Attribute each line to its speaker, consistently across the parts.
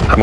Speaker 1: I've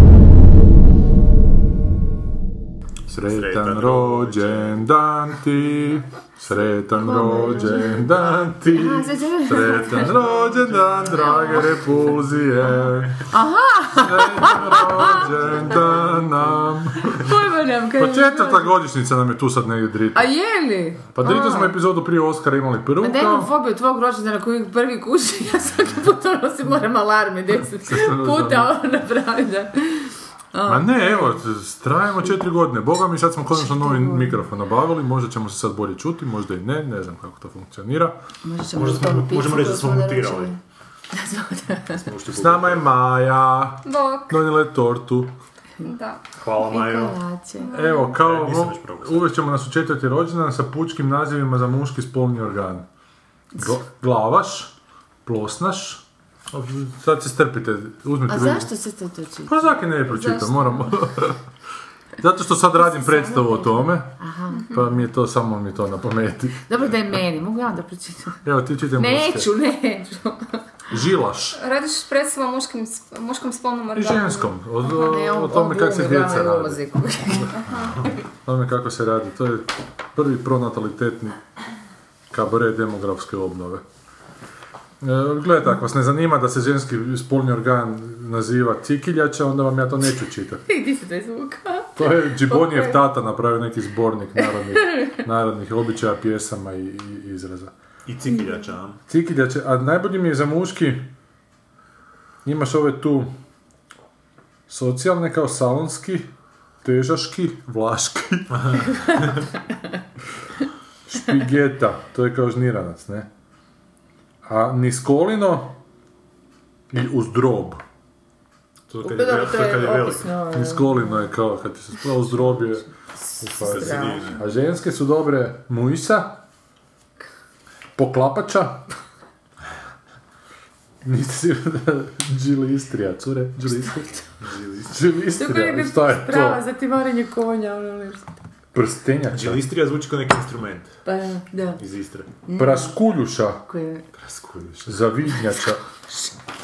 Speaker 2: Sretan rođendan ti, sretan rođendan ti,
Speaker 3: A, sad ćemo-
Speaker 2: sretan rođendan drage repulzije. Aha! Sretan rođendan nam.
Speaker 3: Pojma nemam kaj
Speaker 2: Pa četvrta godišnjica nam je tu sad negdje drita.
Speaker 3: A je li?
Speaker 2: Pa drita smo epizodu prije Oscara imali prvu.
Speaker 3: Ma da
Speaker 2: kao-
Speaker 3: imam fobiju tvog rođendana koji uvijek prvi kuši, ja svaki put ono si moram alarme deset puta ono napraviti. da-
Speaker 2: Ma ne, evo, trajemo četiri godine. Boga mi sad smo konačno novi mikrofon nabavili, možda ćemo se sad bolje čuti, možda i ne, ne znam kako to funkcionira.
Speaker 3: Možda ćemo možemo,
Speaker 4: možemo reći da smo mutirali.
Speaker 2: S nama je Maja,
Speaker 3: Bok,
Speaker 2: donijela je tortu.
Speaker 3: da.
Speaker 4: Hvala Majo.
Speaker 3: Kolače.
Speaker 2: Evo, kao,
Speaker 4: e, nisam već probao sad.
Speaker 2: uvijek ćemo nas u četvrti rođendan sa pučkim nazivima za muški spolni organ. Gla- glavaš, plosnaš, sad se strpite, uzmite
Speaker 3: A
Speaker 2: vi-
Speaker 3: zašto se to to čita?
Speaker 2: Pa zakaj ne bi pročitao,
Speaker 3: Zašto?
Speaker 2: moramo. Zato što sad radim predstavu o tome, pa mi je to, samo mi je to na pameti.
Speaker 3: Dobro da je meni, mogu ja da pročitam.
Speaker 2: Evo ti čitam
Speaker 3: Neću, neću.
Speaker 2: Žilaš.
Speaker 5: Radiš predstavu o muškim, muškom spolnom
Speaker 2: I
Speaker 5: organu.
Speaker 2: ženskom. O, o-
Speaker 3: Ne, on-
Speaker 2: o tome
Speaker 3: on
Speaker 2: kako se
Speaker 3: glumi, da,
Speaker 2: djeca
Speaker 3: i
Speaker 2: radi.
Speaker 3: ulazi.
Speaker 2: O tome kako se radi. To je prvi pronatalitetni kabare demografske obnove. E, Gledajte, ako vas ne zanima da se ženski spolni organ naziva cikiljača, onda vam ja to neću čitati.
Speaker 3: I Di se taj zvuk?
Speaker 2: To je Džibonijev tata napravio neki zbornik narodnih, narodnih običaja, pjesama i, i izraza.
Speaker 4: I cikiljača, a?
Speaker 2: Cikiljače, a najbolji mi je za muški, imaš ove tu socijalne kao salonski, težaški, vlaški. Špigeta, to je kao žniranac, ne? A niskolino i uzdrob.
Speaker 4: To kad je,
Speaker 3: Dobro,
Speaker 4: vel-
Speaker 3: to
Speaker 4: to kad je
Speaker 3: Pa je
Speaker 4: velik.
Speaker 3: opisno.
Speaker 2: Niskolino je kao kad ti se splao uzdrob je...
Speaker 4: Strašno.
Speaker 2: A ženske su dobre muisa, poklapača, nisi sigurno da džilistrija, cure, džilistrija. Džilistrija, šta je
Speaker 3: Prava
Speaker 2: to?
Speaker 3: za timarenje konja, ono nešto.
Speaker 2: Prstenjača,
Speaker 4: Džilistrija zvuči kao neki instrument
Speaker 3: Pa da,
Speaker 4: iz Istre.
Speaker 2: praskuljuša,
Speaker 3: koji je...
Speaker 4: Raskuljiš.
Speaker 2: zavidnjača.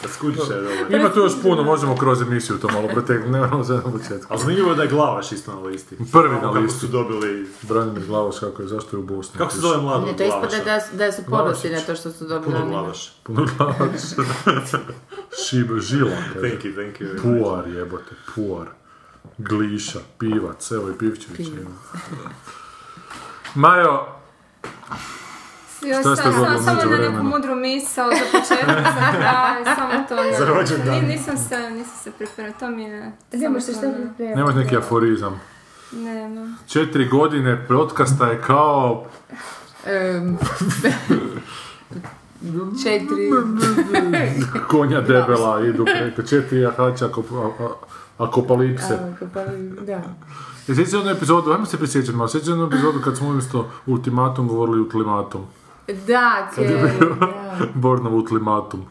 Speaker 4: Raskuljiš je dobro.
Speaker 2: Ima tu još puno, možemo kroz emisiju to malo protegnuti, ne moramo sve na početku.
Speaker 4: Ali zanimljivo je da je glavaš isto na listi.
Speaker 2: Prvi na
Speaker 4: Znamo kako
Speaker 2: listi.
Speaker 4: su dobili...
Speaker 2: Branimir Glavaš, kako je, zašto je u Bosni?
Speaker 4: Kako se zove mladog
Speaker 3: Ne, to ispada
Speaker 4: glavaša?
Speaker 3: da, da su ponosni na to što su dobili.
Speaker 4: Puno
Speaker 3: oni-
Speaker 4: glavaš.
Speaker 2: Puno Glavaš. Šib, žila, kaže.
Speaker 4: Thank you, thank you.
Speaker 2: Puar jebote, puar. Gliša, pivac, evo i Pivčević ima. Majo,
Speaker 5: Još
Speaker 2: Šta ste
Speaker 5: sam-
Speaker 2: dobili
Speaker 5: sam- Samo na
Speaker 2: međuvremenu?
Speaker 5: neku mudru misao za početak, za kraj, samo to. ne.
Speaker 4: Za rođendan.
Speaker 5: Ni- Nisam se, nisam se pripremila, to mi je... samo to, ne.
Speaker 2: nemaš neki aforizam.
Speaker 5: Nemam.
Speaker 2: Četiri godine protkasta je kao...
Speaker 3: Em, četiri...
Speaker 2: Konja debela idu preko četiri jahača ako, akopalipse.
Speaker 3: Da.
Speaker 2: Ja sjećam se onu epizodu, ajmo se prisjećati malo, sjećam se onu epizodu kad smo umjesto ultimatum govorili ultimatum.
Speaker 3: Da, ke... da.
Speaker 2: Bornov ultimatum.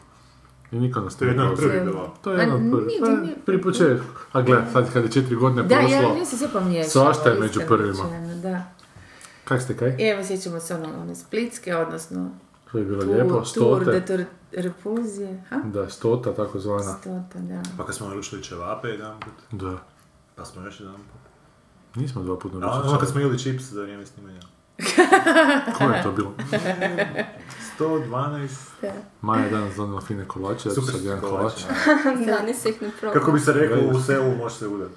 Speaker 2: I niko nas
Speaker 4: To je
Speaker 2: ne
Speaker 4: jedna od
Speaker 2: prozna.
Speaker 4: prvih bila.
Speaker 2: To je jedna od
Speaker 3: A
Speaker 2: prvih.
Speaker 3: nigdje
Speaker 2: Pa,
Speaker 3: nije-
Speaker 2: Pri početku. A gle, sad kad je četiri godine
Speaker 3: Da, ja
Speaker 2: prošlo,
Speaker 3: nisam se pomiješala.
Speaker 2: Svašta je
Speaker 3: iskreno
Speaker 2: među prvima.
Speaker 3: rečeno, Da.
Speaker 2: kak ste kaj?
Speaker 3: I evo sjećamo se ono, one splitske, odnosno
Speaker 2: To je bilo
Speaker 3: tu,
Speaker 2: lijepo,
Speaker 3: Tour
Speaker 2: stote.
Speaker 3: de Tur- Repulzije. Ha?
Speaker 2: Da, stota, tako zvana.
Speaker 3: Stota, da.
Speaker 4: Pa kad smo naručili ćevape jedan put,
Speaker 2: Da.
Speaker 4: pa smo još jedan put.
Speaker 2: Nismo dva puta
Speaker 4: A
Speaker 2: naručili.
Speaker 4: ono kad smo jeli čips za vrijeme snimanja.
Speaker 2: Ko je to bilo?
Speaker 4: 112...
Speaker 2: Maja je danas donijela fine kolače, ja ću
Speaker 4: Super
Speaker 2: sad
Speaker 4: su
Speaker 2: jedan
Speaker 4: kolači,
Speaker 2: kolač.
Speaker 4: da.
Speaker 5: Da, nisam ih ne probala.
Speaker 4: Kako bi se reklo, u selu može se udati.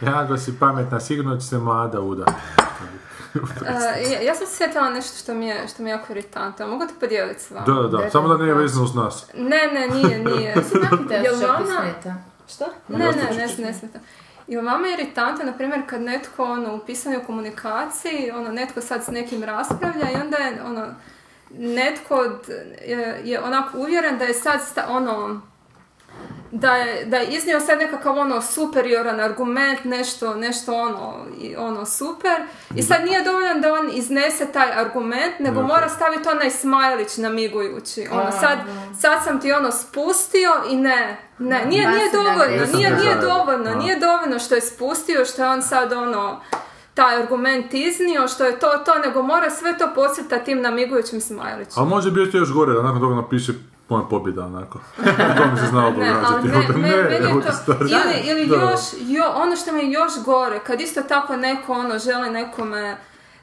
Speaker 2: Ja ga si pametna, sigurno će se mlada uda.
Speaker 5: E, ja, ja sam se sjetila nešto što mi je, što mi je jako iritantno, mogu to podijeliti s vama?
Speaker 2: Da, da, da, samo da nije vezano uz nas.
Speaker 5: Ne, ne, nije, nije.
Speaker 3: Znate da
Speaker 5: Jel
Speaker 3: još čak i
Speaker 5: ona-
Speaker 3: smeta.
Speaker 5: Što? Ne, ne, ne, ne smeta. I vama je iritantno, na primjer, kad netko ono, u pisanoj komunikaciji, ono, netko sad s nekim raspravlja i onda je, ono, e, netko od- je, je onako uvjeren da je sad, sta- ono, da je, da je iznio sad nekakav ono superioran argument, nešto, nešto ono, i- ono super. I sad nije dovoljan da on iznese taj argument, nego mora staviti onaj smajlić namigujući. Ono, sad, sad sam ti ono spustio i ne, ne, nije,
Speaker 3: Ma,
Speaker 5: nije
Speaker 3: si
Speaker 5: dovoljno,
Speaker 3: nagrizo.
Speaker 5: nije, nije
Speaker 2: Nisam te
Speaker 5: dovoljno,
Speaker 2: zajedno.
Speaker 5: nije dovoljno što je spustio, što je on sad ono, taj argument iznio, što je to to, nego mora sve to posjetati tim namigujućim smajlićem.
Speaker 2: Ali može biti još gore da nakon toga napiše moja pobjeda, onako. to mi se znalo
Speaker 5: Ne, ali
Speaker 2: događati. Onda,
Speaker 5: ne, ne, meni je
Speaker 2: evo ti
Speaker 5: to,
Speaker 2: stari.
Speaker 5: ili, ili
Speaker 2: Da, da.
Speaker 5: još, jo, ono što mi je još gore, kad isto tako neko ono želi nekome,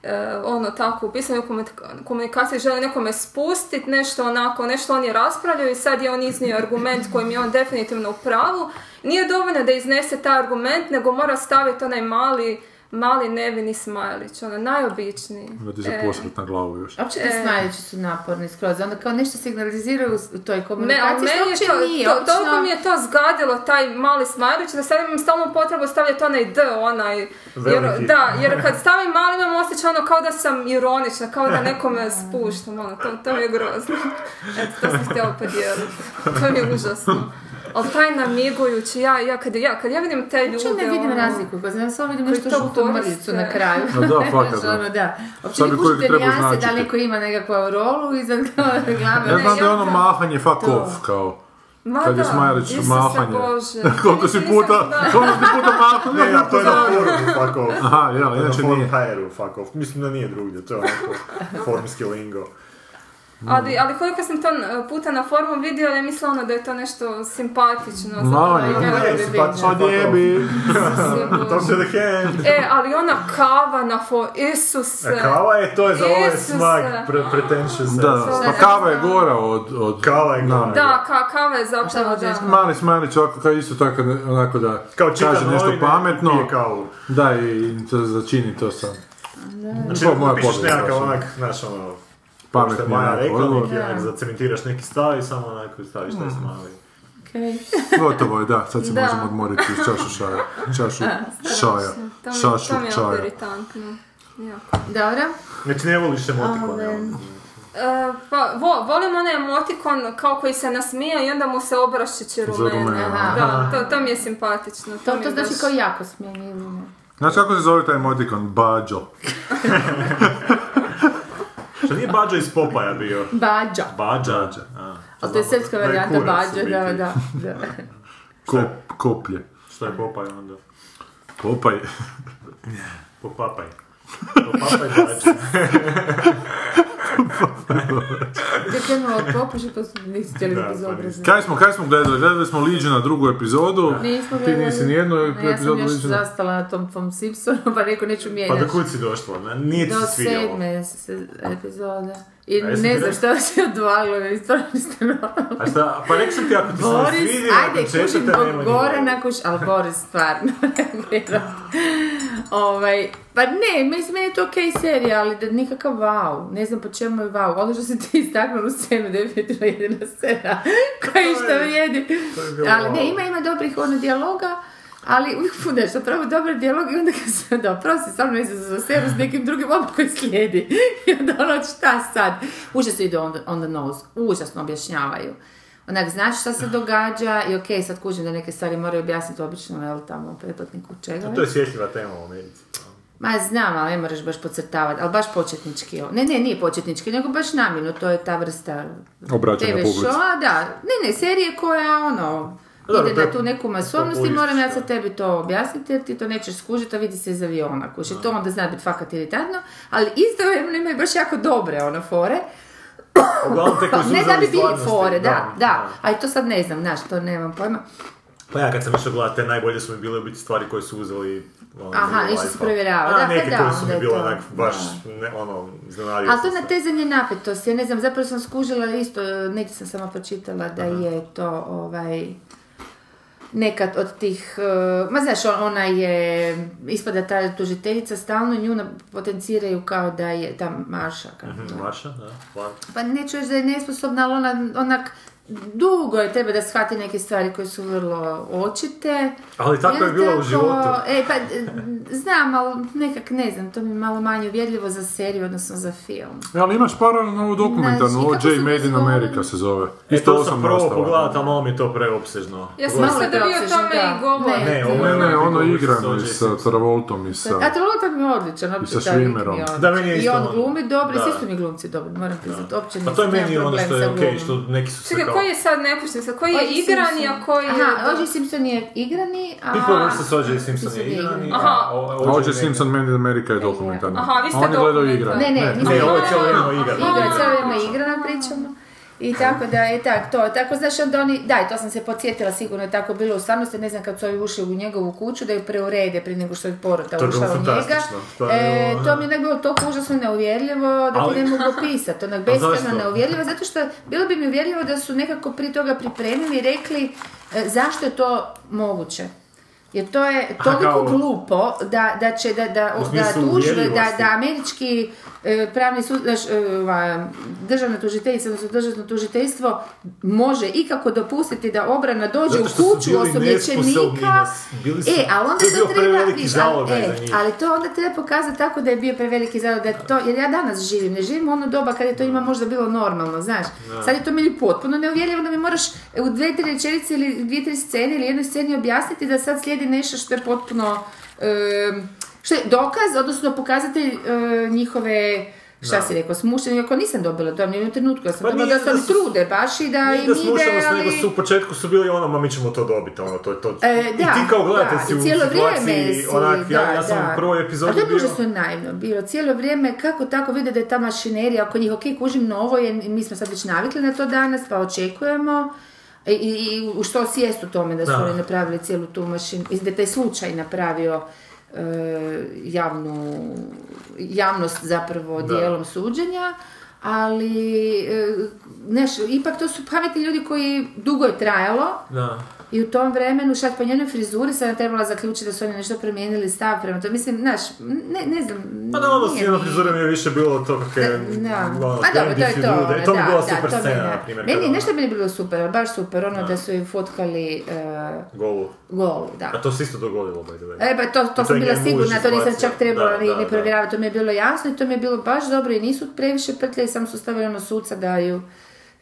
Speaker 5: e, ono tako u pisanju komunika- komunikaciji želi nekome spustit nešto onako, nešto on je raspravljao i sad je on iznio argument kojim je on definitivno u pravu, nije dovoljno da iznese taj argument, nego mora staviti onaj mali, mali nevini smajlić, ono najobičniji.
Speaker 2: Ima ti se
Speaker 5: E,
Speaker 2: posret na glavu još.
Speaker 3: Opće ti
Speaker 5: E.
Speaker 3: smajići su naporni skroz, onda kao nešto signaliziraju u s- u toj
Speaker 5: Ne, ali
Speaker 3: komunikaciji, što
Speaker 5: meni je
Speaker 3: uopće
Speaker 5: to,
Speaker 3: nije,
Speaker 5: to,
Speaker 3: obično-
Speaker 5: toliko mi je to zgadilo, taj mali smajlić, da sad imam stalno potrebu stavljati onaj D, onaj... Jer,
Speaker 4: Veliki.
Speaker 5: da, jer kad stavim mali imam osjećaj ono kao da sam ironična, kao da nekome spuštam, ono, to, to mi je grozno. Eto, to sam htjela podijeliti. To mi je užasno. Ali taj namigujući, ja, ja, kad, ja, kad ja vidim te ljude...
Speaker 3: Uopće Znači, ne vidim
Speaker 5: ono,
Speaker 3: razliku, kao znam, samo vidim
Speaker 5: koji
Speaker 3: nešto
Speaker 5: to
Speaker 3: žutu
Speaker 5: koriste.
Speaker 3: mrljicu na kraju.
Speaker 2: No da, fakat, da.
Speaker 3: Ono, da. Uopće
Speaker 2: Sad
Speaker 3: ne
Speaker 2: bi kojeg
Speaker 3: kužite
Speaker 2: trebao
Speaker 3: nijanse da
Speaker 2: značiti.
Speaker 3: neko ima nekakvu aurolu iznad glave.
Speaker 2: Ja
Speaker 5: Ne,
Speaker 3: Ne,
Speaker 2: znam da je ono
Speaker 5: ja-
Speaker 2: mahanje fuck
Speaker 3: To.
Speaker 2: off, kao.
Speaker 5: Ma
Speaker 2: Kad je
Speaker 5: da,
Speaker 2: Smajlić
Speaker 5: Isuse
Speaker 2: mahanje.
Speaker 5: Bože.
Speaker 2: Koliko si
Speaker 5: Nisam-
Speaker 2: puta,
Speaker 5: da.
Speaker 2: koliko si puta mahanje,
Speaker 4: Ne, ja, to je na
Speaker 2: znam.
Speaker 4: forumu, fuck off.
Speaker 2: Aha, ja,
Speaker 4: To je na
Speaker 2: inače
Speaker 4: forum
Speaker 2: nije.
Speaker 4: HR-u, fuck off. Mislim da nije drugdje, to je onako formski lingo.
Speaker 5: Ali, ali koliko sam to e, puta na forumu vidjela, ja mislila ono da je to nešto simpatično. zapravo
Speaker 2: Malo je,
Speaker 5: i
Speaker 2: da,
Speaker 5: ne
Speaker 4: da,
Speaker 5: bi
Speaker 4: je
Speaker 5: bilo.
Speaker 4: simpatično.
Speaker 2: Pa gdje bi?
Speaker 5: Sigurno.
Speaker 4: Top to the hand.
Speaker 5: E, ali ona kava na forumu, Isuse.
Speaker 4: E, Kava je, to je za ovaj
Speaker 5: Isuse.
Speaker 4: smag, pre, pretentious.
Speaker 2: Da, pa kava je gora od... od
Speaker 4: Kava je gora.
Speaker 5: Da, ka, kava je zapravo,
Speaker 3: hoćeš
Speaker 5: da.
Speaker 3: reći?
Speaker 2: Mali smajlić, ovako, kao isto tako, onako da
Speaker 4: Kao čita
Speaker 2: kaže nešto
Speaker 4: novine,
Speaker 2: pametno,
Speaker 4: pije kavu.
Speaker 2: da i to začini to sam.
Speaker 4: Znači,
Speaker 2: To je moja
Speaker 4: pišeš
Speaker 2: pobjeda,
Speaker 4: nekakav
Speaker 2: baš, ono.
Speaker 4: onak, znaš ono, što je
Speaker 2: Pametni
Speaker 4: Maja
Speaker 2: onako
Speaker 4: rekla,
Speaker 2: odgovor.
Speaker 4: neki onak, zacementiraš neki stav i samo onako staviš taj smiley.
Speaker 2: Gotovo je, da, sad se
Speaker 3: Da.
Speaker 2: možemo odmoriti uz čašu šaja. Čašu šaja.
Speaker 5: To mi,
Speaker 2: Šašu
Speaker 5: to mi je jako
Speaker 2: čaja.
Speaker 5: iritantno. Jako.
Speaker 3: Dobro.
Speaker 4: Znači, ne voliš emotikone.
Speaker 3: Amen.
Speaker 4: ono.
Speaker 5: E, pa, vo, volim onaj emotikon kao koji se nasmije i onda mu se obrašići rumena.
Speaker 2: rumena.
Speaker 3: Aha.
Speaker 5: Da, to, to mi je simpatično. To,
Speaker 3: To,
Speaker 5: mi
Speaker 3: to
Speaker 5: je
Speaker 3: znači
Speaker 5: baš-
Speaker 3: kao jako smijeni ili ne?
Speaker 2: Znaš kako se zove taj emotikon? Bađo.
Speaker 4: Što nije Bađa iz Popaja bio?
Speaker 3: Bađa.
Speaker 4: Bađa.
Speaker 3: Ali to je srpska
Speaker 4: Da je
Speaker 3: varijanta
Speaker 4: kurac u
Speaker 3: bađa,
Speaker 4: biti.
Speaker 3: da, da, da.
Speaker 2: Ko, koplje.
Speaker 4: Što je Popaj onda?
Speaker 2: Popaj.
Speaker 4: Popapaj. Popapaj Bađa.
Speaker 3: Gdje krenulo od popuša, pa su- nisu htjeli
Speaker 4: Da,
Speaker 3: biti
Speaker 4: pa
Speaker 3: bezobrazni.
Speaker 2: Kaj smo, kaj smo gledali? Gledali smo Liđu na drugu epizodu.
Speaker 3: Nismo
Speaker 2: Ti
Speaker 3: gledali.
Speaker 2: nisi nijednu
Speaker 3: Ne, ja sam
Speaker 2: epizodu
Speaker 3: još
Speaker 2: Liđu na...
Speaker 3: zastala na tom Tom Simpsonu, pa rekao neću
Speaker 4: Pa
Speaker 3: mijenjati.
Speaker 4: do kud si došla? Ne, Nije ti
Speaker 3: Do
Speaker 4: se svidjelo.
Speaker 3: sedme se epizode. I
Speaker 4: A jesi
Speaker 3: ne znam
Speaker 4: gledala?
Speaker 3: šta se odvalilo, jer stvarno niste normalni.
Speaker 4: A šta, pa rekao sam ti ako ti se ne
Speaker 3: Boris,
Speaker 4: svidi,
Speaker 3: ajde,
Speaker 4: nakon četvrte
Speaker 3: kužim
Speaker 4: nema
Speaker 3: zbog
Speaker 4: ni
Speaker 3: Gorana, kuš, ali Boris, stvarno, nevjerojatno. ovaj, pa ne, mislim, meni je to okej serija, ali da nikakav wow, ne znam po čemu je wow, ono što si ti istaknula u scenu, definitivno je jedina scena koja išta vrijedi.
Speaker 4: bilo
Speaker 3: Ali ne,
Speaker 4: wow.
Speaker 3: ima, ima dobrih ono dijaloga, ali uvijek bude što pravo dobar dijalog i onda kad se da prosi stvarno me za seru s nekim drugim ovom koji slijedi i onda ono šta sad užasno idu on, on the nose užasno objašnjavaju onak znaš šta se događa i okej sad kužim da neke stvari moraju objasniti obično jel tamo pretplatniku čega
Speaker 4: govora. To je
Speaker 3: već.
Speaker 4: sjetljiva tema u Americi.
Speaker 3: ma znam ali ne moraš baš podcrtavati ali baš početnički ovo. ne ne nije početnički nego baš namjerno to je ta vrsta
Speaker 2: Obraćanja
Speaker 3: TV
Speaker 2: publici.
Speaker 3: show da ne ne serije koja ono
Speaker 4: Dobro, to
Speaker 3: ide
Speaker 4: je
Speaker 3: na tu neku masovnost i
Speaker 4: populistička.
Speaker 3: moram ja sad tebi to objasniti jer ti to nećeš skužiti, a vidi se iz aviona, kuži. To onda zna biti fakat iritantno, ali istovremeno imaju baš jako dobre ono fore. Pa
Speaker 4: Uglavnom te koji su
Speaker 3: ne da
Speaker 4: uzeli
Speaker 3: bi bili
Speaker 4: stvarnosti,
Speaker 3: fore, da, da. A i to sad ne znam, znaš, to nemam pojma.
Speaker 4: Pa ja kad sam išao gledati, te najbolje su mi bile u biti stvari koje su uzeli... Ono,
Speaker 3: Aha,
Speaker 4: iz
Speaker 3: išli
Speaker 4: life-a.
Speaker 3: su provjeravati.
Speaker 4: A
Speaker 3: Da, pa
Speaker 4: neke
Speaker 3: da,
Speaker 4: koje su
Speaker 3: onda
Speaker 4: mi
Speaker 3: je
Speaker 4: bile
Speaker 3: to.
Speaker 4: onak baš, ne, ono, iznenadio
Speaker 3: Ali to
Speaker 4: sam
Speaker 3: je
Speaker 4: se.
Speaker 3: natezanje napetosti, ja ne znam, zapravo sam skužila isto, negdje sam sama pročitala da je to ovaj nekad od tih, eh, ma znaš, on- ona je, ispada ta tužiteljica, stalno nju na- potenciraju kao da je ta Marša. kako-
Speaker 4: Mhm, Vaša, da, hvala.
Speaker 3: Pa neću reći da je nesposobna, ali ona, onak, dugo je tebe da shvati neke stvari koje su vrlo očite.
Speaker 4: Ali tako
Speaker 3: I onda
Speaker 4: je bila u životu.
Speaker 3: E, pa, e, znam, ali nekak ne znam, to mi je malo manje uvjerljivo za seriju, odnosno za film.
Speaker 2: E, ali imaš paralelno ovu dokumentarnu,
Speaker 3: Znači,
Speaker 2: ovo
Speaker 3: kako
Speaker 2: J
Speaker 3: su
Speaker 2: Made in
Speaker 3: izgovorili?
Speaker 2: America se zove.
Speaker 4: I
Speaker 2: Isto
Speaker 4: E, to
Speaker 2: ovo
Speaker 4: sam
Speaker 2: sam
Speaker 4: prvo
Speaker 2: nastala.
Speaker 4: pogledat, ali malo mi je to preopsežno.
Speaker 5: Ja sam
Speaker 4: Govorim.
Speaker 5: mislila da vi o
Speaker 3: Preopsežno,
Speaker 5: tome
Speaker 3: da.
Speaker 5: i govorite.
Speaker 3: Ne,
Speaker 4: Ne, ovo
Speaker 2: Ne,
Speaker 4: je
Speaker 2: ne, ono
Speaker 4: onaj
Speaker 2: igrano
Speaker 4: koji
Speaker 2: i
Speaker 4: se
Speaker 2: sa
Speaker 4: zove Jason.
Speaker 2: Travoltom i sa...
Speaker 3: A Travolta mi je odličan, uopće
Speaker 2: I sa
Speaker 3: taj lik
Speaker 2: Schwimmerom.
Speaker 3: mi je odličan.
Speaker 4: Da, meni je
Speaker 3: I
Speaker 4: isto
Speaker 3: on
Speaker 4: on.
Speaker 3: glumi dobro, i
Speaker 4: Da.
Speaker 3: svi su mi glumci dobri, moram priznati, uopće
Speaker 4: Pa to je
Speaker 3: nisam- nemam
Speaker 4: meni ono
Speaker 3: problem
Speaker 4: što je
Speaker 3: sa
Speaker 4: okej,
Speaker 3: glumom.
Speaker 4: što neki su se
Speaker 5: Čekaj,
Speaker 4: kao...
Speaker 5: koji je sad nepošten sad? Koji je
Speaker 3: O.J.
Speaker 5: igrani,
Speaker 3: Simpson.
Speaker 5: a koji je...
Speaker 3: Aha, O.J. Simpson je igrani, a...
Speaker 4: People vs. O.J. Simpson je
Speaker 3: Mislim,
Speaker 4: igrani,
Speaker 5: Aha.
Speaker 4: a o- o-
Speaker 2: Ođe
Speaker 4: O.J.
Speaker 2: Simpson Man in America je dokumentarna.
Speaker 5: Aha, vi ste
Speaker 2: A on je gledao
Speaker 5: dokumentarni.
Speaker 2: igra.
Speaker 3: Ne, ne, mislim,
Speaker 4: ne, ovo je
Speaker 3: ona-
Speaker 4: cijelo jedno igrano.
Speaker 3: Igra,
Speaker 4: Igrano.
Speaker 3: cijelo jedno igrana pričamo. I tako da je tak, to, tako znaš onda oni, da i to sam se podsjetila sigurno je tako bilo u stvarnosti, ne znam kad su ovi ušli u njegovu kuću da ju preurede prije nego što je porota
Speaker 4: To je bilo
Speaker 3: ušla u njega.
Speaker 4: fantastično. To je
Speaker 3: E,
Speaker 4: ono-
Speaker 3: to mi je onak bilo toliko užasno neuvjerljivo da ti
Speaker 4: Ali-
Speaker 3: ne mogu opisati, onak beskrajno
Speaker 4: zašto?
Speaker 3: neuvjerljivo, zato što bilo bi mi uvjerljivo da su nekako prije toga pripremili i rekli e, zašto je to moguće. Jer to je toliko
Speaker 4: kao-
Speaker 3: glupo da, da će, da, da,
Speaker 4: U
Speaker 3: da
Speaker 4: smislu
Speaker 3: tužbe, da,
Speaker 4: uvjerljivosti.
Speaker 3: da američki e, pravni sud, znaš, e, ova, državna tužiteljica, odnosno državno tužiteljstvo može ikako dopustiti da obrana dođe u
Speaker 4: Zato što su
Speaker 3: kuću
Speaker 4: bili nesposobni
Speaker 3: osumnjičenika.
Speaker 4: nas- bili su-
Speaker 3: E, ali onda
Speaker 4: to je bio
Speaker 3: to treba,
Speaker 4: preveliki
Speaker 3: viš,
Speaker 4: zalogaj
Speaker 3: ali, e,
Speaker 4: za njih.
Speaker 3: ali to onda treba pokazati tako da je bio preveliki zalogaj, da to, jer ja danas živim, ne živim u ono doba kad je to ima možda bilo normalno, znaš. Sad je to meni potpuno neuvjerljivo da mi moraš u dve, tri rečenice ili dvije, tri scene ili jednoj sceni objasniti da sad slijedi nešto što je potpuno... em, što je dokaz, odnosno pokazatelj e, njihove šta si rekao, smušenje, ako nisam dobila to, ni u trenutku, ja sam
Speaker 4: Pa
Speaker 3: dobila
Speaker 4: nije
Speaker 3: da se oni
Speaker 4: da su-
Speaker 3: trude baš i da im
Speaker 4: Nije da slušamo
Speaker 3: ide,
Speaker 4: se, nego
Speaker 3: ali...
Speaker 4: su u početku su bili ono, ma mi ćemo to dobiti, ono, to je to.
Speaker 3: E, da,
Speaker 4: I ti kao gledate
Speaker 3: da,
Speaker 4: si
Speaker 3: i
Speaker 4: u
Speaker 3: cijelo vrijeme
Speaker 4: situaciji,
Speaker 3: si,
Speaker 4: onak, ja,
Speaker 3: da,
Speaker 4: ja sam
Speaker 3: da.
Speaker 4: u prvoj
Speaker 3: A to
Speaker 4: epizodi
Speaker 3: je
Speaker 4: bio...
Speaker 3: užasno naivno bilo, cijelo vrijeme, kako tako vide da je ta mašinerija oko njih, ok, kužim novo je, mi smo sad već navikli na to danas, pa očekujemo, i, i, i u što si jest u tome da su
Speaker 4: Da.
Speaker 3: oni napravili cijelu tu mašinu, i da je taj slučaj napravio e, javnu, javnost zapravo dijelom suđenja, ali, e, znaš, ipak to su pametni ljudi koji dugo je trajalo,
Speaker 4: Da.
Speaker 3: i u tom vremenu, čak po njenoj frizuri sam trebala zaključiti da su oni nešto promijenili stav prema to. Mislim, znaš, ne, ne znam,
Speaker 4: Pa da, ono, s
Speaker 3: nije
Speaker 4: jednom
Speaker 3: mi-
Speaker 4: frizurom je više bilo to kako je...
Speaker 3: Da,
Speaker 4: ono,
Speaker 3: a dobro, to je
Speaker 4: Candice
Speaker 3: to.
Speaker 4: i ljude.
Speaker 3: ono,
Speaker 4: To bi
Speaker 3: da, da,
Speaker 4: bila super
Speaker 3: to mi je
Speaker 4: scena,
Speaker 3: da.
Speaker 4: na primjer.
Speaker 3: Meni
Speaker 4: kad ono
Speaker 3: nešto
Speaker 4: ona
Speaker 3: bi bilo super, baš super, ono da, su ju fotkali e,
Speaker 4: Golu.
Speaker 3: golu, da.
Speaker 4: A Pa to se isto dogodilo, by the way.
Speaker 3: E, pa to, to,
Speaker 4: To
Speaker 3: sam
Speaker 4: je
Speaker 3: bila
Speaker 4: njen muž
Speaker 3: sigurna, to nisam
Speaker 4: izbacio.
Speaker 3: čak trebala
Speaker 4: Da,
Speaker 3: ni,
Speaker 4: da,
Speaker 3: ni
Speaker 4: da.
Speaker 3: provjeravati, to mi je bilo jasno i to mi je bilo baš dobro i nisu previše prtljali, samo su stavili ono suca da ju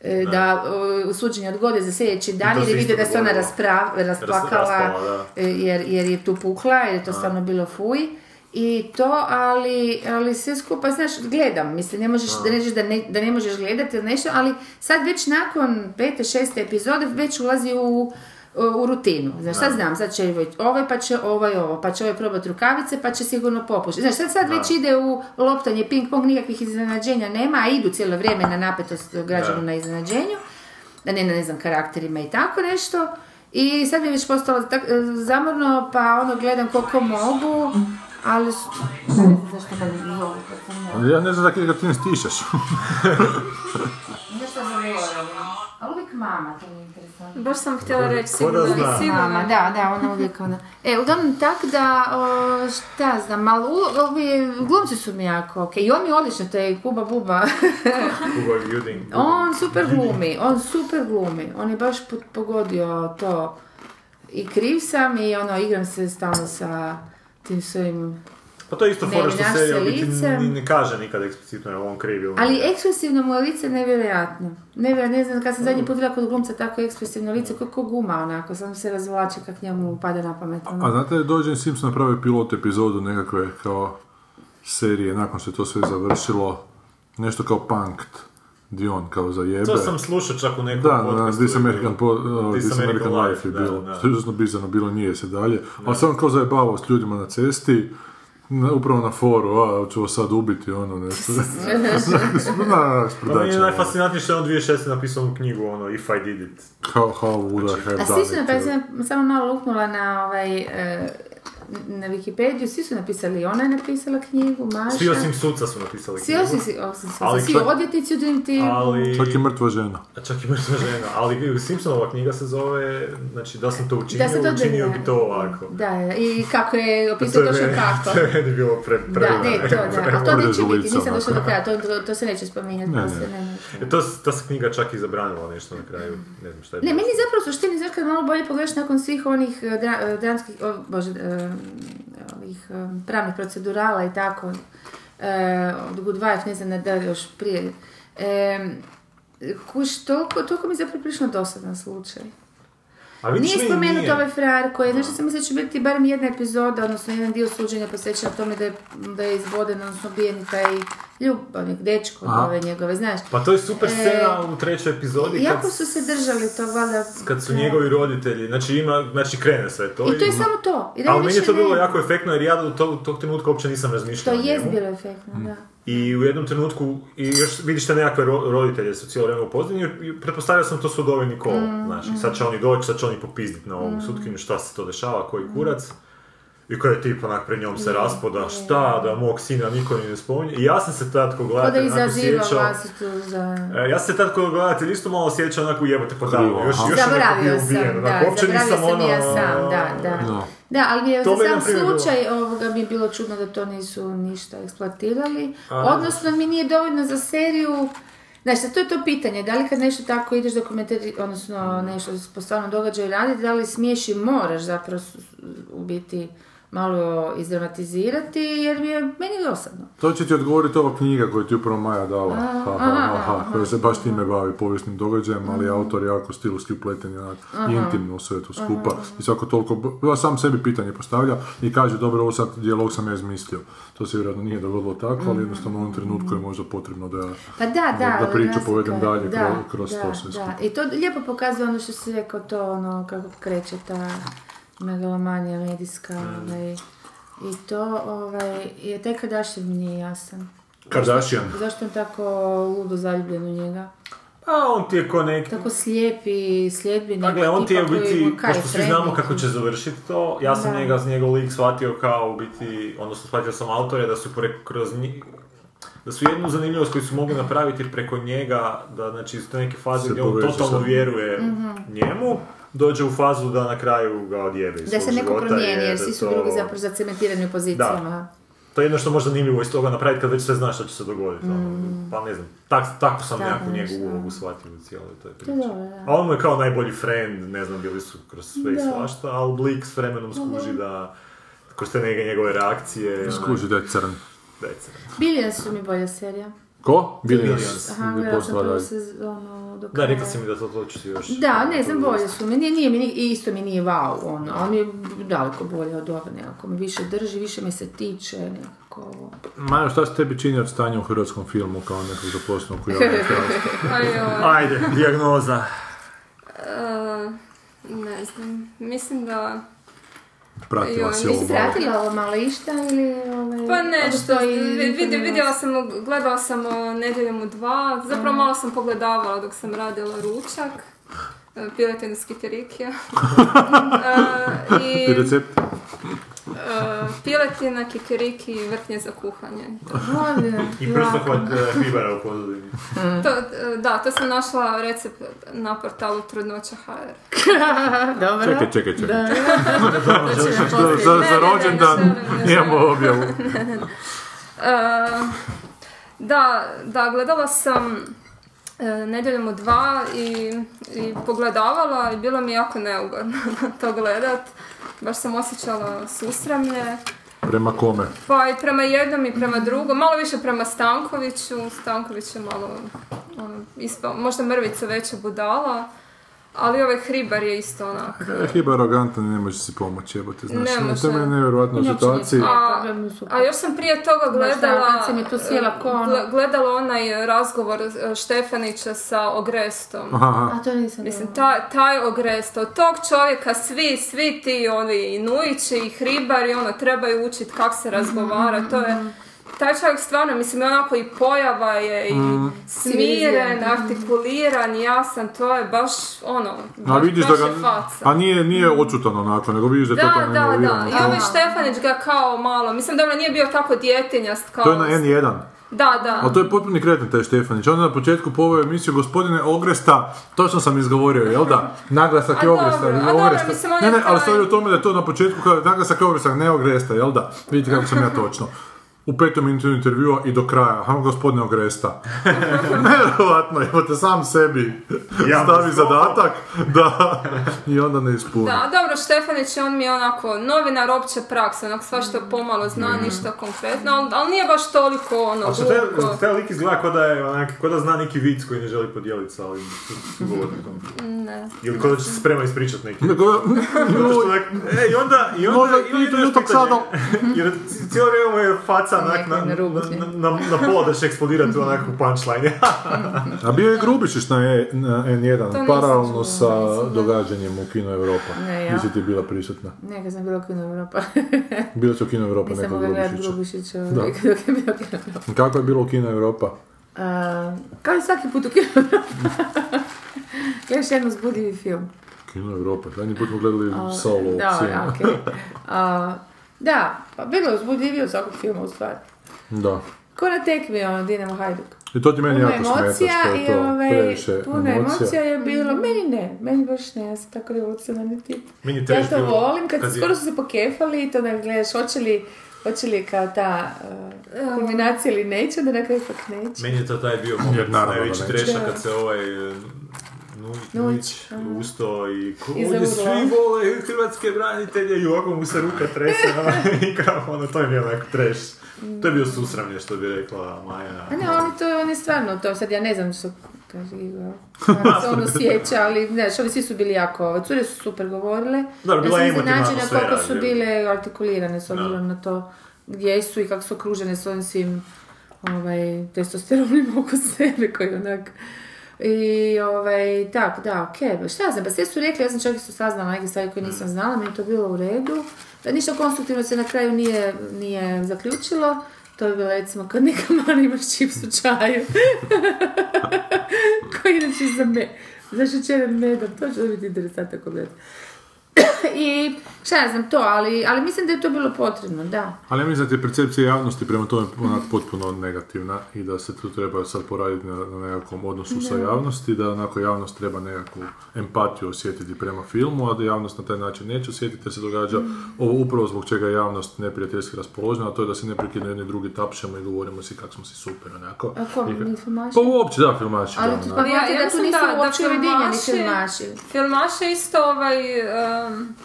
Speaker 3: e, da e, suđenje odgode za sljedeći dan
Speaker 4: to
Speaker 3: jer
Speaker 4: se
Speaker 3: je
Speaker 4: isto
Speaker 3: vide da se ona
Speaker 4: dogodilo.
Speaker 3: raspra- rasplakala
Speaker 4: raspala, da.
Speaker 3: e, jer, jer je tu pukla, jer je to stvarno bilo fuj. I to, ali, ali sve skupa, znaš, gledam, mislim, ne možeš da reći da ne, da ne možeš gledati ili nešto, ali sad već nakon pete, šeste epizode već ulazi u, u rutinu. Znaš, sad znam, sad će ovaj, pa će ovaj ovo, pa će ovaj probati rukavice, pa će sigurno popušiti. Znaš, sad, sad već ide u loptanje, ping pong, nikakvih iznenađenja nema, a idu cijelo vrijeme na napetost građanu na iznenađenju, da ne, na, ne znam, karakterima i tako nešto. I sad mi je već postalo tak, e, zamorno, pa ono gledam koliko mogu, ali... s- Zašto ga ne zovu, kad sam ja-
Speaker 2: Ja ne znam da ga ti ne stišaš.
Speaker 3: Nešto zaboravim. Ali uvijek mama, to mi je interesantno.
Speaker 5: Baš sam htjela reći,
Speaker 4: ko
Speaker 5: sigurno,
Speaker 4: da zna?
Speaker 3: Mama,
Speaker 5: sigurno.
Speaker 3: da, da, ona uvijek ona. E, uglavnom tak da, o, šta znam, malo, ulo- ovi glumci su mi jako okej. I on mi je odlično, to je Kuba Buba.
Speaker 4: Hugo Juding.
Speaker 3: on super glumi, on super glumi. On je baš po- pogodio to. I kriv sam i ono, igram se stalno sa tim svojim...
Speaker 4: Pa to je isto
Speaker 3: Ne,
Speaker 4: fora što
Speaker 3: naš
Speaker 4: serija
Speaker 3: se
Speaker 4: u biti
Speaker 3: licem.
Speaker 4: ni ne kaže nikada eksplicitno je li on ono. kriv ili
Speaker 3: Ali e-
Speaker 4: ne.
Speaker 3: ekspresivno mu je lice nevjerojatno. Nevjerojatno, ne znam, kad sam zadnji put bila kod glumca tako ekspresivno lice, kako guma onako, samo se razvlači kak njemu pada na pamet. ono.
Speaker 2: A znate da je Dođen Simpson napravio pilot epizodu nekakve kao serije, nakon što je to sve završilo, nešto kao Punked, gdje on kao zajebe.
Speaker 4: To sam slušao čak u nekom
Speaker 2: Da, da, da,
Speaker 4: podcastu
Speaker 2: This
Speaker 4: je bilo.
Speaker 2: American, po, uh, This American Life je
Speaker 4: da,
Speaker 2: bilo.
Speaker 4: da.
Speaker 2: Što je užasno bizarno bilo, nije se dalje. Ali sam kao zajebavao s ljudima na cesti, na- upravo na foru, a ću vas sad ubiti, ono nešto. Na,
Speaker 4: Pa meni je
Speaker 2: sprdača.
Speaker 4: najfascinantnije što je on 2006. napisao onu knjigu, ono, If I Did It. Znači- pa
Speaker 2: How, how would I have
Speaker 3: A
Speaker 2: done
Speaker 3: svi su me,
Speaker 2: it?
Speaker 3: pa ja sam samo malo luknula na ovaj, e, na Wikipediju, svi su napisali, ona je napisala knjigu, Maša.
Speaker 4: Svi osim suca su napisali
Speaker 3: Svi
Speaker 4: knjigu.
Speaker 3: osim, svi osim,
Speaker 4: Ali
Speaker 3: svi
Speaker 4: čak-
Speaker 3: odvjetnici u Dream Teamu.
Speaker 4: Ali...
Speaker 2: Čak i mrtva žena.
Speaker 4: A čak i mrtva žena, ali Simpsonova knjiga se zove, znači da sam to učinio,
Speaker 3: Da sam to
Speaker 4: učinio
Speaker 3: da-
Speaker 4: bi to ovako.
Speaker 3: Da, i kako je
Speaker 4: To
Speaker 3: opisao
Speaker 4: je
Speaker 3: točno
Speaker 4: meni-
Speaker 3: kako.
Speaker 4: To je meni bilo pre,
Speaker 3: Da,
Speaker 4: pre
Speaker 3: ne, to da, ali to
Speaker 2: Prve
Speaker 3: neće biti,
Speaker 2: žulice,
Speaker 3: nisam došla do
Speaker 2: onako.
Speaker 3: kraja, to, to, to se neće spominjati,
Speaker 2: Ne, ne.
Speaker 3: poslije, ne, ne.
Speaker 4: E, To, s- ta se knjiga čak i zabranila nešto na kraju, ne znam šta je
Speaker 3: Ne,
Speaker 4: bilo.
Speaker 3: meni zapravo u suštini, znaš, kad malo bolje pogledaš nakon svih onih e, dra, e, dramskih, o, bože, e, ovih e, pravnih procedurala i tako, e, od Good Wife, ne znam, na- da još prije, e, kuš, toliko, toliko mi je zapravo prišlo dosadan slučaj.
Speaker 4: A vidiš,
Speaker 3: Nije
Speaker 4: meni
Speaker 3: spomenut
Speaker 4: Pa nije.
Speaker 3: ovaj frajer koji je, znaš što sam mislila da će biti barem jedna epizoda, odnosno jedan dio suđenja posvećen tome da je, da je izvoden, odnosno ubijen taj ljubavnik, dečko od
Speaker 2: Aha.
Speaker 3: ove njegove, znaš.
Speaker 4: Pa to je super
Speaker 3: E,
Speaker 4: scena u trećoj epizodi kad,
Speaker 3: Jako su se držali to, valjda.
Speaker 4: kad su njegovi roditelji, znači ima, znači krene sve to.
Speaker 3: I to je samo to. I da
Speaker 4: Ali meni je
Speaker 3: više
Speaker 4: to bilo
Speaker 3: ne-
Speaker 4: jako efektno jer ja do tog, tog trenutka uopće nisam
Speaker 3: To
Speaker 4: razmišljao o
Speaker 3: jest
Speaker 4: njemu.
Speaker 3: bilo efektno, da.
Speaker 4: I u jednom trenutku, i još vidiš te nekakve ro- roditelje su cijelo vrijeme u pozadini i pretpostavio sam to su od ovaj Nikola,
Speaker 3: Mm,
Speaker 4: znaš, i sad će oni doći, sad će oni popizdit na ovu sutkinju, šta se to dešava, koji kurac. I koji je tip onak pred njom se raspoda, šta, da mog sina niko ni ne spominje. I ja sam se tad ko
Speaker 3: Ko da
Speaker 4: gledatelj onako
Speaker 3: izaziva
Speaker 4: sjećao-
Speaker 3: vlastitu za...
Speaker 4: E, Ja sam se tad kao gledatelj isto malo osjećao onako jebote podavio, još, još je neko bio
Speaker 3: Zaboravio sam,
Speaker 4: ubijen,
Speaker 3: da,
Speaker 4: onako, uopće
Speaker 3: zaboravio
Speaker 4: nisam
Speaker 3: sam
Speaker 4: ono...
Speaker 3: i ja sam, da, da.
Speaker 2: Da.
Speaker 3: Da, ali mi je
Speaker 4: To
Speaker 3: za
Speaker 4: bi, na
Speaker 3: sam
Speaker 4: primjer, bilo-
Speaker 3: slučaj ovoga mi je bilo čudno da to nisu ništa eksploatirali,
Speaker 4: A.
Speaker 3: odnosno mi nije dovoljno za seriju, Znači, sad to je to pitanje, da li kad nešto tako ideš dokumentari, odnosno nešto po stvarnom događaju raditi, da li smiješ i moraš zapravo s- u biti malo izdramatizirati, jer mi je meni dosadno.
Speaker 2: To će ti odgovoriti ova knjiga koju ti upravo Maja dala, ha, ha, ha, ha, koja se baš time bavi povijesnim događajem, ali autor je jako stilski upleten i onak intimno sve to skupa. I svako toliko, b- sam sebi pitanje postavlja i kaže, dobro, ovo sad dijalog sam ja izmislio. To se vjerojatno nije dogodilo tako, ali jednostavno u ovom trenutku je možda potrebno da...
Speaker 3: Pa da, da.
Speaker 2: Da priču
Speaker 3: nas-
Speaker 2: povedem dalje
Speaker 3: da,
Speaker 2: kro- kroz
Speaker 3: da,
Speaker 2: to sve
Speaker 3: da.
Speaker 2: skupa.
Speaker 3: I to lijepo pokazuje ono što si rekao, to ono kako kreće ta megalomanija medijska.
Speaker 2: Mm.
Speaker 3: Ovaj. I to ovaj, je taj Kardashian mi nije jasan.
Speaker 2: Kardashian.
Speaker 3: Zašto je on tako ludo zaljubljen u njega?
Speaker 4: A Pa, on ti je ko neki,
Speaker 3: Tako slijepi, sljedbenik.
Speaker 4: Dakle, on ti je u
Speaker 3: tipa koji
Speaker 4: biti,
Speaker 3: mu kaj,
Speaker 4: pošto svi
Speaker 3: friendly.
Speaker 4: znamo kako će završiti to, ja sam
Speaker 3: Da.
Speaker 4: njega, njegov lik shvatio kao u biti, odnosno shvatio sam autore da su preko, kroz njih, da su jednu zanimljivost koju su mogli napraviti preko njega, da znači iz te neke faze
Speaker 2: Se
Speaker 4: gdje on
Speaker 2: poveže
Speaker 4: totalno
Speaker 2: sa-
Speaker 4: vjeruje
Speaker 3: Mhm.
Speaker 4: njemu, dođe u fazu da na kraju ga odjebe iz
Speaker 3: Da se
Speaker 4: svog
Speaker 3: neko
Speaker 4: života,
Speaker 3: promijeni, jer
Speaker 4: da
Speaker 3: svi su
Speaker 4: to-
Speaker 3: drugi zapravo zacementirani u pozicijama.
Speaker 4: To je jedno što možda zanimljivo iz toga napraviti kad već sve znaš što će se dogoditi. ono. Pa ne znam, tak, tako sam
Speaker 3: Tako
Speaker 4: nekakvu
Speaker 3: nešto,
Speaker 4: njegovu
Speaker 3: Mhm. da.
Speaker 4: ulogu shvatio u cijeloj toj priči.
Speaker 3: dobro, da.
Speaker 4: A on mu je kao najbolji friend, ne znam, bili su kroz sve i
Speaker 3: Da.
Speaker 4: svašta, ali Blik s vremenom skuži da kroz te neke njegove reakcije... ono,
Speaker 2: Skuži da je crn.
Speaker 4: Dajce.
Speaker 3: Billions su mi bolja serija.
Speaker 2: Ko?
Speaker 4: Billions.
Speaker 2: Billions.
Speaker 3: Aha,
Speaker 2: Ili
Speaker 3: gledala sam
Speaker 2: posla
Speaker 3: prvu
Speaker 2: radi.
Speaker 3: sezonu do
Speaker 4: Da,
Speaker 3: kraja.
Speaker 4: rekla si mi da to, to ću ti još...
Speaker 3: Da, ne znam, bolje su mi. Nije, nije mi, ni- i isto mi nije wow, ono, ali mi je daleko bolje od ove nekako. Mi više drži, više me se tiče nekako ovo.
Speaker 2: Maja, šta se tebi čini od stanja u hrvatskom filmu kao nekog zaposlenog u javnom zdravstvu?
Speaker 5: Ajoj.
Speaker 4: Ajde, dijagnoza.
Speaker 5: E, ne znam, mislim da...
Speaker 2: Pratila
Speaker 5: Joj,
Speaker 2: si ovo
Speaker 3: Jesi
Speaker 2: malo.
Speaker 3: pratila ovo malo išta ili... Ovaj,
Speaker 5: Pa nešto,
Speaker 3: odnosno i-
Speaker 5: vi- vidi, vidjela sam, gledala sam o, nedjeljom u dva, zapravo malo sam pogledavala dok sam radila ručak, e, piletenski terikija. E,
Speaker 2: I
Speaker 5: I
Speaker 2: recept?
Speaker 5: e, piletina, kikiriki i vrtnje za kuhanje.
Speaker 3: Volim,
Speaker 4: I prsto
Speaker 3: jako.
Speaker 4: kod e, Fibara u pozadini.
Speaker 5: To, e, da, to sam našla recept na portalu Trudnoća.hr.
Speaker 3: Dobro.
Speaker 2: Čekaj, čekaj, čekaj.
Speaker 3: to će nam
Speaker 2: Za,
Speaker 3: poslije.
Speaker 2: za,
Speaker 5: Ne,
Speaker 2: za
Speaker 5: ne, ne,
Speaker 2: rođendan
Speaker 5: ne želim, ne
Speaker 2: imamo
Speaker 5: želim.
Speaker 2: objavu.
Speaker 5: E, da, da, gledala sam e, nedjeljom u dva i, i pogledavala i bilo mi je jako neugodno to gledat. Baš sam osjećala susramlje.
Speaker 2: Prema kome?
Speaker 5: Pa i prema jednom i prema drugom, malo više prema Stankoviću. Stanković je malo ono, ispao, možda mrvica veća budala. Ali ovaj hribar je isto onak.
Speaker 2: E, Hiba arogantan, ne može si pomoći, jebote, znaš.
Speaker 5: Ne
Speaker 2: Ne
Speaker 5: može.
Speaker 2: to mi je nevjerojatno u
Speaker 3: Uopće
Speaker 2: situaciji.
Speaker 3: nisam.
Speaker 5: A,
Speaker 3: problem u sukobu.
Speaker 5: a još sam prije toga gledala, e,
Speaker 3: da, kad sam je tu sjela ko ono.
Speaker 5: gle- gledala onaj razgovor e, Štefanića sa Ogrestom.
Speaker 2: Aha, aha.
Speaker 3: pa, A to nisam
Speaker 5: Mislim,
Speaker 3: gledala.
Speaker 5: ta, taj Ogresto, od tog čovjeka svi,
Speaker 3: Mhm,
Speaker 5: svi ti oni i Nujići i Hribar i ono, trebaju učit kak se razgovara, to je... taj čovjek stvarno, mislim, onako i pojava je i
Speaker 3: Mhm.
Speaker 5: smiren, artikuliran, jasan, to je baš ono,
Speaker 2: A
Speaker 5: baš,
Speaker 2: vidiš da
Speaker 5: baš
Speaker 2: ga,
Speaker 5: je faca. Mm.
Speaker 2: a nije, nije očutan onako, nego vidiš da je
Speaker 5: Da,
Speaker 2: totalno
Speaker 5: da, da.
Speaker 2: involviran.
Speaker 5: I ovaj Štefanić ga kao malo, mislim, dobro, nije bio tako djetinjast kao...
Speaker 2: To je na N1.
Speaker 5: Da, da.
Speaker 2: Ali to je potpuni kreten taj Štefanić. On je na početku po ovoj emisiju gospodine Ogresta, točno sam izgovorio, jel da? Naglasak je
Speaker 5: A
Speaker 2: Ogresta.
Speaker 5: dobro, a
Speaker 2: ili
Speaker 5: dobro,
Speaker 2: Ogresta.
Speaker 5: mislim, on
Speaker 2: ne,
Speaker 5: je
Speaker 2: ne, ali
Speaker 5: taj-
Speaker 2: stvar je u tome da je to na početku kao naglasak je Ogresta, ne Ogresta, jel da? Vidite kako sam ja točno. U petom minutu intervjua i do kraja. Aha, gospodine Ogresta. Nevjerojatno, evo te sam sebi
Speaker 4: Ja
Speaker 2: stavi
Speaker 4: mislim,
Speaker 2: zadatak da i onda ne ispuni.
Speaker 5: Da, dobro, Štefanić je on mi je onako novinar opće prakse, onak svašta
Speaker 4: Mm.
Speaker 5: pomalo zna, ništa konkretno, ali, ali nije baš toliko ono
Speaker 4: A što taj,
Speaker 5: duboko.
Speaker 4: taj lik izgleda ko da, je, onak, ko da zna neki vic koji ne želi podijeliti sa ovim sugovornikom.
Speaker 5: Ne.
Speaker 4: Ili ko da će se sprema ispričati neki.
Speaker 2: Nego,
Speaker 4: Zato što onak, e, i onda, i onda,
Speaker 2: Možda
Speaker 4: i onda je to još
Speaker 2: minutak
Speaker 4: pitanje.
Speaker 2: sada.
Speaker 4: Jer c- cijelo vrijeme mu je faca onak
Speaker 3: Nek-
Speaker 4: na,
Speaker 3: na rubu ti.
Speaker 4: na, na, na pola da će eksplodirati onak u punchline.
Speaker 2: a bio je Grubišić na, E- na N1,
Speaker 5: nisam
Speaker 2: paralelno
Speaker 5: čula,
Speaker 2: sa
Speaker 5: nisam, da.
Speaker 2: događanjem u Kino Europa.
Speaker 3: Ne, ja.
Speaker 2: Nisi ti bila prisutna.
Speaker 3: Neka sam bila kino Europa.
Speaker 2: Bilo će u Kino Europa
Speaker 3: Nisam
Speaker 2: Pa neko
Speaker 3: mogla gledati
Speaker 2: Grubišića.
Speaker 3: Grubišića
Speaker 2: Da.
Speaker 3: uvijek dok je bio kino Europa.
Speaker 2: Kako je bilo u Kino Europa?
Speaker 3: A, Kao i svaki put u kino Europa. Još jedno zbudivi film.
Speaker 2: Kino Europa, zadnji put smo gledali solo
Speaker 3: Da,
Speaker 2: scenu.
Speaker 3: okej. A, da, pa bilo je uzbudljivije u svakom filmu u stvari.
Speaker 2: Da.
Speaker 3: Ko na tekmi, ono, Dinamo Hajduk.
Speaker 2: I to ti meni
Speaker 3: Puno
Speaker 2: jako smeta što
Speaker 3: emocija
Speaker 2: je
Speaker 3: i
Speaker 2: to
Speaker 3: ovaj,
Speaker 2: previše
Speaker 3: puno emocija
Speaker 2: emocija.
Speaker 3: je bilo, meni ne, meni baš ne, ja sam tako revolucionarni tip.
Speaker 4: Meni je
Speaker 3: Ja
Speaker 4: teško.
Speaker 3: to volim, kad,
Speaker 4: kad je-
Speaker 3: skoro su se pokefali i to da gledaš, hoće li, hoće li kao ta uh, kulminacija ili neće, da na kraju ipak neće.
Speaker 4: Meni je to taj bio
Speaker 2: Jer
Speaker 4: moment
Speaker 2: naravno da
Speaker 4: najveći
Speaker 2: neće.
Speaker 4: treša
Speaker 3: Da.
Speaker 4: kad se ovaj... e, Nu, Nuć, usto i ko,
Speaker 3: I
Speaker 4: ovdje
Speaker 3: zaurlao.
Speaker 4: svi vole hrvatske branitelje i ovako mu se ruka trese ono, i kao ono, to je bio onako treš. To je bio susramlje što bi rekla Maja.
Speaker 3: A ne, oni to, oni stvarno to, sad ja ne znam što kaže Igor, kako se on osjeća, ali znaš, ovi svi su bili jako, ove cure su super govorile.
Speaker 4: Dobro, bila je
Speaker 3: ja sam
Speaker 4: emotivna
Speaker 3: iznenađena
Speaker 4: atmosfera,
Speaker 3: znači koliko su
Speaker 4: je.
Speaker 3: bile artikulirane s obzirom
Speaker 4: Da.
Speaker 3: na to gdje su i kako su okružene s ovim svim ovaj, testosteronima oko sebe koji onak... I ovaj, tako, da, okej, ba šta ja znam, pa sve su rekli, ja sam čak isto saznala neke stvari koje
Speaker 4: Mm.
Speaker 3: nisam znala, meni je to bilo u redu. Pa ništa konstruktivno se na kraju nije, nije zaključilo, to bi bilo recimo kad neka mana imaš čips u čaju. koji inače za me, za šećeren medom, to će biti interesantno ako gledam. I šta ja znam to, ali, ali mislim da je to bilo potrebno, da.
Speaker 2: Ali ja mislim da ti je percepcija javnosti prema tome onak potpuno negativna i da se tu treba sad poraditi na, na nekakvom odnosu sa javnosti, da onako javnost treba nekakvu empatiju osjetiti prema filmu, a da javnost na taj način neće osjetiti, jer se događa
Speaker 3: Mm.
Speaker 2: ovo upravo zbog čega je javnost neprijateljski raspoložena, a to je da se neprekidno jedni drugi tapšemo i govorimo si kako smo si super, onako.
Speaker 3: A ko, ni filmaši?
Speaker 2: Pa uopće, da, filmaši,
Speaker 3: Ali
Speaker 2: da,
Speaker 3: tu
Speaker 2: onako.
Speaker 3: pa
Speaker 5: Ja- ja
Speaker 3: da tu
Speaker 5: mislim
Speaker 3: nisu
Speaker 5: da- da
Speaker 3: uopće ujedinjeni
Speaker 5: filmaši-
Speaker 3: filmaši.
Speaker 5: Filmaš je isto ovaj... em,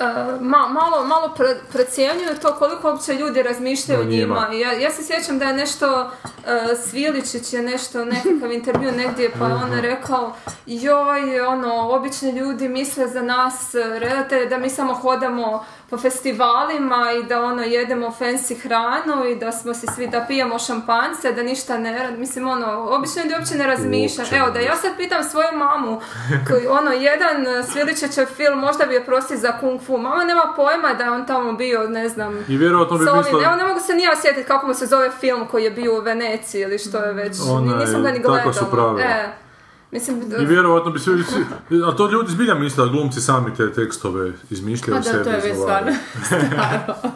Speaker 5: e, ma- malo, malo pre, precijenjuju to koliko uopće ljudi razmišljaju
Speaker 2: O
Speaker 5: o
Speaker 2: njima.
Speaker 5: njima. Ja, ja se sjećam da je nešto e, Sviličić je nešto nekakav intervju negdje pa je on rekao joj ono obični ljudi misle za nas e, redatelje da mi samo hodamo po festivalima i da ono jedemo fancy hranu i da smo si svi da pijemo šampanjce da ništa ne rad- mislim ono obični ljudi uopće ne razmišljaju.
Speaker 2: Uopće
Speaker 5: Evo
Speaker 2: ne.
Speaker 5: da ja sad pitam svoju mamu koji ono jedan e, Sviličićev film možda bi je prosti za kung fu. Mama nema pojma da je on tamo bio ne znam
Speaker 2: I vjerojatno bi
Speaker 5: sa ovim,
Speaker 2: mislila...
Speaker 5: evo ne mogu se ni ja sjetiti kako mu se zove film koji je bio u Veneciji ili što je već, ni-
Speaker 2: Onaj,
Speaker 5: nisam ga ni
Speaker 2: tako
Speaker 5: gledala.
Speaker 2: su pravila.
Speaker 5: E, mislim,
Speaker 2: I vjerojatno bi svi, svi- a to ljudi zbilja misle, a glumci sami te tekstove
Speaker 3: Pa
Speaker 2: izmišljaju
Speaker 3: da, to
Speaker 2: sebe
Speaker 3: je već stvarno staro.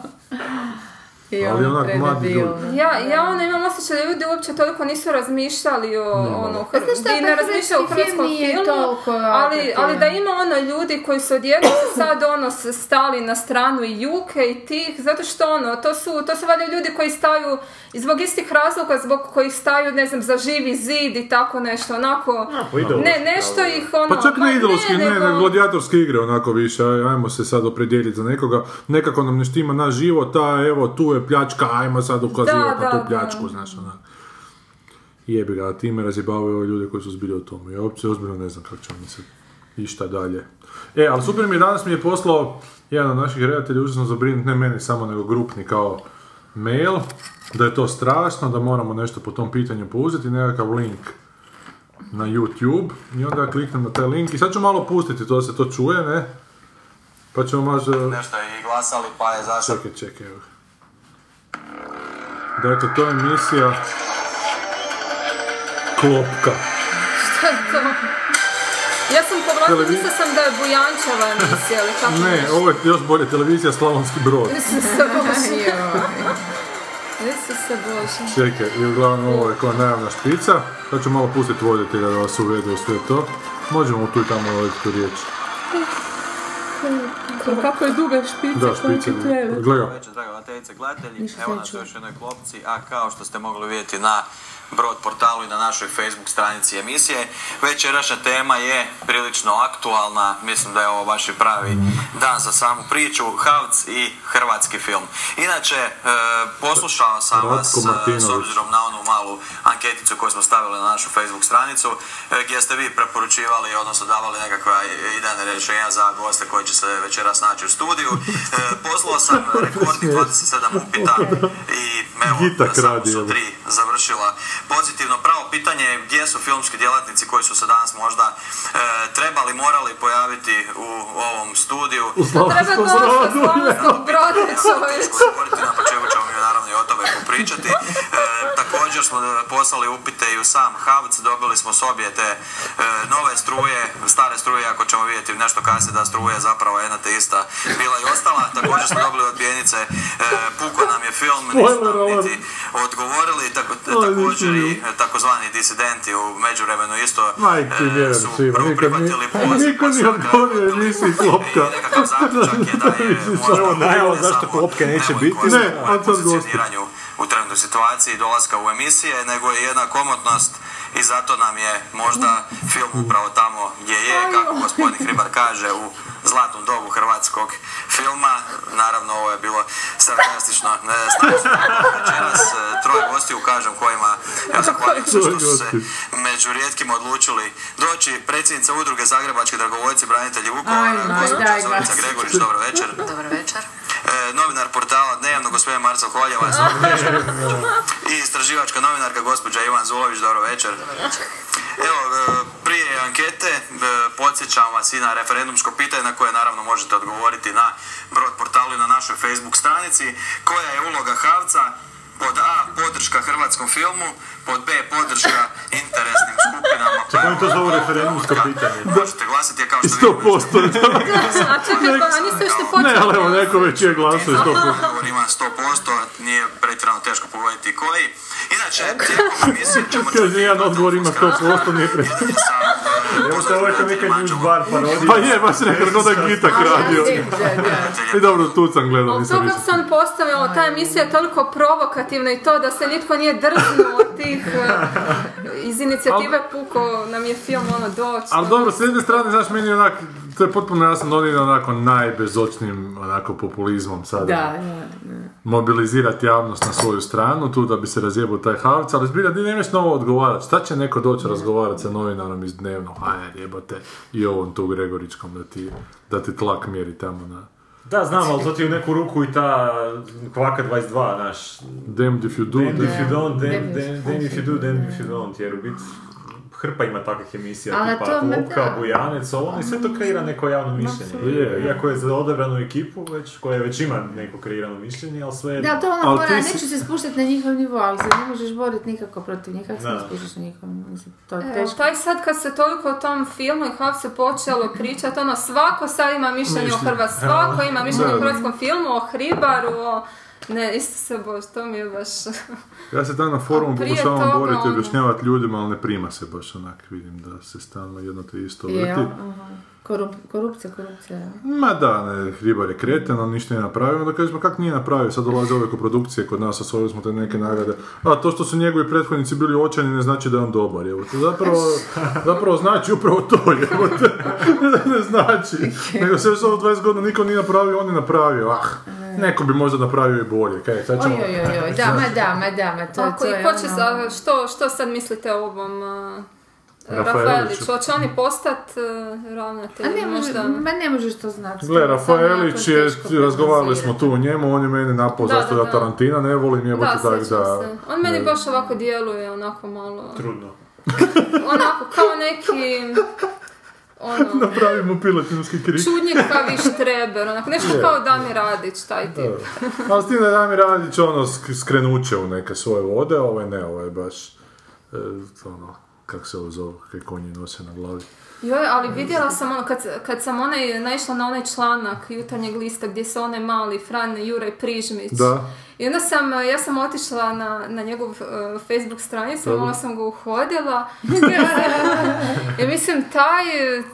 Speaker 3: I
Speaker 2: Ali
Speaker 3: ono
Speaker 2: onak mladi ljudi.
Speaker 3: predebilno.
Speaker 5: ja, ja ono imam osjećaj da ljudi uopće toliko nisu razmišljali o ono, hr-
Speaker 3: znaš šta,
Speaker 5: i
Speaker 3: pa
Speaker 5: ne razmišljaju o
Speaker 3: hrvatski film
Speaker 5: hrvatskom
Speaker 3: nije
Speaker 5: filmu,
Speaker 3: toliko
Speaker 5: ali, ali da
Speaker 3: atraktivan.
Speaker 5: ima ono ljudi koji su odjedno sad ono s- stali na stranu i juke i tih, zato što ono, to su, to su valjda ljudi koji staju i zbog istih razloga zbog kojih staju, ne znam, za živi zid i tako nešto, onako,
Speaker 4: Po ideološku
Speaker 5: ne, nešto
Speaker 4: pravu.
Speaker 5: ih ono,
Speaker 2: Pa čak
Speaker 5: ma
Speaker 2: ne ideološki, ne,
Speaker 5: nego-
Speaker 2: ne, gladijatorske igre onako više, aj- ajmo se sad opredijeliti za nekoga, nekako nam ne štima naš život, a evo tu je pljačka, ajmo sad ukazivati
Speaker 5: Da,
Speaker 2: na
Speaker 5: da,
Speaker 2: tu
Speaker 5: da.
Speaker 2: pljačku, znaš onak. Jebi ga, a time razjebavaju ove ljude koji su zbili o tome. Ja uopće ozbiljno ne znam kako će oni se išta dalje. E, ali super mi je danas mi je poslao jedan od naših redatelja, užasno zabrinut, ne meni samo, nego grupni kao mail, da je to strašno, da moramo nešto po tom pitanju pouzeti, nekakav link na YouTube i onda ja kliknem na taj link i sad ću malo pustiti to da se to čuje, ne? Pa ćemo možda...
Speaker 1: Nešto je i glasali, pa je zašao.
Speaker 2: Čekaj, čekaj, evo. ga. da eto, Dakle, to je emisija klopka.
Speaker 5: Šta je to? Ja sam povratila,
Speaker 2: Televi-
Speaker 5: mislila sam da je Bujančeva emisija, ali kako
Speaker 2: Ne,
Speaker 5: nešto.
Speaker 2: ovo je još bolje, televizija Slavonski brod.
Speaker 5: Isuse Bože. Isuse Bože.
Speaker 2: Čekaj, i uglavnom ovo je kao najavna špica. Sad ću malo pustiti voditelja da vas uvede u sve to. Možemo tu i tamo loviti tu riječ.
Speaker 5: Kako je duga špica,
Speaker 2: Da, špice. Gle ga.
Speaker 1: večer, draga vateljice, gledatelji. Evo nas u još jednoj klopci, a kao što ste mogli vidjeti na Brod portalu i na našoj Facebook stranici emisije. Večerašnja tema je prilično aktualna, mislim da je ovo baš i pravi dan za samu priču, Havc i hrvatski film. Inače, e, poslušao sam
Speaker 2: Ratko
Speaker 1: vas e, s
Speaker 2: Martinović.
Speaker 1: obzirom na onu malu anketicu koju smo stavili na našu Facebook stranicu, e, gdje ste vi preporučivali, odnosno davali nekakva idejna rješenja za goste koji će se večeras naći u studiju. E, Poslao sam rekordnih 27 upita i evo,
Speaker 2: Gitak
Speaker 1: samo
Speaker 2: radi,
Speaker 1: su
Speaker 2: evo.
Speaker 1: tri završila pozitivno. Pravo pitanje je gdje su filmski djelatnici koji su se danas možda e, trebali, morali pojaviti u ovom studiju.
Speaker 2: U
Speaker 5: Treba
Speaker 2: Slavonskom
Speaker 5: dosta
Speaker 2: brodu.
Speaker 5: slavonskog broda čovječe.
Speaker 1: govoriti na početku ćemo mi naravno i o tome popričati. E, također smo e, poslali upite i u sam Havc, dobili smo s obje te e, nove struje, stare struje, ako ćemo vidjeti nešto kasnije da struje je zapravo jedna te ista bila i ostala. Također smo dobili odbijenice, e, puko nam je film, nisu
Speaker 2: Spoiler
Speaker 1: nam
Speaker 2: alert.
Speaker 1: niti odgovorili, tako,
Speaker 2: Oj,
Speaker 1: također i
Speaker 2: mislim.
Speaker 1: e, takozvani disidenti u međuvremenu isto
Speaker 2: Majke
Speaker 1: e,
Speaker 2: vjerujem
Speaker 1: su
Speaker 2: svima,
Speaker 1: prvo
Speaker 2: nikad nije,
Speaker 1: prihvatili poziv,
Speaker 2: niko
Speaker 1: pa su
Speaker 2: nije
Speaker 1: na kraju
Speaker 2: odgovorio
Speaker 1: odbili.
Speaker 2: emisiji
Speaker 1: I
Speaker 2: klopka.
Speaker 1: nekakav zaključak je da je možda
Speaker 4: Evo najava
Speaker 1: ne
Speaker 4: zašto
Speaker 1: samo
Speaker 4: klopke neće
Speaker 1: nemoj
Speaker 4: biti.
Speaker 1: koristiti
Speaker 2: Ne,
Speaker 1: u
Speaker 2: a sad gosti.
Speaker 1: pozicioniranju u trenutnoj situaciji dolaska u emisije, nego je jedna komotnost i zato nam je možda film upravo tamo gdje je, kako gospodin Hribar kaže, u zlatnom dobu hrvatskog filma. Naravno, ovo je bilo sarkastično. E, s nama su večeras e, troje gostiju, kažem kojima, ja zahvaljujem se što su se
Speaker 2: Troje
Speaker 1: među rijetkim odlučili doći. Predsjednica udruge Zagrebački dragovoljci, branitelji
Speaker 3: Ajme,
Speaker 1: Vukovara,
Speaker 3: daj
Speaker 1: gospođa Zorica
Speaker 3: glas.
Speaker 1: Gregorić, dobro večer.
Speaker 6: Dobar večer.
Speaker 1: E, novinar portala Dnevno, gospodin Marcel Holjevac. dobro večer. I istraživačka novinarka, gospođa Ivan Zulović, dobro večer. Evo, e, prije ankete e, podsjećam vas i na referendumsko pitanje na koje naravno možete odgovoriti na Brod portalu i na našoj Facebook stranici. Koja je uloga Havca? Pod A, podrška hrvatskom filmu, pod B, podrška interesnim skupinama.
Speaker 4: Čak oni to zovu referendumsko pitanje.
Speaker 1: Možete glasati, a kao što
Speaker 2: Sto
Speaker 1: vidimo,
Speaker 2: posto.
Speaker 5: A čekaj, pa niste još ne
Speaker 2: Ne,
Speaker 5: počeli.
Speaker 2: ali evo, neko već je glasio sto posto.
Speaker 1: Odgovor ima 100%, nije pretjerano teško pogoditi koji. Inače, tijekom emisije ćemo čuti
Speaker 2: Kaže, jedan odgovor ima sto posto, nije pre...
Speaker 1: sa...
Speaker 4: Evo to je ovaj to nekaj news bar parodija.
Speaker 2: Pa je, baš rekao, kao da je gitak radio. I E dobro, tu sam gledao,
Speaker 5: Ali to
Speaker 2: nisam
Speaker 5: kako
Speaker 2: više.
Speaker 5: se on postavio, ta emisija je toliko provokativna i to da se nitko nije drznuo od tih eh, iz inicijative Puko nam je film ono doći.
Speaker 2: Ali dobro, s jedne strane, znaš, meni je onak, to je potpuno jasno da on ide onako najbezočnijim onako populizmom sada.
Speaker 3: Da, da, da.
Speaker 2: Mobilizirati javnost na svoju stranu, tu da bi se razjebao taj havc, ali zbilja, ti nemaš novo odgovarati. Šta će neko doći razgovarati sa novinarom iz dnevno? Hajer, jebate. I ovom tu Gregoričkom da ti, da ti tlak mjeri tamo na...
Speaker 4: Da, znam, ali to ti je u neku ruku i ta mm, kvaka 22, naš.
Speaker 2: Damned if you do,
Speaker 4: Damned if
Speaker 2: damned-
Speaker 4: you don't, damned, damned, damned if you do, damned if you don't, jer u biti hrpa ima takvih emisija,
Speaker 3: Ali
Speaker 4: tipa
Speaker 3: to me-
Speaker 4: Klopka,
Speaker 3: da.
Speaker 4: Bujanec, ovo, ono, i sve to kreira neko javno mišljenje.
Speaker 2: Je.
Speaker 4: Iako je za odabranu ekipu, već, koja već ima neko kreirano mišljenje, ali sve je...
Speaker 3: Da, to ono
Speaker 2: Ali
Speaker 3: mora,
Speaker 2: ti si-
Speaker 3: neću se spuštati na njihov nivo, ali se ne možeš boriti nikako protiv njih, kako se ne
Speaker 4: Da.
Speaker 3: spuštaš na njihov nivo, mislim, to je
Speaker 5: Evo,
Speaker 3: teško.
Speaker 5: Taj E, sad kad se toliko o tom filmu i kako se počelo pričati, ono svako sad ima mišljenje o Hrvatskom, svako ima mišljenje
Speaker 2: Da,
Speaker 5: o
Speaker 2: da.
Speaker 5: hrvatskom filmu, o Hribaru, o... Ne, isto se bož, to mi je baš...
Speaker 2: Ja se dan na forumu
Speaker 5: A prije
Speaker 2: pokušavam
Speaker 5: toga
Speaker 2: boriti i
Speaker 5: ono-
Speaker 2: objašnjavati ljudima, ali ne prima se baš onak, vidim da se stalno jedno te isto
Speaker 3: Je,
Speaker 2: vrti.
Speaker 3: aha. Korup, korupcija, korupcija. da.
Speaker 2: Ma da, ne, Hribar je kreten, on ništa nije napravio, onda kažemo kako nije napravio, sad dolaze ove koprodukcije kod nas, osvojili smo te neke nagrade. A to što su njegovi prethodnici bili očajni ne znači da je on dobar, evo te. Zapravo, zapravo znači upravo to, evo te. ne znači. Nego sve što ovo 20 godina niko nije napravio, on je napravio, ah. Neko bi možda napravio i bolje, kaj, sad
Speaker 3: Oj,
Speaker 2: ćemo...
Speaker 3: oj, oj, oj, da, ma da, ma da, ma to,
Speaker 5: Ako
Speaker 3: to
Speaker 5: i
Speaker 3: je
Speaker 5: ko će
Speaker 3: ono-
Speaker 5: sa- što, što sad mislite o ovom... a,
Speaker 2: Rafaeliću.
Speaker 5: Rafaeliću, hoće oni postati ravnatelj?
Speaker 3: A ne može,
Speaker 5: možda? ono-
Speaker 3: ma ne možeš to znati.
Speaker 2: Gle, Rafaelić
Speaker 3: Samo
Speaker 2: je,
Speaker 3: jako teško
Speaker 2: razgovarali smo
Speaker 3: prognozirati.
Speaker 2: tu o njemu, on je meni napao
Speaker 5: Da,
Speaker 2: zašto
Speaker 5: da,
Speaker 2: ja
Speaker 5: da.
Speaker 2: Tarantina ne volim, jebote
Speaker 5: Da,
Speaker 2: tak
Speaker 5: sjećam
Speaker 2: da...
Speaker 5: se. On meni
Speaker 2: ne-
Speaker 5: baš ovako djeluje, onako malo...
Speaker 4: Trudno.
Speaker 5: Onako, kao neki... ono,
Speaker 2: Napravimo pilatinski krik.
Speaker 5: čudnjak pa viš treber, onako, nešto kao Damir Radić, taj tip.
Speaker 2: A s tim da Damir Radić ono sk- skrenuće u neke svoje vode, a ovaj ne, ovaj baš, e, ono, kako se ovo zove, kaj konji nose na glavi.
Speaker 5: Joj, ali vidjela sam ono, kad, kad sam onaj, naišla na onaj članak jutarnjeg lista gdje se onaj mali Fran Juraj Prižmić.
Speaker 2: Da.
Speaker 5: I onda sam, ja sam otišla na, na njegov eh, Facebook stranicu, malo sam ga uhodila. I mislim, taj,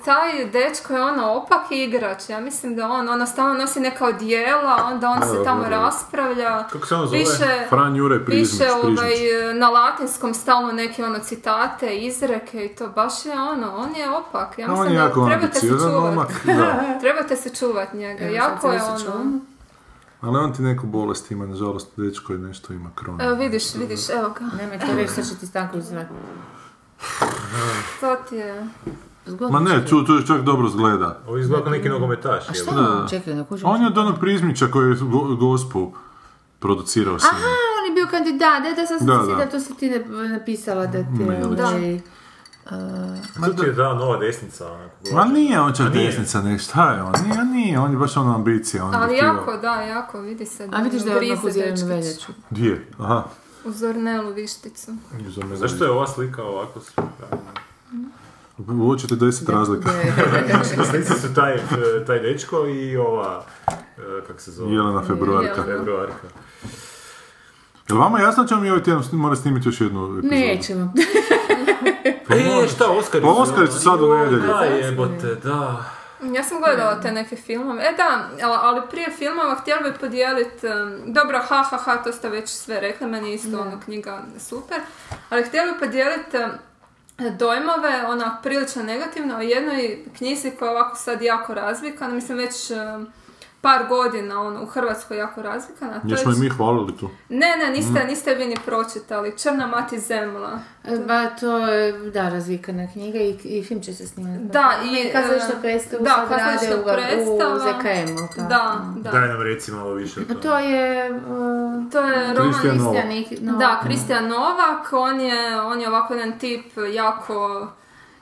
Speaker 5: taj dečko je ono opak igrač. Ja mislim da on, ono stalno nosi neka odjela, onda on se tamo raspravlja.
Speaker 4: Kako se ono zove?
Speaker 5: Piše-
Speaker 2: Fran Jure Prizmić,
Speaker 5: Piše ovaj,
Speaker 2: Prizmić.
Speaker 5: na latinskom stalno neke ono citate, izreke i to baš je ono, on je opak. Ja
Speaker 2: A on
Speaker 5: mislim
Speaker 2: je
Speaker 5: da
Speaker 2: jako
Speaker 5: trebate se
Speaker 2: ambiciozan
Speaker 5: čuvati.
Speaker 2: momak, da.
Speaker 5: Trebate se čuvati njega,
Speaker 3: Evo,
Speaker 5: jako
Speaker 3: sad
Speaker 5: je
Speaker 3: se
Speaker 5: ono.
Speaker 3: nešto čuo.
Speaker 2: Ali on ti neku bolest ima, nažalost, dečko je nešto ima krona.
Speaker 5: Evo vidiš, vidiš, evo ga,
Speaker 3: Nemoj to reći, sad će ti stanku izvati.
Speaker 5: to ti je.
Speaker 2: Ma ne, tu, tu je čak dobro zgleda.
Speaker 4: Ovo izgleda kao neki nogometaš.
Speaker 3: A
Speaker 4: je
Speaker 3: šta
Speaker 4: li?
Speaker 3: je on? Čekaj, ne kužim.
Speaker 2: On je od onog Prizmića koji je go- gospu producirao sam.
Speaker 3: Aha, on je bio kandidat, e, da, da, sad sam
Speaker 2: Da,
Speaker 3: se
Speaker 2: da.
Speaker 3: sjetila, to si ti ne- napisala da ti je...
Speaker 2: Mailić.
Speaker 3: ovaj,
Speaker 4: To ti je da, nova desnica. onako,
Speaker 2: Ma
Speaker 4: glavna.
Speaker 2: nije on čak
Speaker 4: nije.
Speaker 2: desnica nešto, šta je on? Nije, nije, on je baš ono ambicija. On je
Speaker 5: Ali
Speaker 2: htio-
Speaker 5: jako, da, jako, vidi se.
Speaker 3: A vidiš da je
Speaker 5: ono,
Speaker 3: odmah u
Speaker 5: grize
Speaker 3: zelenu
Speaker 5: dečkić.
Speaker 3: veljaču.
Speaker 2: Di je? Aha.
Speaker 5: U Zornelu višticu.
Speaker 4: Zašto je ova slika ovako?
Speaker 2: Uočite deset razlika.
Speaker 4: Slici su taj, e, taj dečko i ova, e, kak se zove?
Speaker 2: Jelena Februarka.
Speaker 5: Jelena.
Speaker 4: Februarka.
Speaker 2: Jel vama jasno da ćemo mi ovaj tjedan sni- morati snimiti još jednu epizodu?
Speaker 3: Nećemo.
Speaker 4: E, šta, Oskar?
Speaker 2: Pa Oskari su sad u nedjelju.
Speaker 4: Da, jebote, da.
Speaker 5: Ja sam gledala te neke filmove. E da, a- ali prije filmova htjela bi podijeliti, dobro, ha, ha, ha, to ste već sve rekli, meni je isto ono knjiga super, ali htjela bi podijeliti dojmove, ona prilično negativno, o jednoj knjizi koja je ovako sad jako razvikana, mislim već em, par godina ono, u Hrvatskoj jako razvikana. To je-
Speaker 2: Jesmo i mi Mm. hvalili tu.
Speaker 5: Ne, ne, niste, niste vi ni pročitali. Črna mati zemla.
Speaker 3: Ba, to je, da, razvikana knjiga i, i film će se snimati.
Speaker 5: Da, i...
Speaker 3: Kazališta
Speaker 5: e,
Speaker 3: predstavu
Speaker 5: da,
Speaker 3: sad
Speaker 5: kazališna
Speaker 3: rade u, u
Speaker 5: predstava.
Speaker 3: ZKM-u. tako.
Speaker 5: Da, da.
Speaker 4: Daj nam reci malo više o
Speaker 3: Pa
Speaker 4: tome.
Speaker 3: to je... Uh,
Speaker 5: To je roman
Speaker 2: Kristijan Novak.
Speaker 3: Kristijan Nik- no,
Speaker 5: Da, Kristijan Novak, on je, on je ovako jedan tip jako,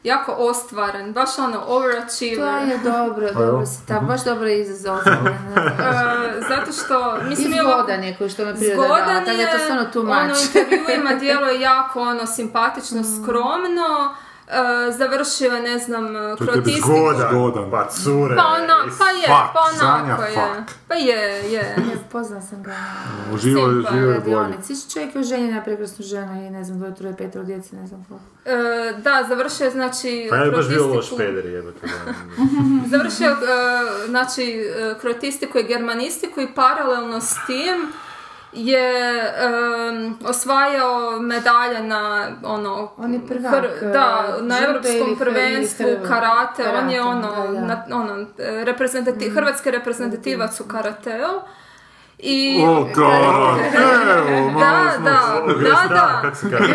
Speaker 5: jako ostvaren, baš ono
Speaker 3: To
Speaker 5: overachiever.
Speaker 3: je dobro,
Speaker 2: Pa
Speaker 3: dobro se ta, baš dobro je izazov.
Speaker 5: E, zato što, mislim,
Speaker 3: I
Speaker 5: je ovako-
Speaker 3: zgodan je koji što me priroda dala,
Speaker 5: Zgodan
Speaker 3: tako da
Speaker 5: je,
Speaker 3: to stvarno tu
Speaker 5: ono, u intervjuima djeluje jako ono, simpatično,
Speaker 3: Mm.
Speaker 5: skromno, e, završio je, ne znam,
Speaker 2: To je tebi
Speaker 5: krotistiku.
Speaker 2: zgodan. Zgodan.
Speaker 4: Pa cure,
Speaker 5: Pa, ona, pa je,
Speaker 2: Fuck,
Speaker 5: pa
Speaker 2: Sanja,
Speaker 5: onako je.
Speaker 2: fuck.
Speaker 5: Pa je, je.
Speaker 3: Pozna sam ga na
Speaker 2: Uživo je,
Speaker 5: Simpa,
Speaker 2: živo je bolje.
Speaker 3: radionici. Ići čovjek je oženjen na prekrasnu ženu i ne znam, dvoje, troje, petro djece, ne znam koliko.
Speaker 5: E, da, završio je, znači,
Speaker 4: Pa ja bi baš bio
Speaker 5: krotistiku.
Speaker 4: loš peder, jebote. da.
Speaker 5: Završio je, e, znači, e, kroatistiku i germanistiku i paralelno s tim je em, osvajao medalje na ono
Speaker 3: On je prvak,
Speaker 5: da
Speaker 3: e,
Speaker 5: na
Speaker 3: žute ili
Speaker 5: europskom
Speaker 3: hr-
Speaker 5: prvenstvu
Speaker 3: ili hr-
Speaker 5: karate, on
Speaker 3: karate,
Speaker 5: je
Speaker 3: da,
Speaker 5: ono
Speaker 3: da. Mm.
Speaker 5: na- ono e, reprezentati- hrvatski reprezentativac u karateu i
Speaker 2: O, kao, evo, malo
Speaker 5: da,
Speaker 2: smo...
Speaker 5: da, da, da.
Speaker 4: Kako se kaže?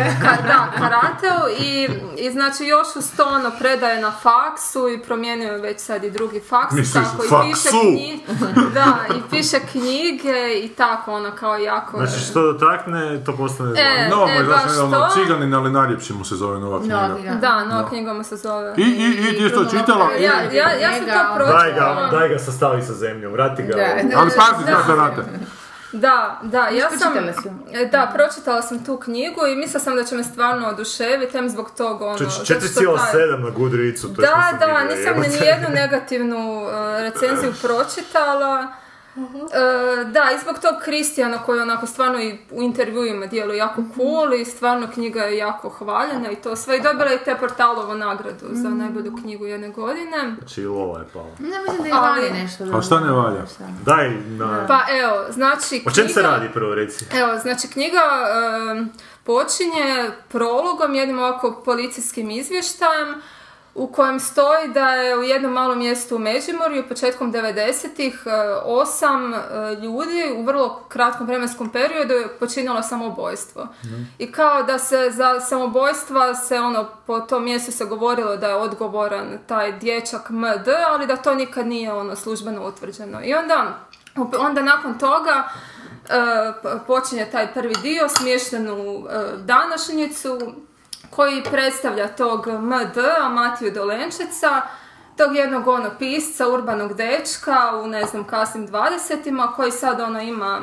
Speaker 5: Ka- da, karateu i, i znači još uz to ono predaje na faksu i promijenio je već sad i drugi faks
Speaker 2: Misliš,
Speaker 5: tako i piše
Speaker 2: faksu?
Speaker 5: knjige, da, i piše knjige i tako ono kao jako
Speaker 4: Znači što dotakne, to postane zgodno.
Speaker 2: No,
Speaker 5: E,
Speaker 2: moj
Speaker 5: baš
Speaker 2: znaš nedavno,
Speaker 5: to.
Speaker 2: Ciganin, ali najljepši mu se zove nova knjiga.
Speaker 5: da, no, knjiga mu se zove.
Speaker 2: I, i, i, ti što čitala?
Speaker 5: Ja, ja, ja sam
Speaker 3: Mega.
Speaker 5: to
Speaker 4: Daj ga,
Speaker 5: pročitala.
Speaker 4: daj ga sastavi sa zemljom, vrati ga.
Speaker 3: ono. Da,
Speaker 4: u-
Speaker 3: da.
Speaker 2: Ali pazi,
Speaker 5: ono. Da.
Speaker 2: znaš da rate.
Speaker 5: Da, da, ja sam,
Speaker 3: pročitala sam.
Speaker 5: e, da, pročitala sam tu knjigu i mislila sam da će me stvarno oduševiti, em zbog toga ono,
Speaker 4: Čuč,
Speaker 5: zato što taj-
Speaker 4: 4,7 na Goodreadsu, to
Speaker 5: Da,
Speaker 4: nisam
Speaker 5: da,
Speaker 4: vidio,
Speaker 5: nisam
Speaker 4: jebote.
Speaker 5: ni jednu negativnu e, recenziju pročitala. E, da, i zbog tog Kristijana koji onako stvarno i u intervjuima djeluje jako cool i stvarno knjiga je jako hvaljena i to sve. I dobila je te portalovu nagradu za najbolju knjigu jedne godine.
Speaker 4: Znači lova je pala.
Speaker 3: Ne mislim da je
Speaker 5: Ali-
Speaker 3: vani nešto
Speaker 2: A šta ne valja?
Speaker 4: Daj na...
Speaker 5: Pa evo, znači
Speaker 4: O čem se
Speaker 5: knjiga-
Speaker 4: radi prvo reci?
Speaker 5: Evo, znači knjiga em, počinje prologom, jednim ovako policijskim izvještajem u kojem stoji da je u jednom malom mjestu u Međimurju početkom 90-ih e, osam e, ljudi u vrlo kratkom vremenskom periodu je počinilo samoubojstvo. I kao da se za samoubojstva se ono po tom mjestu se govorilo da je odgovoran taj dječak MD, ali da to nikad nije ono službeno utvrđeno. I onda onda nakon toga e, p- počinje taj prvi dio smješten u e, današnjicu koji predstavlja tog MD-a, Matiju Dolenčeca, tog jednog ono pisca, urbanog dečka u ne znam kasnim 20 koji sad ono ima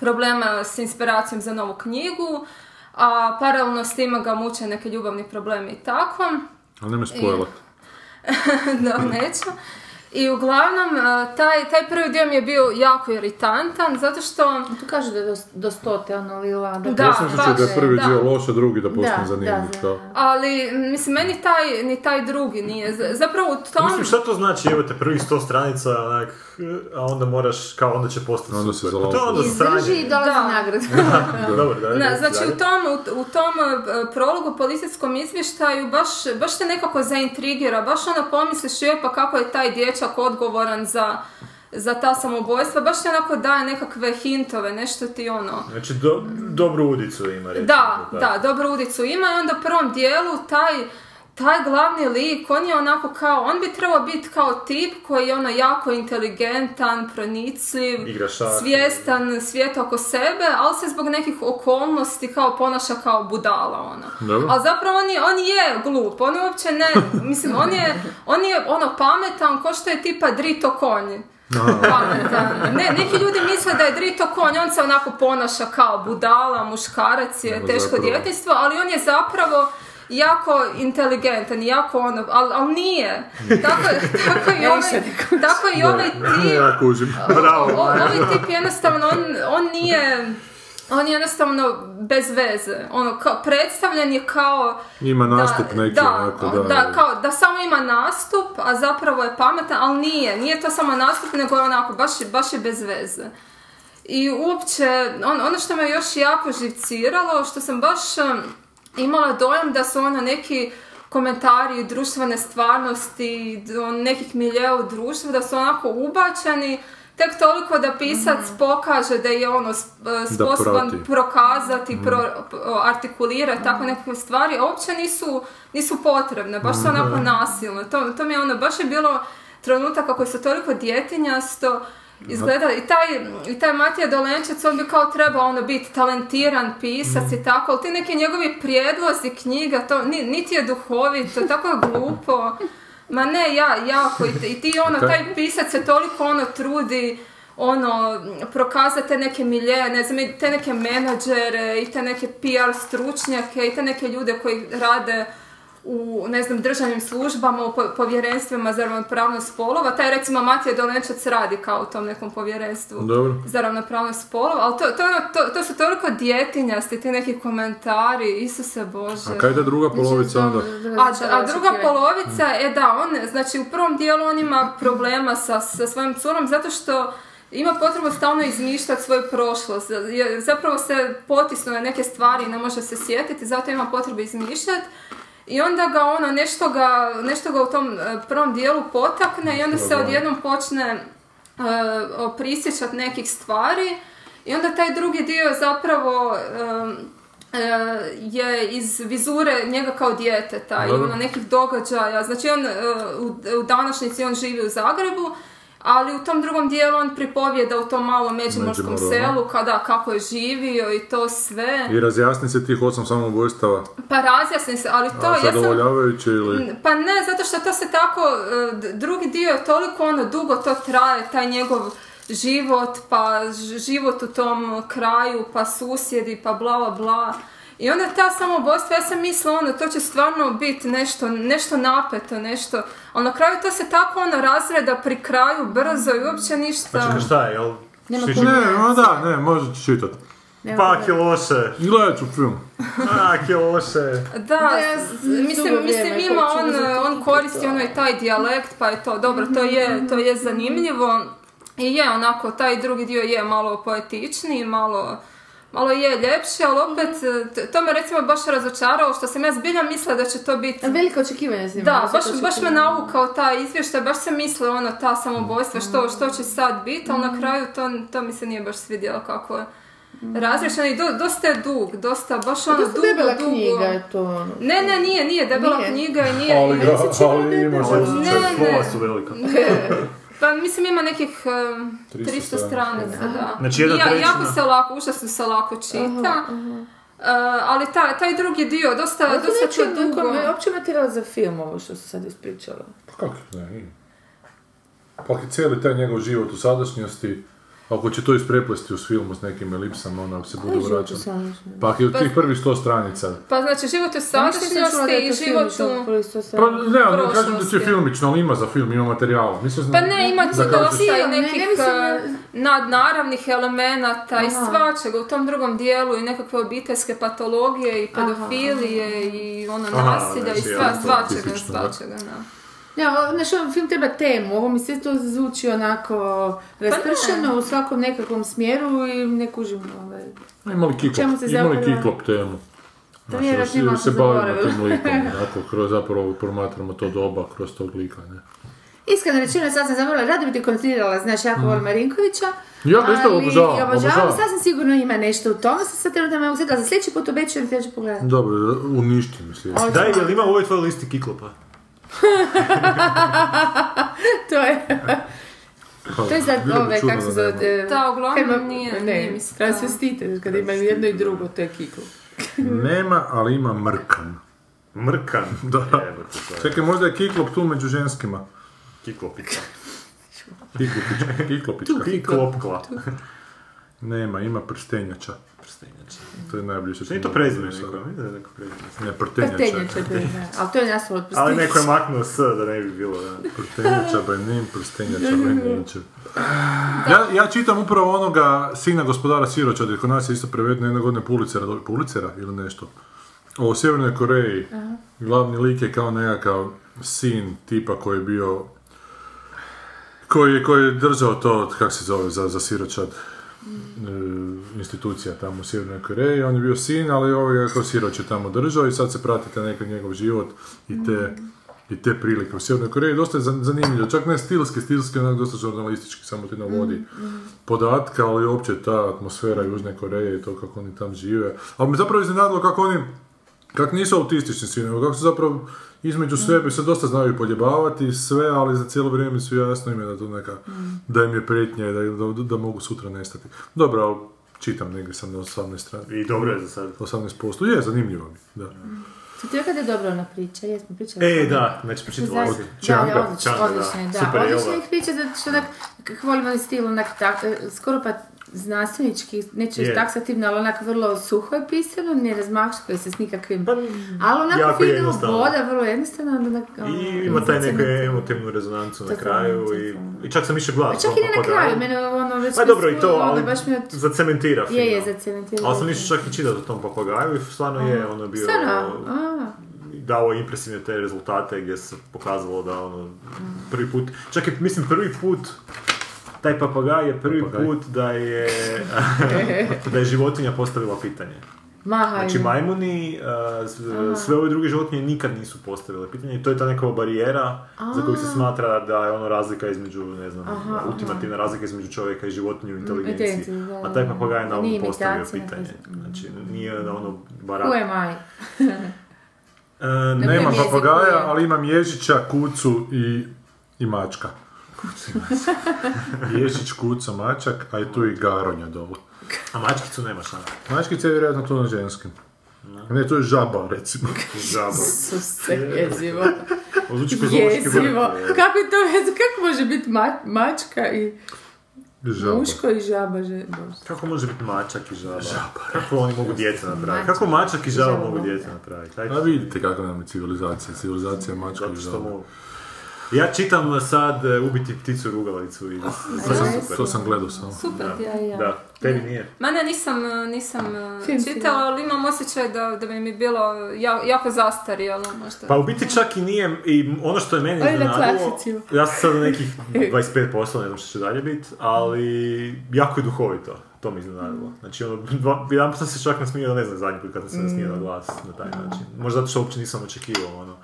Speaker 5: problema s inspiracijom za novu knjigu, a paralelno s time ga muče neki ljubavni problemi i tako.
Speaker 2: Ali nemoj spojlat.
Speaker 5: da, neću. I uglavnom, e, taj, taj prvi dio mi je bio jako iritantan, zato što...
Speaker 3: Tu kažu da je do, do stote ono lila.
Speaker 5: Da, pa-
Speaker 2: ja sam čuo da je
Speaker 5: baš,
Speaker 2: prvi
Speaker 5: da.
Speaker 2: dio loš, a drugi da postane
Speaker 3: Da,
Speaker 2: zanimljiv.
Speaker 3: da,
Speaker 2: kao.
Speaker 5: Ali, mislim, meni taj, ni taj drugi nije. Z- Zapravo u tom...
Speaker 4: Mislim, šta to znači, evo te prvih sto stranica, onak, a onda moraš, kao onda će postati
Speaker 2: Onda se
Speaker 4: super.
Speaker 2: založi.
Speaker 4: Pa to je onda
Speaker 3: Izdrži i
Speaker 4: sranje.
Speaker 3: dolazi
Speaker 5: Da.
Speaker 3: nagradu.
Speaker 4: Dobro, da,
Speaker 5: Na,
Speaker 4: da,
Speaker 5: znači
Speaker 4: dalje.
Speaker 5: u tom, u, u tom e, prologu policijskom izvještaju baš, baš te nekako zaintrigira, baš ono pomisliš je pa kako je taj dječak odgovoran za, za ta samoubojstva, baš ti onako daje nekakve hintove, nešto ti ono...
Speaker 4: Znači, do, dobru udicu ima, recimo.
Speaker 5: Da, da, dobru udicu ima i onda u prvom dijelu taj, taj glavni lik, on je onako kao, on bi trebao biti kao tip koji je ono jako inteligentan, pronicljiv,
Speaker 4: Igra šah.
Speaker 5: svjestan svijeta oko sebe, ali se zbog nekih okolnosti kao ponaša kao budala ona.
Speaker 2: Dobro.
Speaker 5: Ali zapravo on je, on je glup, on uopće ne, mislim, on je, on je ono pametan ko što je tipa drito konj. Pametan. Ne, neki ljudi misle da je drito konj, on se onako ponaša kao budala, muškarac je,
Speaker 2: Nego
Speaker 5: teško
Speaker 2: zapravo.
Speaker 5: djetinjstvo, ali on je zapravo jako inteligentan, i jako ono, ali al nije. Tako, tako i ovaj, tako i ovaj tip,
Speaker 4: Ja kužim,
Speaker 5: o-
Speaker 4: bravo.
Speaker 5: ovaj tip jednostavno, on, on nije, on je jednostavno bez veze, ono, kao, predstavljen je kao,
Speaker 2: Ima nastup
Speaker 5: da,
Speaker 2: neki,
Speaker 5: da,
Speaker 2: onako, da.
Speaker 5: da, kao da samo ima nastup, a zapravo je pametan, ali nije, nije to samo nastup, nego je onako, baš, baš je bez veze. I uopće, on, ono što me još jako živciralo, što sam baš em, imala dojam da su ono neki komentari društvene stvarnosti, d- on, nekih milija u društvu, da su onako ubačeni, tek toliko da pisac pokaže da je ono sp- sposoban
Speaker 2: prati.
Speaker 5: prokazati, pro, o, artikulirati tako nekakve stvari, a uopće nisu, nisu potrebne, baš su onako nasilne. To, to mi je ono, baš je bilo trenutaka koji su toliko djetinjasto izgleda i taj, i taj Matija Dolenčec, on bi kao trebao ono biti talentiran pisac i tako, ali ti neki njegovi prijedlozi knjiga, to ni- niti je duhovito, tako je glupo. Ma ne, ja, jako, i, i ti ono,
Speaker 2: Kaj-
Speaker 5: taj pisac se toliko ono trudi ono, prokazati te neke milje, ne znam, i te neke menadžere i te neke PR stručnjake i te neke ljude koji rade u, ne znam, državnim službama, u po- povjerenstvima za ravnopravnost spolova. Taj, recimo, Matija Dolenčac radi kao u tom nekom povjerenstvu
Speaker 2: Dobro.
Speaker 5: za ravnopravnost spolova, ali to, to, je ono, to, to su toliko djetinjasti, ti neki komentari, Isuse Bože.
Speaker 2: A kaj je ta druga polovica onda?
Speaker 5: A, a druga polovica je da, on, znači u prvom dijelu on ima problema sa, sa svojom curom zato što ima potrebu stalno izmišljati svoju prošlost. Je- Zapravo se potisnu na neke stvari i ne može se sjetiti, zato ima potrebu izmišljati. I onda ga ono, nešto ga, nešto ga u tom e, prvom dijelu potakne i onda se odjednom počne e, o- prisjećat nekih stvari i onda taj drugi dio je zapravo e, e, je iz vizure njega kao djeteta i
Speaker 2: Dobro.
Speaker 5: ono nekih događaja. Znači on e, u, u današnjici on živi u Zagrebu, ali u tom drugom dijelu on pripovijeda u tom malom međimurskom
Speaker 2: Međimurju, aha.
Speaker 5: selu kada kako je živio i to sve.
Speaker 2: I razjasni se tih osam samoubojstava.
Speaker 5: Pa razjasni se, ali to
Speaker 2: A
Speaker 5: ja sam
Speaker 2: zadovoljavajući ili...
Speaker 5: pa ne, zato što to se tako, e, d- drugi dio je toliko ono, dugo to traje, taj njegov život, pa ž- život u tom kraju, pa susjedi, pa bla, bla, bla. I onda ta samobojstva, ja sam mislila, ono, to će stvarno biti nešto, nešto napeto, nešto, ali na kraju to se tako, ono, razreda pri kraju, brzo i uopće ništa.
Speaker 4: Čekaj, šta je, jel?
Speaker 3: Nema
Speaker 4: Sviđa-
Speaker 3: puno.
Speaker 2: Ne, ma da, ne, možete čitati. Pa-
Speaker 4: Pak je loše,
Speaker 2: Gledat ću film.
Speaker 4: pak je loše.
Speaker 5: Da,
Speaker 3: Da, ja s- dugo
Speaker 5: mislim, mislim
Speaker 3: vrijeme
Speaker 5: ima
Speaker 3: hoću
Speaker 5: on,
Speaker 3: uzeti
Speaker 5: on koristi ono i taj dijalekt, pa je to dobro, to
Speaker 3: Mhm,
Speaker 5: je, to je zanimljivo. I je onako, taj drugi dio je malo poetičniji, malo, malo je ljepši, ali opet,
Speaker 3: Mhm.
Speaker 5: t- to me recimo baš razočarao, što sam ja zbilja mislila da će to biti...
Speaker 3: Velika očekivanja s njima.
Speaker 5: Da,
Speaker 3: su
Speaker 5: baš,
Speaker 3: to
Speaker 5: baš me
Speaker 3: očekivanja.
Speaker 5: navukao taj izvještaj, baš sam mislila ono ta samobojstva,
Speaker 3: Mhm.
Speaker 5: što, što će sad biti, ali na kraju to, to mi se nije baš svidjelo kako je razriješeno i do- dosta je dug, dosta, baš ono
Speaker 3: Mhm. Dosta
Speaker 5: dugo,
Speaker 3: debela
Speaker 5: dugo.
Speaker 3: knjiga je to. ono.
Speaker 5: Ne, ne, nije, nije debela
Speaker 3: Nije?
Speaker 5: knjiga i nije.
Speaker 2: Ali, ga, ali ima
Speaker 3: Ne,
Speaker 2: se
Speaker 5: ne,
Speaker 4: Slova su velika.
Speaker 5: Pa mislim ima nekih em,
Speaker 2: 300
Speaker 5: 300 stranica, da.
Speaker 4: Znači, jedna
Speaker 5: I ja,
Speaker 4: trećina.
Speaker 5: jako se lako, užasno se lako čita. E, ali taj, taj drugi dio, dosta,
Speaker 3: Ali to
Speaker 5: dosta
Speaker 3: neće
Speaker 5: to dugo.
Speaker 3: je uopće materijal za film ovo što se sad ispričala.
Speaker 2: Pa kako ne, i- Pa i cijeli taj njegov život u sadašnjosti, ako će to ispreplesti u filmu s nekim elipsama, onda se
Speaker 3: Koji
Speaker 2: bude
Speaker 3: život u
Speaker 2: vraćan.
Speaker 3: sadašnjosti?
Speaker 2: Pa i u tih prvih sto stranica.
Speaker 5: Pa znači život u
Speaker 3: Ja mislim da sam čula da
Speaker 5: sadašnjosti
Speaker 3: je
Speaker 5: i
Speaker 3: to film
Speaker 5: život
Speaker 3: iz
Speaker 5: u...
Speaker 3: ovog proizvoda sa-
Speaker 2: Pa ne, ali ne kažem da će
Speaker 5: Prošlosti.
Speaker 2: filmično, ali ima za film, ima materijala. Mislim,
Speaker 5: Pa ne, ima tu
Speaker 2: da kažeš-
Speaker 5: dosta i
Speaker 3: Film, ne,
Speaker 5: nekih
Speaker 3: ne mislim na-
Speaker 5: eh, nadnaravnih elemenata i
Speaker 3: Aha.
Speaker 5: svačega u tom drugom dijelu i nekakve obiteljske patologije i pedofilije i ono
Speaker 4: Aha,
Speaker 5: nasilja i
Speaker 4: znači,
Speaker 5: sva,
Speaker 4: ono,
Speaker 5: svačega,
Speaker 2: tipično, da.
Speaker 5: svačega, da.
Speaker 3: Ne, ovo, znaš, ovaj film treba temu, ovo mi sve to zvuči onako raspršeno u svakom nekakvom smjeru i ne kužim ovaj.
Speaker 2: Imali Pa kiklop,
Speaker 3: Čemu se
Speaker 2: imali
Speaker 3: zapravo-
Speaker 2: kiklop temu.
Speaker 3: To
Speaker 2: Znači,
Speaker 3: nije
Speaker 2: da
Speaker 3: baš imao
Speaker 2: se,
Speaker 3: sam
Speaker 2: se bavimo
Speaker 3: zaboravila.
Speaker 2: tim likom, onako, kroz zapravo promatramo to doba, kroz tog lika, ne.
Speaker 3: Iskreno rečeno, sad sam zaboravila, rado bi ti konzulirala, znaš, jako volim Marinkovića.
Speaker 2: Mm. Ja ga isto
Speaker 3: ali
Speaker 2: obožavam,
Speaker 3: obožavam,
Speaker 2: obožavam.
Speaker 3: sasvim sigurno ima nešto u tome, sam sad trenutno me uzetila, za sljedeći put obećujem ti da ću pogledati.
Speaker 2: Dobro, uništi mi sljedeće.
Speaker 3: Hoću.
Speaker 4: Daj, jel ima u ovoj tvoj listi kiklopa?
Speaker 3: To je, to je za
Speaker 2: Bilo bi
Speaker 3: ove,
Speaker 2: čudno
Speaker 3: kako se
Speaker 2: da
Speaker 3: zove...
Speaker 2: nema.
Speaker 3: e,
Speaker 5: Da, uglavnom
Speaker 3: herma-
Speaker 5: nije, nije
Speaker 3: Ne,
Speaker 5: mi se-
Speaker 3: transvestite, kad ima jedno i drugo, to je kiklo.
Speaker 2: Nema, ali ima mrkan.
Speaker 4: Mrkan.
Speaker 2: Da.
Speaker 4: Jebote, to je
Speaker 2: Čekaj, možda je kiklop tu među ženskima.
Speaker 4: Kiklopica.
Speaker 2: Kiklopička, kiklopička.
Speaker 4: Kiklopkla.
Speaker 2: Nema, ima prstenjača.
Speaker 4: Prstenjača.
Speaker 2: To je najbliže. što
Speaker 4: Znači, nije to
Speaker 2: mogu
Speaker 4: prezime
Speaker 2: reći.
Speaker 4: neko, ne znam neko prezime.
Speaker 2: Ne,
Speaker 3: Prstenjača,
Speaker 2: prstenjača.
Speaker 3: to je, da, ali to je nastalo od prstenjača.
Speaker 4: Ali neko je maknuo S da ne bi bilo, da.
Speaker 2: Prstenjača by name, prstenjača by nature. Ja, ja čitam upravo onoga sina gospodara Siroća, jer kod nas je isto prevedeno jedne godine Pulicera, do- Pulicera ili nešto. O Sjevernoj Koreji. Glavni lik je kao nekakav sin tipa koji je bio... Koji, je- koji je držao to, kak se zove, za, za siročad e, institucija tamo u Sjevernoj Koreji, on je bio sin, ali ovaj ga je kao siroće tamo držao i sad se pratite neki njegov život i te, i te prilike u Sjevernoj Koreji. Dosta je zan- zanimljivo, čak ne stilski, stilski je onak dosta žurnalistički, samo ti navodi podatke, ali opće ta atmosfera Južne Koreje i to kako oni tam žive. Ali me zapravo iznenadilo kako oni, kako nisu autistični svi, nego kako su zapravo između sebe se dosta znaju poljebavati i sve, ali za cijelo vrijeme su jasno im je da to neka, da im je pretnja i da, da, da mogu sutra nestati. Dobro, ali čitam negdje sam na 18 strani.
Speaker 4: I dobro je za sad.
Speaker 2: 18% je, zanimljivo mi, da.
Speaker 3: Ti rekao da je dobra ona priča, jesmo pričali.
Speaker 4: E, da, znači pročitala
Speaker 3: Zaista,
Speaker 4: si.
Speaker 3: da,
Speaker 2: Čanga,
Speaker 3: da, odlično,
Speaker 4: Čanga, da.
Speaker 3: odlično je, da.
Speaker 4: Super je
Speaker 3: odlično
Speaker 4: ova.
Speaker 3: ih priča, zato što onak, kako volim onaj stil, onak, tak- e, skoro pa znanstvenički, neću reći
Speaker 4: Je.
Speaker 3: taksativno, ali onak vrlo suho je pisano, ne razmahškuje se s nikakvim,
Speaker 4: Pa,
Speaker 3: ali onako
Speaker 4: jako
Speaker 3: fino
Speaker 4: jednostavno.
Speaker 3: voda, vrlo jednostavno, onda onak, ono,
Speaker 4: I ima taj neku
Speaker 3: fascinantno.
Speaker 4: emotivnu rezonancu na
Speaker 3: Totalno,
Speaker 4: kraju i, i čak sam više glas.
Speaker 3: Čak i ne na kraju, mene ono već...
Speaker 4: Pa dobro i to,
Speaker 3: ono,
Speaker 4: ali
Speaker 3: Baš mi od...
Speaker 2: znači,
Speaker 4: zacementira
Speaker 3: Je, je,
Speaker 4: film.
Speaker 3: zacementirano.
Speaker 4: Ali sam išao čak i čitati o tom papagaju i stvarno je ono bio...
Speaker 3: Stvarno, a,
Speaker 4: dao impresivne te rezultate gdje se pokazalo da ono prvi put, čak i mislim prvi put taj papagaj je prvi
Speaker 2: Papagaj.
Speaker 4: put da je da je životinja postavila pitanje.
Speaker 3: mahaj.
Speaker 4: Znači majmuni, a, s- sve ove druge životinje nikad nisu postavile pitanje i to je ta neka barijera za koju se smatra da je ono razlika između, ne znam, ono, ultimativna razlika između čovjeka i životinje u inteligenciji.
Speaker 3: inteligenciji, da,
Speaker 4: A taj
Speaker 3: da,
Speaker 4: papagaj je
Speaker 3: da.
Speaker 4: na
Speaker 3: Nije
Speaker 4: ono postavio
Speaker 3: imitacija,
Speaker 4: pitanje.
Speaker 3: ne.
Speaker 4: Znači nije na ono
Speaker 3: Who
Speaker 4: barak.
Speaker 3: am I?
Speaker 4: E,
Speaker 2: Nema
Speaker 3: Nemam jezik
Speaker 2: papagaja,
Speaker 3: koji-
Speaker 2: ali imam ježića, kucu i, i mačka. Ježić, kuca, mačak, a i tu i garonja dole.
Speaker 4: A mačkicu nema šta.
Speaker 2: Mačkica je vjerojatno tu na ženskim. Ne, to je žaba, recimo.
Speaker 4: Žaba.
Speaker 3: Suse, jezivo.
Speaker 4: Zvuči kao zoološki vrt.
Speaker 3: Jezivo. Kako je to veze? Kako može biti ma- mačka i
Speaker 2: Žaba.
Speaker 3: muško i žaba? Že... Bože.
Speaker 4: Kako može biti mačak i žaba? Kako oni mogu djece napraviti? Kako mačak i žaba mogu djece napraviti? Ajde.
Speaker 2: A Pa vidite kako nam je civilizacija. Civilizacija je mačka i
Speaker 4: Zato što
Speaker 2: žaba.
Speaker 4: mogu. Ja čitam sad e, ubiti pticu rugalicu i
Speaker 2: To
Speaker 4: to
Speaker 2: sam,
Speaker 4: je super.
Speaker 2: to sam gledao samo.
Speaker 5: Super
Speaker 3: Ja,
Speaker 5: dijel.
Speaker 3: ja.
Speaker 4: Da, tebi nije.
Speaker 5: Mene nisam, eh, nisam eh,
Speaker 3: Film si
Speaker 5: čitala, ali imam osjećaj da, da bi mi bilo ja- jako zastarjelo možda.
Speaker 4: Pa u biti čak i nije, i ono što je meni
Speaker 3: Ali na
Speaker 4: iznenadilo,
Speaker 3: klasici.
Speaker 4: ja sam sad na nekih 25%, ne znam što će dalje biti, ali jako je duhovito, to mi je iznenadilo. Znači ono, dva, jedan put sam se čak nasmijao, ne znam zadnji put kad sam se nasmijao
Speaker 3: Mm.
Speaker 4: na glas na taj način. Možda zato što uopće nisam očekivao ono.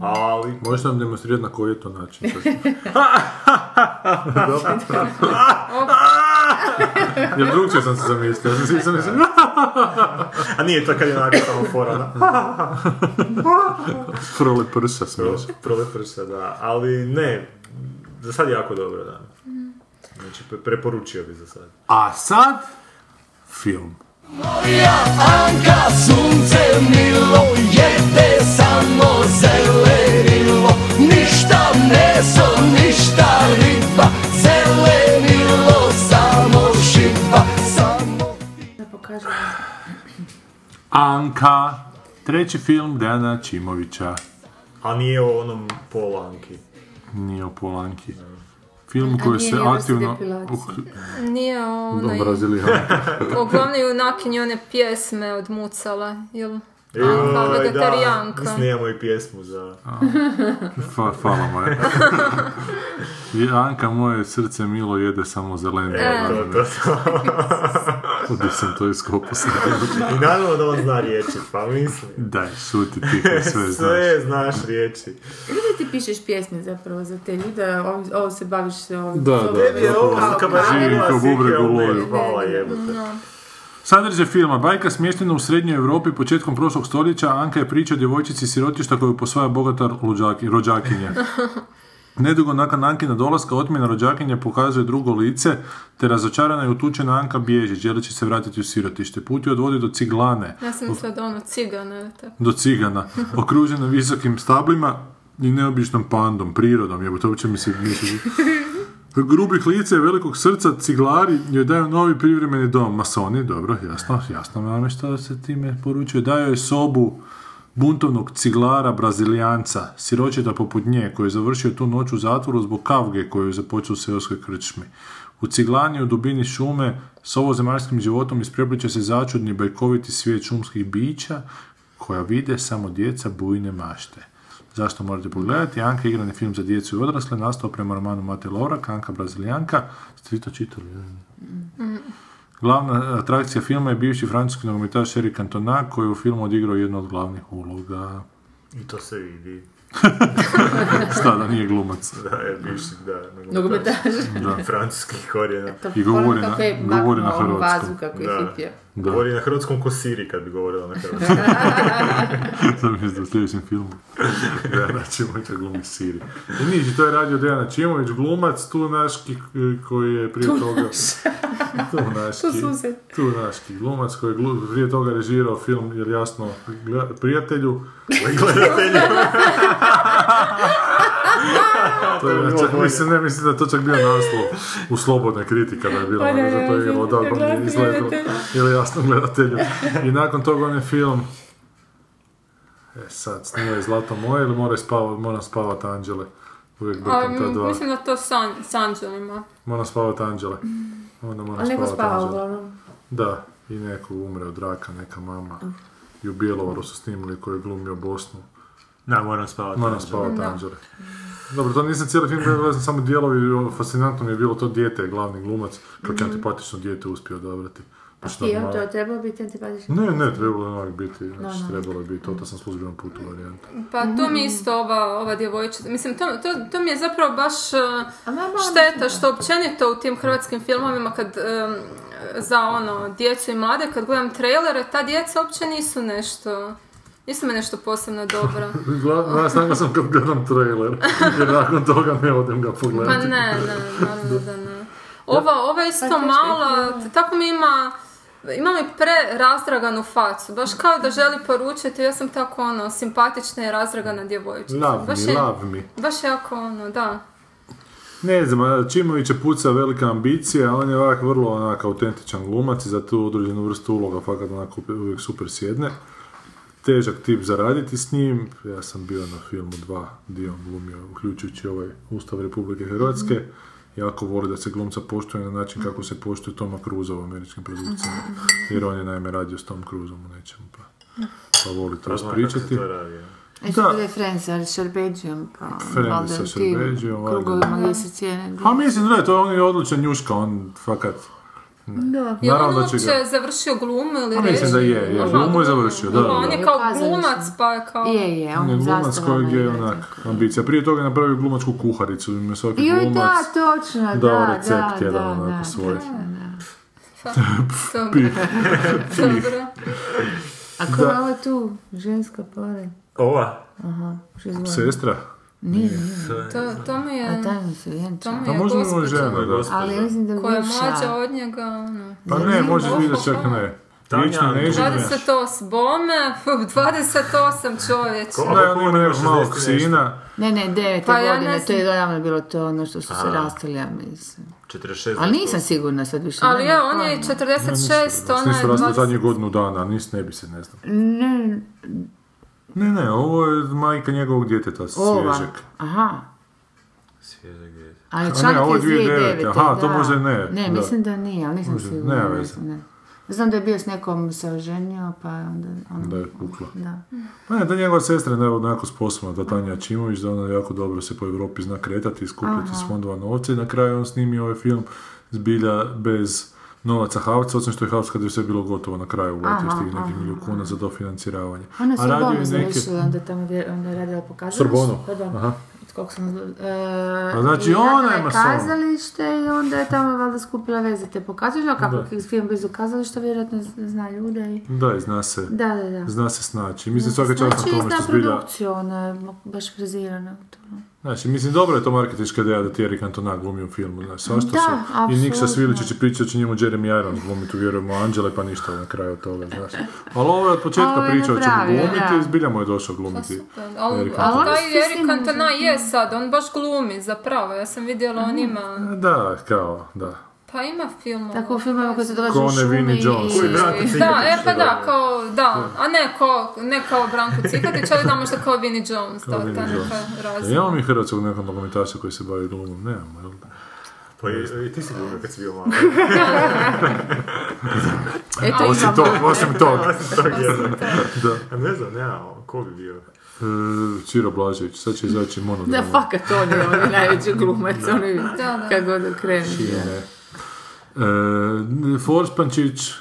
Speaker 4: Ali,
Speaker 2: Možeš nam demonstrirati na koji je to način? Jer drugčije sam se zamislio. Ja sam se zamislio.
Speaker 4: a nije to kad je onako samo fora, ono. da.
Speaker 2: Frole prsa smiješ.
Speaker 4: Prole prsa, da. Ali ne, za sad jako dobro, da. Znači, pre- preporučio bi za sad.
Speaker 2: A sad, film.
Speaker 3: Da pokažem.
Speaker 2: Anka, treći film Dejana Čimovića,
Speaker 4: A nije o onom polanki.
Speaker 2: nije o Polanki. Film
Speaker 3: A
Speaker 2: koji
Speaker 3: nije
Speaker 2: se
Speaker 3: ni o vrsti
Speaker 2: aktivno...
Speaker 3: depilacije.
Speaker 5: Nije onaj,
Speaker 2: Obrazili
Speaker 5: uglavnom junakinje one pjesme odmucala, jel?
Speaker 4: Joj, da,
Speaker 5: vegetarijanka.
Speaker 4: Snijemo i pjesmu za...
Speaker 2: Fa, hvala moje. Je, Anka, moje srce milo jede samo zelene.
Speaker 4: E, to, to, to.
Speaker 2: Gdje sam to iskopao sam.
Speaker 4: I naravno da on zna riječi, pa mislim.
Speaker 2: Daj, šuti ti koji sve znaš.
Speaker 4: Sve znaš riječi.
Speaker 3: Ili ti pišeš pjesme zapravo za te ljude, ovo, ovo se baviš se ovim...
Speaker 2: Da, da.
Speaker 4: Tebi je ovo
Speaker 2: Zapravo,
Speaker 4: kao baš
Speaker 2: živim
Speaker 4: bila
Speaker 2: kao bubreg
Speaker 4: sike
Speaker 2: u
Speaker 4: u meni,
Speaker 2: loju.
Speaker 4: Hvala jebote.
Speaker 2: Sadržaj filma. Bajka smještena u srednjoj Europi početkom prošlog stoljeća. Anka je priča o djevojčici sirotišta koju posvaja bogata luđaki- rođakinja. Nedugo nakon Ankina dolaska otmjena rođakinja pokazuje drugo lice, te razočarana i utučena Anka bježi, želeći se vratiti u sirotište. Put ju odvodi do ciglane,
Speaker 5: Ja sam mislila da ono cigana, ili tako.
Speaker 2: do cigana, okružena visokim stablima i neobičnom pandom, prirodom, jebo to uopće mi se... mi se- Grubih lice i velikog srca ciglari joj daju novi privremeni dom. Masoni, dobro, jasno, jasno nam je što se time poručuje. Daju joj sobu buntovnog ciglara brazilijanca, siročeta poput nje, koji je završio tu noć u zatvoru zbog kavge koju je započeo u seoskoj krčmi. U ciglani u dubini šume s ovozemaljskim životom isprepliče se začudni bajkoviti svijet šumskih bića koja vide samo djeca bujne mašte. Zašto morate pogledati? Anka je igrani film za djecu i odrasle, nastao prema romanu Mate Lovrak, Anka Brazilijanka. Ste vi to čitali? Glavna atrakcija filma je bivši francuski nogometaš Eric Cantona, koji je u filmu odigrao jednu od glavnih uloga.
Speaker 4: I to se vidi.
Speaker 2: Šta da nije glumac?
Speaker 4: Da, je bivši, da. nego-
Speaker 3: Nogometaš.
Speaker 2: Da.
Speaker 4: Francuskih korijena.
Speaker 2: I govori na- govori na
Speaker 3: hrvatskom.
Speaker 2: hrvatskom.
Speaker 3: Vazu kako je
Speaker 4: Da.
Speaker 3: hipio.
Speaker 2: Da.
Speaker 4: Govori na hrvatskom ko Siri kad bi govorila na hrvatskom.
Speaker 2: Sam je u sljedećem filmu. Dejana Čimovića glumi Siri. I niš, to je radio Dejana Čimović, glumac, tu naški e, koji je prije toga... Tu naški.
Speaker 3: Tu sused.
Speaker 2: Tu naški glumac koji je glu- prije toga režirao film, jer jasno, gleda- prijatelju.
Speaker 4: Gledatelju.
Speaker 2: To je,
Speaker 4: bilo
Speaker 2: čak,
Speaker 4: bolje.
Speaker 2: mislim, ne mislim da je to čak bio naslov u slobodne kritika da je bilo,
Speaker 3: Pa da,
Speaker 2: ne, zato
Speaker 3: da,
Speaker 2: je bilo
Speaker 3: da,
Speaker 2: da,
Speaker 3: da,
Speaker 2: mi je izgledalo.
Speaker 3: gledatelju.
Speaker 2: Ili jasno gledatelju. I nakon toga on je film E sad, snio je Zlato moje ili mora spavat, moram spavat Anđele? Uvijek
Speaker 5: A,
Speaker 2: brkam ta dva.
Speaker 5: mislim da to san, s anđelima.
Speaker 2: Moram spavat Anđele. Onda moram
Speaker 3: Ali neko
Speaker 2: spavat
Speaker 3: spava
Speaker 2: Anđele.
Speaker 3: uglavnom.
Speaker 2: Da, i neko umre od raka, neka mama.
Speaker 3: Ah.
Speaker 2: I u Bjelovaru su snimili koji je glumio Bosnu.
Speaker 4: Da, moram spavati.
Speaker 2: Moram spavati Anđele. Dobro, to nisam cijeli film gledao, gledao sam samo dijelovi, o, fascinantno mi je bilo to dijete, je glavni glumac, kako je antipatično dijete uspio odabrati. Znači,
Speaker 3: I
Speaker 2: ono
Speaker 3: on Mhm. Pa to
Speaker 2: malo-
Speaker 3: je trebao biti antipatičan.
Speaker 2: Ne, ne, trebalo je onak biti, znači
Speaker 3: da. Mhm.
Speaker 2: trebalo je biti, to, to sam službeno putu varijanta.
Speaker 5: Pa to mi isto ova, ova djevojčica, mislim to, to, to mi je zapravo baš eh,
Speaker 3: A mama,
Speaker 5: šteta što općenito u tim hrvatskim filmovima kad em, za ono djecu i mlade kad gledam trailere, ta djeca uopće nisu nešto, nisu me nešto posebno dobra.
Speaker 2: Glavna snaga sam kad gledam trailer, jer nakon toga ne odem ga
Speaker 5: Pa
Speaker 2: pogledati.
Speaker 5: ne, ne, naravno da ne. Ova, ova je isto mala, tako mi ima, ima mi pre razdraganu facu, baš kao da želi poručiti, ja sam tako ono, simpatična i razdragana djevojčica.
Speaker 2: Love
Speaker 5: baš,
Speaker 2: me,
Speaker 5: je-
Speaker 2: love me.
Speaker 5: baš jako ono, da.
Speaker 2: Ne znam, a Čimović je puca velika ambicija, a on je ovak vrlo onak autentičan glumac i za tu određenu vrstu uloga fakat onako uvijek super sjedne. Težak tip zaraditi s njim, ja sam bio na filmu dva dio on glumio, uključujući ovaj Ustav Republike Hrvatske. Jako voli da se glumca poštuje na način kako se poštuje Toma Cruza u američkim produkcijama. Jer on je naime radio s Tom Cruzom u nečemu, pa, pa voli to ispričati. Da.
Speaker 3: E što je Friends, ali Šerbeđijom, pa
Speaker 2: Friends
Speaker 3: valjda
Speaker 2: sa ovaj
Speaker 3: tim
Speaker 2: Šerbeđijom, valjda.
Speaker 3: Krugovima gdje se cijene.
Speaker 2: Pa mislim, da je to on je odličan njuška, on fakat...
Speaker 3: Da.
Speaker 5: Je li on
Speaker 2: Naravno da će ga-
Speaker 5: uopće završio glumu ili
Speaker 2: A mislim da je, je,
Speaker 5: Aha,
Speaker 2: glumu je
Speaker 5: dobro.
Speaker 2: završio, da,
Speaker 5: Dobro,
Speaker 2: da,
Speaker 5: On
Speaker 2: da.
Speaker 5: je kao
Speaker 3: Kazališno.
Speaker 5: glumac, pa je kao...
Speaker 3: Je, je, on
Speaker 2: On je
Speaker 3: je
Speaker 2: glumac
Speaker 3: zastavama
Speaker 2: kojeg je
Speaker 3: igra.
Speaker 2: onak ambicija. Prije toga je napravio glumačku kuharicu, ima svaki
Speaker 3: Joj, da,
Speaker 2: glumac.
Speaker 3: točno, da,
Speaker 2: dao
Speaker 3: da,
Speaker 2: recept
Speaker 3: da,
Speaker 2: jedan
Speaker 3: da,
Speaker 2: onako svoj.
Speaker 3: da, da.
Speaker 5: Dobro, dobro.
Speaker 3: A ko
Speaker 2: Da.
Speaker 3: je ova tu, ženska pored?
Speaker 4: Ova.
Speaker 3: Što je zvala?
Speaker 2: Sestra?
Speaker 3: Nije, nije,
Speaker 5: To, to mi je...
Speaker 3: a tajno su
Speaker 5: To
Speaker 3: vjenčali.
Speaker 5: mi
Speaker 2: A
Speaker 5: je
Speaker 2: Pa možda imamo i
Speaker 5: gospođa
Speaker 2: žena, da.
Speaker 4: Gospođa.
Speaker 3: Ali ja mislim da je
Speaker 5: koja je
Speaker 3: bivša.
Speaker 5: mlađa od njega, ono...
Speaker 2: Pa ne, možeš
Speaker 5: Oho,
Speaker 2: vidjeti čak
Speaker 5: oho.
Speaker 2: ne.
Speaker 4: Tanja,
Speaker 2: ne vidim.
Speaker 5: 28 bome, fuh, 28 čovječe.
Speaker 4: Ko?
Speaker 2: Da, on ima
Speaker 4: Ima
Speaker 2: još malo
Speaker 4: 60 i nešto.
Speaker 2: ksina.
Speaker 3: Ne, ne, devete
Speaker 5: Pa ja ne
Speaker 3: godine, to je
Speaker 5: znam.
Speaker 3: odavno bilo to ono što su se rastali, ja mislim.
Speaker 4: 46.
Speaker 3: Ali nisam sigurna sad više.
Speaker 5: Ali
Speaker 3: nemam
Speaker 5: je, on je
Speaker 3: pojma.
Speaker 5: 46, ona je
Speaker 2: Nisu rasli
Speaker 5: 20...
Speaker 2: zadnjih godinu dana, nis ne bi se, ne znam.
Speaker 3: Ne,
Speaker 2: Ne, ne, ovo je majka njegovog djeteta,
Speaker 3: ova.
Speaker 2: svježeg.
Speaker 3: Aha.
Speaker 4: Svježeg djeteta.
Speaker 3: Ali
Speaker 2: ne,
Speaker 3: članak
Speaker 2: ovo je
Speaker 3: je
Speaker 2: 2009,
Speaker 3: 2009.
Speaker 2: aha,
Speaker 3: da.
Speaker 2: to možda i ne,
Speaker 3: Ne,
Speaker 2: da.
Speaker 3: mislim da nije, ali nisam
Speaker 2: Možda,
Speaker 3: sigurna.
Speaker 2: nema
Speaker 3: ne
Speaker 2: veze.
Speaker 3: znam, ne. Znam da je bio s nekom se oženio, pa onda... Ono,
Speaker 2: Da je kukla.
Speaker 3: Da.
Speaker 2: Pa ne, da je njegova sestra je onako sposobna, da Tanja Čimović, da ona jako dobro se po Europi zna kretati i skupljati s fondova novce i na kraju on snimio ovaj film zbilja bez novaca Havca, osim što je Havc kad je sve bilo gotovo na kraju uletio s tih nekih milijun kuna za dofinanciravanje.
Speaker 3: Ona
Speaker 2: A
Speaker 3: se
Speaker 2: radio
Speaker 3: Bono
Speaker 2: je neke...
Speaker 3: završila, onda tamo gdje onda je radila po kazalištu.
Speaker 2: Sorbonu,
Speaker 3: Pardon.
Speaker 2: aha.
Speaker 3: Koliko sam... E,
Speaker 2: Pa znači
Speaker 3: i
Speaker 2: ona
Speaker 3: radila je
Speaker 2: ima solo.
Speaker 3: kazalište i onda je tamo valjda skupila veze te po kazalištu, a kako
Speaker 2: Da.
Speaker 3: je film blizu kazališta, vjerojatno zna ljude i...
Speaker 2: Da, i zna se.
Speaker 3: Da, da, da.
Speaker 2: Zna se snaći. Mislim, svaka čast
Speaker 3: Znači,
Speaker 2: na tome
Speaker 3: zna
Speaker 2: što zbilja...
Speaker 3: produkciju, ona je baš frizirana. to.
Speaker 2: Znači, mislim, dobro je to marketička ideja da ti Erik Antona glumi u filmu, znači, svašta
Speaker 3: Da,
Speaker 2: se. I Niksa
Speaker 3: apsolutno.
Speaker 2: Sviličić će pričati da će njemu Jeremy Irons glumiti, vjerujemo Anđele, pa ništa na kraju od toga, znaš. Ali ovo je od
Speaker 3: Ovo
Speaker 2: početka
Speaker 3: je
Speaker 2: pričao da će mu
Speaker 3: napravio,
Speaker 2: glumiti
Speaker 3: da.
Speaker 2: i zbilja mu je došao glumiti.
Speaker 5: Ali,
Speaker 2: Erika
Speaker 5: ali
Speaker 2: Cantona.
Speaker 5: taj Erik Cantona je sad, on baš glumi zapravo, ja sam vidjela,
Speaker 3: Mhm.
Speaker 5: on ima,
Speaker 2: Da, kao, da.
Speaker 5: pa ima filmova.
Speaker 3: Tako u filmovima koji se događaju
Speaker 2: Ko
Speaker 3: u
Speaker 2: one
Speaker 3: šumi
Speaker 2: Vinnie
Speaker 3: Pa i...
Speaker 2: Jones.
Speaker 4: Koji brat je
Speaker 5: Da, e pa da, kao, da, a ne kao, ne kao Branko Cikatić, ali da možda kao Vinnie Jones, da,
Speaker 2: Vinnie
Speaker 5: ta
Speaker 2: Jones.
Speaker 5: neka
Speaker 2: Ja imamo
Speaker 5: razina.
Speaker 2: mi hrvatskog nekog nogometaša koji se bavi glumom, nemamo, jel da?
Speaker 4: Pa i, i ti si glumio kad si bio malo.
Speaker 3: Eto,
Speaker 2: Osim
Speaker 3: imamo.
Speaker 2: tog, osim tog.
Speaker 4: Tako je.
Speaker 2: Da.
Speaker 4: A ne znam, nemamo, ko bi bio?
Speaker 2: E, Ciro Blažević, sad će izaći
Speaker 3: Da,
Speaker 2: monodrama.
Speaker 3: fakat on je, on je najveći glumac, on je,
Speaker 5: da.
Speaker 3: kad god okrenu.
Speaker 2: Ne. E, Forspančić,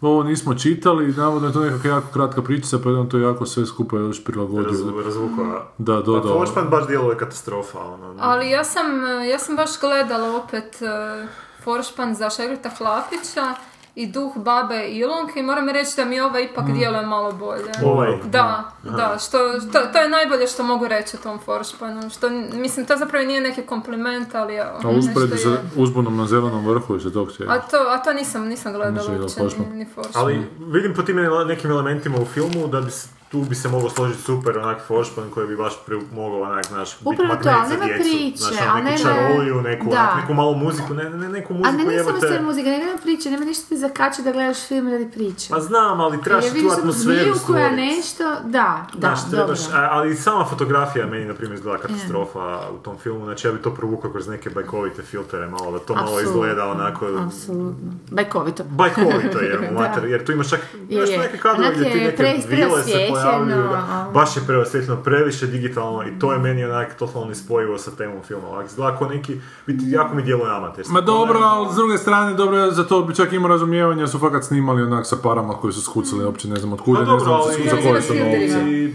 Speaker 2: ovo nismo čitali, navodno je to nekakva jako kratka pričica, pa je on to jako sve skupa još prilagodio.
Speaker 4: Raz, razvukao.
Speaker 2: Da,
Speaker 4: Pa
Speaker 2: dodao.
Speaker 4: Forsman baš djeluje katastrofa, ono. ne-
Speaker 5: Ali ja sam, eh, ja sam baš gledala opet eh, Foršpan za Šegrita Hlapića i Duh babe Ilonke i moram reći da mi ova ipak djeluje malo bolje.
Speaker 4: Ovaj.
Speaker 5: Da, da, što, to, to je najbolje što mogu reći o tom Foršpanu, što, n- mislim, to zapravo i nije neki kompliment, ali evo,
Speaker 2: A usporedi
Speaker 5: nešto
Speaker 2: sa
Speaker 5: je.
Speaker 2: uzbunom na zelenom vrhu i se tog
Speaker 5: A
Speaker 2: cijela.
Speaker 5: to, a to nisam, nisam
Speaker 2: Nisam
Speaker 5: gledala
Speaker 2: gledala
Speaker 5: uopće,
Speaker 2: Foršman.
Speaker 5: ni, ni Foršpan.
Speaker 4: Ali vidim po tim ele- nekim elementima u filmu da bi se, tu bi se moglo složiti super onak Forspan koji bi baš pre, mogao onak, znaš, biti
Speaker 3: Upravo to,
Speaker 4: magnet
Speaker 3: ali
Speaker 4: za
Speaker 3: nema
Speaker 4: djecu.
Speaker 3: priče,
Speaker 4: Znaš,
Speaker 3: a
Speaker 4: ono, neku
Speaker 3: nema-
Speaker 4: čaroliju, neku,
Speaker 3: Da.
Speaker 4: onak, neku malu muziku, ne, ne, neku
Speaker 3: A
Speaker 4: muziku
Speaker 3: ne, nisam
Speaker 4: jebote.
Speaker 3: sve muzika, ne gledam priče, nema ništa ti zakači da gledaš film radi priče.
Speaker 4: Pa znam, ali trebaš
Speaker 3: Jer
Speaker 4: tu
Speaker 3: vidiš neku
Speaker 4: atmosferu
Speaker 3: zmiju koja
Speaker 4: stvoriti.
Speaker 3: nešto, da, da,
Speaker 4: Znaš,
Speaker 3: dobro.
Speaker 4: trebaš, a- ali sama fotografija meni, na primjer, izgleda katastrofa u tom filmu. Znači, ja bi to provukao kroz neke bajkovite filtere malo, da to malo
Speaker 3: Apsolutno,
Speaker 4: izgleda onako...
Speaker 3: Apsolutno. Bajkovito.
Speaker 4: Bajkovito je,
Speaker 3: Da.
Speaker 4: mater, jer tu imaš čak
Speaker 3: Je,
Speaker 4: znaš,
Speaker 3: je.
Speaker 4: neke kadrove
Speaker 3: Onak
Speaker 4: gdje ti
Speaker 3: je ono.
Speaker 4: neke
Speaker 3: pre-
Speaker 4: vile se
Speaker 3: preosvjećeno,
Speaker 4: pojavljuju, da.
Speaker 3: ali-
Speaker 4: baš je preosvjetljeno, previše digitalno i to je meni onak totalno nespojivo sa temom filma. Ovak, izgleda kao neki, biti, jako mi djeluje amaterski.
Speaker 2: Ma dobro, ali s druge strane, dobro, je, za to bi čak imao razumijevanja, jer su fakat snimali onak sa parama koje su skucali, uopće ne znam od kuda,
Speaker 4: Pa
Speaker 2: ne
Speaker 4: dobro,
Speaker 2: znam
Speaker 4: ali...
Speaker 2: za koje su
Speaker 3: filterima.
Speaker 2: novce.
Speaker 4: i-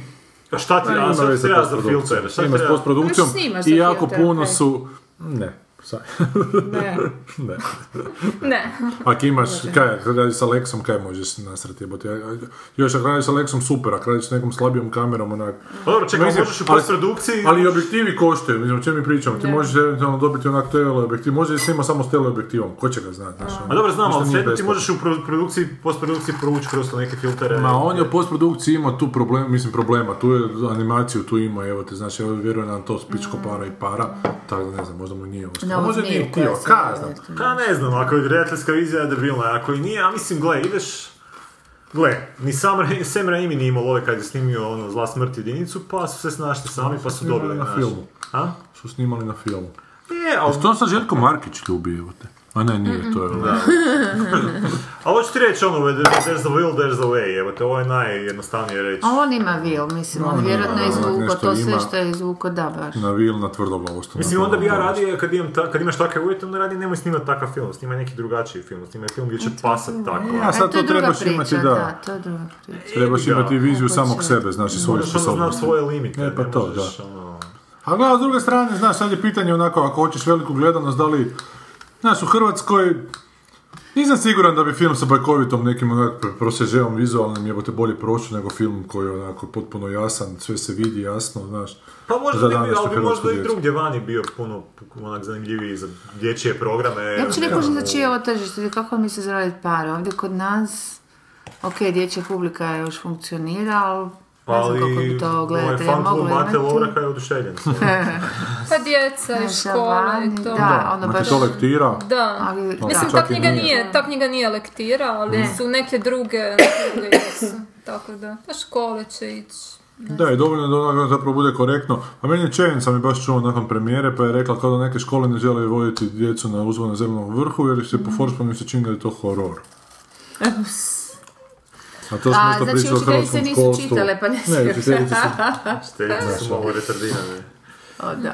Speaker 4: A šta ti,
Speaker 2: Pa
Speaker 4: a
Speaker 2: ima
Speaker 4: sad
Speaker 2: veze
Speaker 4: treba
Speaker 2: s
Speaker 4: za
Speaker 2: postprodukcijom.
Speaker 4: filtere, šta
Speaker 2: Ima s
Speaker 4: treba?
Speaker 2: postprodukcijom
Speaker 3: Znači, snimaš
Speaker 2: i
Speaker 3: za
Speaker 2: jako
Speaker 3: filtere,
Speaker 2: puno
Speaker 3: ok.
Speaker 2: su... Ne, sad.
Speaker 3: Ne.
Speaker 2: ne.
Speaker 5: Ne,
Speaker 2: Ako imaš, kaj, ako radiš sa Lexom, kaj možeš nasrati, jebote. Još ako radiš sa Lexom, super, ako radiš s nekom slabijom kamerom, onak...
Speaker 4: Pa Dobro, čekaj,
Speaker 2: Mislim,
Speaker 4: možeš u
Speaker 2: ali-
Speaker 4: postprodukciji...
Speaker 2: Ali i objektivi koštaju, mislim, o čemu mi pričamo? Ti možeš eventualno dobiti onak teleobjektiv, možeš snima samo s teleobjektivom, ko će ga znati, znaš? ono,
Speaker 4: Ma dobro, znam,
Speaker 2: ništa
Speaker 4: ali
Speaker 2: nije
Speaker 4: sve ti
Speaker 2: besplatno.
Speaker 4: možeš u pro- produkciji, postprodukciji provući kroz to neke filtere.
Speaker 2: Ma on je u postprodukciji imao tu problem, mislim problema, tu je animaciju tu ima, evo te, znači evo vjerujem nam to spičko para i para, tako da ne znam, možda mu nije ostalo.
Speaker 3: Mm. Na
Speaker 2: A
Speaker 3: ovu
Speaker 2: možda
Speaker 3: zmiju
Speaker 2: nije
Speaker 3: koja
Speaker 2: htio,
Speaker 3: se-
Speaker 2: kaj ja znam.
Speaker 4: Pa ne znam, ako je redateljska vizija je debilna, ako i nije, a mislim, gle, ideš... Gle, ni sam Ra- Sam Raimi nije imao love kad je snimio ono Zla smrt jedinicu, pa su se snašli sami, pa su
Speaker 2: Snimali
Speaker 4: dobili
Speaker 2: na
Speaker 4: naš.
Speaker 2: filmu.
Speaker 4: A?
Speaker 2: pa
Speaker 4: E,
Speaker 2: Su snimali na filmu.
Speaker 4: Je, ali
Speaker 2: To sa Željko Markić ljubi, evo te. A ne, nije, to je ovaj, da.
Speaker 4: a hoću ti reći ono, there's a will, there's a way, evo te, ovo je najjednostavnije reći.
Speaker 3: A on ima vil, mislim,
Speaker 2: on
Speaker 3: on
Speaker 2: ima,
Speaker 3: vjerojatno
Speaker 2: da,
Speaker 3: je izvukao
Speaker 2: nešto
Speaker 3: to sve
Speaker 2: ima.
Speaker 3: što je izvukao, da, baš.
Speaker 2: na vil, na tvrdoglavo. što
Speaker 4: Mislim,
Speaker 2: na
Speaker 4: onda bi ja
Speaker 2: tvrdoglavo.
Speaker 4: radio, kad, imam ta- kad imaš takve uvjete, onda radi, nemoj snimat takav film, snimaj neki drugačiji film, snimaj film gdje će pasat tako.
Speaker 2: A sad to
Speaker 3: E, je druga
Speaker 2: trebaš
Speaker 3: priča,
Speaker 2: imati, da.
Speaker 3: da, to je druga priča.
Speaker 2: znači, Trebaš
Speaker 4: Jebi ga.
Speaker 2: imati viziju
Speaker 3: Kako
Speaker 2: samog
Speaker 3: će?
Speaker 2: sebe, znači svoju
Speaker 4: Moraš ono onda znaš
Speaker 2: sposobnost.
Speaker 4: svoje limite.
Speaker 2: E, pa
Speaker 4: ne
Speaker 2: to,
Speaker 4: možeš,
Speaker 2: da.
Speaker 4: ono,
Speaker 2: A gledaj, s druge strane, znaš, sad je pitanje onako, ako hoćeš veliku gledanost, da li... Znaš, u Hrvatskoj... Nisam siguran da bi film sa bajkovitom nekim onak prosežeom vizualnim jebote bolje prošao nego film koji je onako potpuno jasan, sve se vidi jasno, znaš.
Speaker 4: Pa možda
Speaker 2: za
Speaker 4: bi bio,
Speaker 2: današnju
Speaker 4: ali bi
Speaker 2: hrvatsku
Speaker 4: možda i
Speaker 2: djecu.
Speaker 4: drugdje vani bio puno onak zanimljiviji za dječje programe.
Speaker 3: Ja uopće ovaj, ne
Speaker 4: znam,
Speaker 3: kužim
Speaker 4: u-
Speaker 3: za čije ovo tržište, kako mi se zaraditi pare. Ovdje kod nas Ok, dječja publika je još funkcionira, ali ne znam
Speaker 4: Ali ovaj
Speaker 3: kako bi to gledate.
Speaker 4: fan klub
Speaker 3: mogu
Speaker 4: Mate
Speaker 3: imati?
Speaker 4: Lovraka je oduševljen.
Speaker 5: Pa djeca i
Speaker 3: Naša
Speaker 5: škola
Speaker 3: vani,
Speaker 5: i to.
Speaker 3: Da, ono
Speaker 2: Imate
Speaker 3: baš...
Speaker 2: znači, to lektira?
Speaker 5: Da.
Speaker 3: Ali-
Speaker 2: Čak
Speaker 5: Mislim, ta
Speaker 2: i
Speaker 5: knjiga
Speaker 2: nije.
Speaker 5: nije. ta knjiga nije lektira, ali su neke druge, neke druge jesu. Tako da, na škole će ići.
Speaker 2: Da, i dovoljno je da ona zapravo bude korektno. A meni je Čejen sam je baš čuo nakon premijere, pa je rekla kao da neke škole ne žele voditi djecu na uzvone zemljenog vrhu, jer ih se po
Speaker 3: Mhm.
Speaker 2: forspanu se čini da je to horor. A to smo
Speaker 3: A,
Speaker 2: isto
Speaker 3: znači,
Speaker 2: pričali o
Speaker 3: učiteljice
Speaker 2: hrvatskom
Speaker 3: nisu
Speaker 2: školstvu.
Speaker 3: čitale, pa ne
Speaker 2: Ne,
Speaker 3: sjećam.
Speaker 2: učiteljice su
Speaker 4: Šteljice su malo retardirane.
Speaker 3: O, da.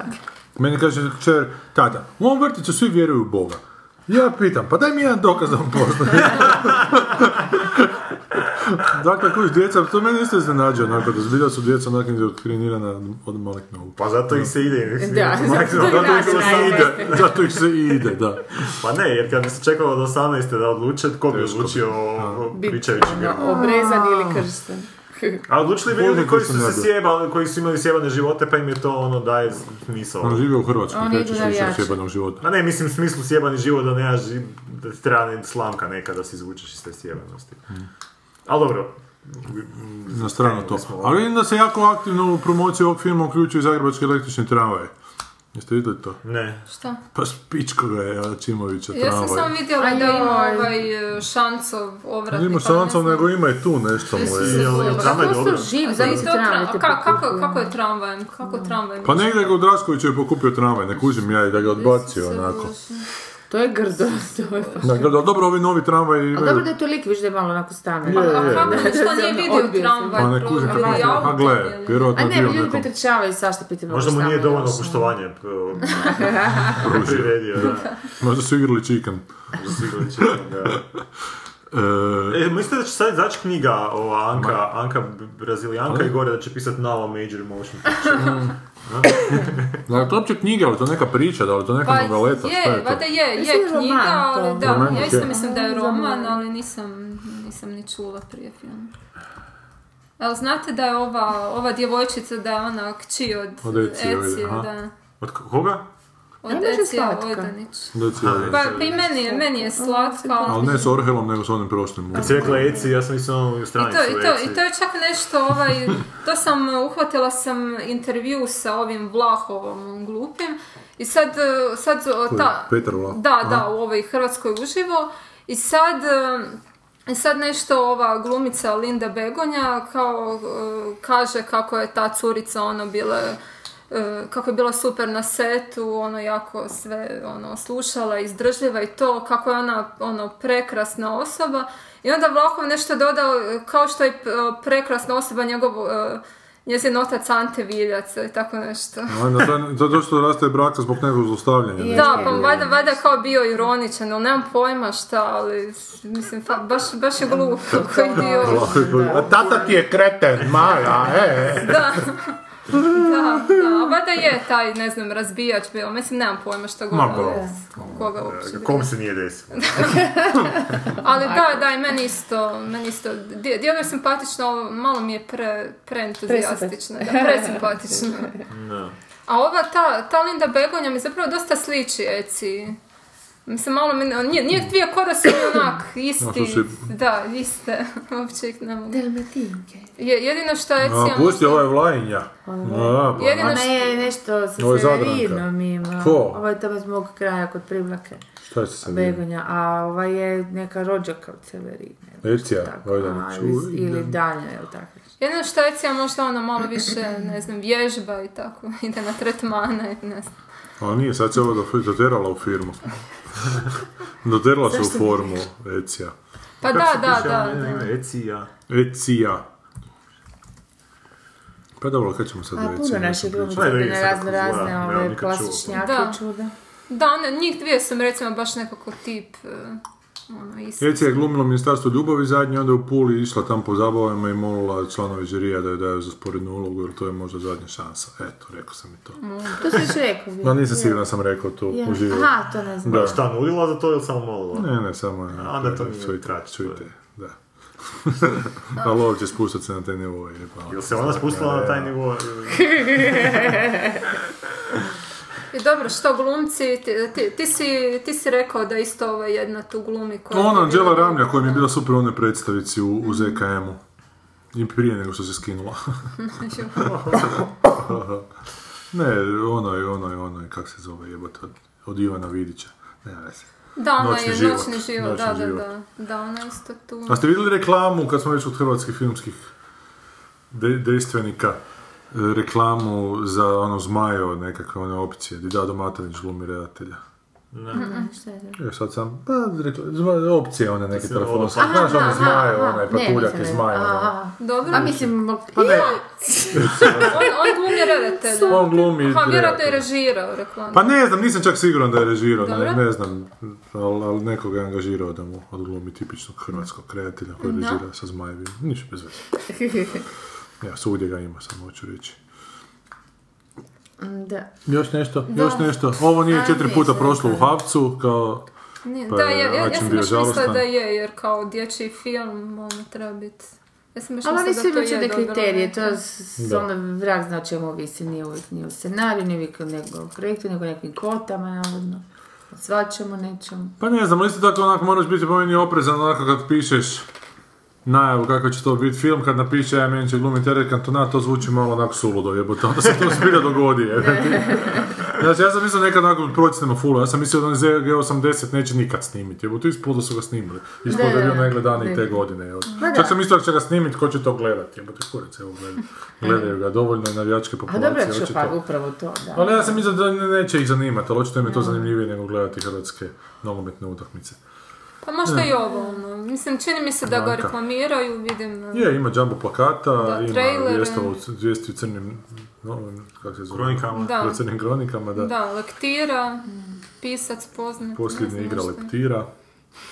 Speaker 2: Meni kaže kćer, tata, u ovom vrtiću svi vjeruju u Boga. Ja pitam, pa daj mi jedan dokaz da on postoji. dakle, kuć djeca, to mene isto iznenađuje onako, da zbilja su djeca onak indoktrinirana od malih nogu.
Speaker 4: Pa zato ih se ide.
Speaker 3: Da,
Speaker 4: Maksimum,
Speaker 3: zato i
Speaker 4: zato ih se
Speaker 3: naš
Speaker 4: ide.
Speaker 3: najbolji.
Speaker 2: Ide, zato ih se i ide, da.
Speaker 4: Pa ne, jer kad bi se čekalo do 18. da odluče, tko bi
Speaker 2: Teško.
Speaker 4: odlučio o o
Speaker 3: Bit,
Speaker 4: Pričeviću
Speaker 3: ono,
Speaker 4: grbu.
Speaker 3: obrezan ili kršten.
Speaker 4: A odlučili bi
Speaker 2: Bolje
Speaker 4: ljudi koji
Speaker 2: da
Speaker 4: su
Speaker 2: sam
Speaker 4: se
Speaker 2: radio.
Speaker 4: sjebali, koji su imali sjebane živote, pa im je to ono daje smisao.
Speaker 2: On živi Ono, u Hrvatskoj,
Speaker 3: Oni
Speaker 2: kaj
Speaker 3: idu
Speaker 2: ćeš više
Speaker 3: navijači.
Speaker 2: u sjebanom životu.
Speaker 4: Ma ne, mislim u smislu sjebani život da nemaš, ži- da ti treba ne- slamka neka da se izvučeš iz te sjebanosti.
Speaker 2: Mm.
Speaker 4: Ali dobro,
Speaker 2: Na stranu to.
Speaker 4: Krenuli smo.
Speaker 2: Ali vidim da se jako aktivno u promociju ovog filma uključuju zagrebački električni tramvaj. Jeste vidjeli to?
Speaker 4: ne.
Speaker 5: Šta?
Speaker 2: Pa spičko ga je Čimovića
Speaker 5: Ja sam
Speaker 2: tramvaj.
Speaker 5: samo vidjela da ima
Speaker 3: Ajoj.
Speaker 5: ovaj e, šancov ovratnik.
Speaker 2: Nima
Speaker 5: ali ne
Speaker 2: Šalancov,
Speaker 5: znam.
Speaker 2: nego ima i tu nešto ovaj, mu je.
Speaker 4: Jel- jel
Speaker 5: Pa
Speaker 4: tramvaj dobro?
Speaker 3: živ,
Speaker 5: Za isto tramvaj.
Speaker 3: tramvajte
Speaker 5: Ka, kako,
Speaker 3: pokupuju.
Speaker 5: kako je tramvajem? Kako tramvajem?
Speaker 2: Pa negdje ga u Draskoviću je pokupio tramvaj, ne kužim ja i da ga odbacio onako.
Speaker 3: To je grdo, to je baš...
Speaker 2: Da, da, da, dobro, ovi novi tramvaj
Speaker 3: Ali dobro
Speaker 2: imaju...
Speaker 3: da je to lik, vidiš da je malo onako Pa- stane.
Speaker 2: Je,
Speaker 5: A
Speaker 2: je,
Speaker 5: kako
Speaker 2: je.
Speaker 5: ništa nije
Speaker 3: Odbio
Speaker 5: vidio
Speaker 3: sam.
Speaker 5: tramvaj?
Speaker 2: Pa ne kužim
Speaker 5: prolazio
Speaker 2: kako je,
Speaker 5: autom
Speaker 2: a gle,
Speaker 5: ili-
Speaker 2: vjerojatno
Speaker 3: A
Speaker 2: je
Speaker 3: ne,
Speaker 2: bio
Speaker 3: ljudi
Speaker 2: nekom...
Speaker 3: pretrčavaju, svašta pitamo.
Speaker 4: Možda mu nije dovoljno
Speaker 3: pošto...
Speaker 4: poštovanje p- priredio, da.
Speaker 2: Možda su igrali čikan.
Speaker 4: Možda sigurno će, da. E, mislite da će sad izaći knjiga ova Anka, Anka Brazilijanka i gore da će pisat Nala Major Motion Picture.
Speaker 2: Da, to je uopće knjiga, ali to neka priča, da, ali to neka
Speaker 5: Pa
Speaker 2: noveleta, šta
Speaker 5: je,
Speaker 2: je to?
Speaker 5: valjda je,
Speaker 3: Mislim da
Speaker 5: je
Speaker 3: je
Speaker 5: knjiga,
Speaker 3: roman to.
Speaker 5: ali da,
Speaker 2: Roman,
Speaker 5: ja
Speaker 2: ok.
Speaker 5: isto mislim da je
Speaker 3: Znam,
Speaker 5: roman,
Speaker 3: da.
Speaker 5: ali nisam, nisam ni čula prije filma. Jel znate da je ova, ova djevojčica, da je ona kći od,
Speaker 2: Od Ecije,
Speaker 5: Ecije,
Speaker 2: aha.
Speaker 5: da.
Speaker 4: Od k- koga?
Speaker 5: Od
Speaker 3: Ne može
Speaker 5: Ecije
Speaker 3: slatka.
Speaker 5: Vojdanić.
Speaker 2: Da ti je-
Speaker 5: Pa, pa i meni je, meni je slatka, ali...
Speaker 2: Ali ne s Orhelom, nego s onim prostim.
Speaker 4: Kad si rekla Eci, ja sam mislio u
Speaker 5: I
Speaker 4: stranicu
Speaker 5: to, i, to,
Speaker 4: Eci.
Speaker 5: I to je čak nešto, ovaj, to sam eh, uhvatila sam intervju sa ovim Vlahovom glupim i sad, eh, sad eh,
Speaker 2: Koji?
Speaker 5: ta,
Speaker 2: Petar Vlah?
Speaker 5: da, da, u ovoj Hrvatskoj uživo i sad eh, i sad nešto ova glumica Linda Begonja kao eh, kaže kako je ta curica ono bila eh, kako je bila super na setu, ono jako sve ono slušala, izdržljiva i to, kako je ona ono prekrasna osoba. I onda Vlahov nešto dodao eh, kao što je eh, prekrasna osoba njegov eh, njezin otac Ante Viljac i tako nešto.
Speaker 2: Ajde, to- To je to što raste braka zbog nekog zlostavljanja. ne?
Speaker 5: Da, pa valjda, valjda je kao bio ironičan, ali nemam pojma šta, ali mislim, fa- baš, baš je glup koji dio,
Speaker 2: Tata ti je kreten, Maja, e.
Speaker 5: da. Da, da, a valjda je taj, ne znam, razbijač bio, mislim, nemam pojma šta
Speaker 2: Ma,
Speaker 5: govori,
Speaker 2: bro.
Speaker 5: koga uopće.
Speaker 4: e. Kom se nije desilo?
Speaker 5: Ali da, da, i meni isto, meni isto, dje- djeluje simpatično, ali malo mi je pre, preentuzijastično, da, presimpatično. A ova, ta, ta Linda Begonja mi zapravo dosta sliči Eci. Mislim, malo mi, nije, nije dvije koda su mi onak
Speaker 2: A su
Speaker 5: isti,
Speaker 2: si-
Speaker 5: da, iste, uopće ih ne mogu.
Speaker 3: Delmetinke.
Speaker 5: Je, jedino što Eci...
Speaker 2: A, pusti, ovaj- ovo je vlajinja. A, pa,
Speaker 5: Jedino
Speaker 3: Ona je nešto sa
Speaker 2: Ovo je
Speaker 3: severinom
Speaker 2: Zadranka.
Speaker 3: ima.
Speaker 2: Ko?
Speaker 3: Ovo je tamo iz mog kraja kod Privlake.
Speaker 2: šta se sad vidi?
Speaker 3: Begonja, a ova je neka rođaka od Severine.
Speaker 2: Ecija,
Speaker 3: Tako,
Speaker 2: Vajdanić.
Speaker 3: a, ili- Ili Danja, je tako?
Speaker 5: Jedino što Ecija možda ona malo više, ne znam, vježba i tako, ide na tretmane, i ne znam.
Speaker 2: A nije, sad se ovo dof- doterala u firmu. doterala se u
Speaker 3: Zašto?
Speaker 2: formu, Ecija.
Speaker 5: Pa da, da, da,
Speaker 2: ono,
Speaker 5: da.
Speaker 4: ono, Ime Ecija.
Speaker 2: Ecija. Pa dobro, kad ćemo sad
Speaker 3: A
Speaker 2: do
Speaker 3: puno
Speaker 2: Ecije?
Speaker 3: naših glumica,
Speaker 4: Ne, ne,
Speaker 3: ne razno
Speaker 4: nisam nikad čula,
Speaker 3: razne
Speaker 4: nemam
Speaker 3: ove
Speaker 4: nikad čuo.
Speaker 3: klasičnjake
Speaker 5: Da.
Speaker 3: čuda.
Speaker 5: Da, one, njih dvije su mi recimo baš nekako tip, eh, ono, isti.
Speaker 2: Ecija je glumila u Ministarstvu ljubavi zadnje, onda je u Puli išla tam po zabavama i molila članove žirija da joj daju za sporednu ulogu, jer to je možda zadnja šansa. Eto, rekao sam i to.
Speaker 3: To si već rekao.
Speaker 2: No nisam siguran da sam rekao to
Speaker 3: Ja.
Speaker 2: u živo.
Speaker 3: Aha, to ne znam.
Speaker 2: Da.
Speaker 4: Šta, nudila za to ili samo molila?
Speaker 2: Ne, ne, samo je.
Speaker 4: A, onda to nije
Speaker 2: čujte,
Speaker 4: trač, to je.
Speaker 2: čujte, da. Ali ovo će spustati se na te nivoe. je, pa-
Speaker 4: Jel se ona spustila na taj nivo?
Speaker 5: I dobro, E, dobro, što glumci, ti, ti, ti si, ti si rekao da isto ova jedna tu glumi koja...
Speaker 2: Ona,
Speaker 5: je bila-
Speaker 2: Anđela ono, Ramlja koja mi je bila super u onoj predstavici u, u ZKM-u. I prije nego što se skinula.
Speaker 5: Znači,
Speaker 2: ne, ono je, ono je, ono je, kak se zove jebote, od, od Ivana Vidića. Ne, ne se.
Speaker 5: Da, ona
Speaker 2: Noćni
Speaker 5: je
Speaker 2: život.
Speaker 5: noćni život, da,
Speaker 2: Noćni
Speaker 5: da,
Speaker 2: život.
Speaker 5: da. Da, ona je isto tu.
Speaker 2: A ste vidjeli reklamu, kad smo već od hrvatskih filmskih de- dejstvenika, e, reklamu za ono zmajo nekakve one opcije, di Dado Matanić glumi redatelja. E, sad sam, pa, rekla, zma- opcije one neke
Speaker 4: Mislim,
Speaker 2: telefona,
Speaker 4: ono-
Speaker 2: znaš ono zmajo, onaj
Speaker 3: Ne,
Speaker 2: patuljak
Speaker 3: nisam
Speaker 2: je
Speaker 3: je.
Speaker 2: zmaj,
Speaker 3: A,
Speaker 2: ono.
Speaker 3: a.
Speaker 5: Dobro,
Speaker 3: Pa mislim,
Speaker 2: Pa ne,
Speaker 5: on, on glumi redatelja.
Speaker 2: on glumi
Speaker 5: Pa vjerojatno
Speaker 2: redatelja.
Speaker 5: je režirao reklamu.
Speaker 2: Pa ne znam, nisam čak siguran da je režirao, ne,
Speaker 5: Dobro.
Speaker 2: ne znam, ali al nekoga je angažirao da mu odglumi tipičnog hrvatskog redatelja koji režira sa zmajevim, ništa bez veze. Ja, svugdje ga ima, samo hoću reći.
Speaker 3: da.
Speaker 2: Još nešto, još nešto. Ovo nije
Speaker 3: A,
Speaker 2: četiri
Speaker 3: nisam
Speaker 2: puta prošlo u Havcu, kao...
Speaker 5: Ne,
Speaker 2: Pa
Speaker 5: da,
Speaker 2: je
Speaker 5: ja, ja, ja
Speaker 2: Ačin
Speaker 5: sam
Speaker 2: bio
Speaker 5: baš mislila
Speaker 2: žalostan.
Speaker 5: da je, jer kao dječji film, ono, treba biti... Ja sam baš
Speaker 3: Ali oni
Speaker 5: mislila
Speaker 3: svi
Speaker 5: da to
Speaker 3: imaju
Speaker 5: je
Speaker 3: čudne
Speaker 5: dobro.
Speaker 3: kriterije, to s, s
Speaker 2: Da.
Speaker 3: ono vrag zna o čemu ovisi, nije uvijek ni u scenariju, ni uvijek o nekom projektu, nego o nekim kvotama, navodno. O Svačemu nečemu.
Speaker 2: Pa ne znam, ali isto tako onako moraš biti po meni oprezan onako kad pišeš najavu kako će to biti film, kad napiše ja meni će glumiti Eric Cantona, to zvuči malo onako suludo jebote, onda se to zbilja dogodi jebote. Znači ja sam mislio nekad onako procjenimo fulo, ja sam mislio da onaj ZG80 neće nikad snimiti, jebote, ispod da su ga snimili, ispod da
Speaker 3: Da,
Speaker 2: je bio
Speaker 3: da,
Speaker 2: najgledaniji
Speaker 3: da.
Speaker 2: te godine, jebote.
Speaker 3: Pa da.
Speaker 2: Čak sam mislio da će ga snimiti, ko će to gledati, jebote, kurac, evo gleda- gledaju ga, dovoljno je navijačke
Speaker 3: A
Speaker 2: populacije,
Speaker 3: dobro ću
Speaker 2: očito.
Speaker 3: pa upravo to, da.
Speaker 2: Ali ja sam mislio da ne- neće ih zanimati, ali očito im je to zanimljivije nego gledati hrvatske nogometne utakmice.
Speaker 5: Pa možda i ovo, ono. Mislim, čini mi se da ga
Speaker 2: Vanka.
Speaker 5: reklamiraju, vidim... ono.
Speaker 2: Je, ima jumbo plakata, ima
Speaker 5: trailere.
Speaker 2: vijestova u c- vijesti u crnim, no, kako se zove?
Speaker 4: Kronikama.
Speaker 5: Da.
Speaker 2: U crnim kronikama, da.
Speaker 5: Da, lektira, pisac poznat.
Speaker 2: Posljednja
Speaker 5: ne znam
Speaker 2: igra
Speaker 5: šta.
Speaker 2: leptira.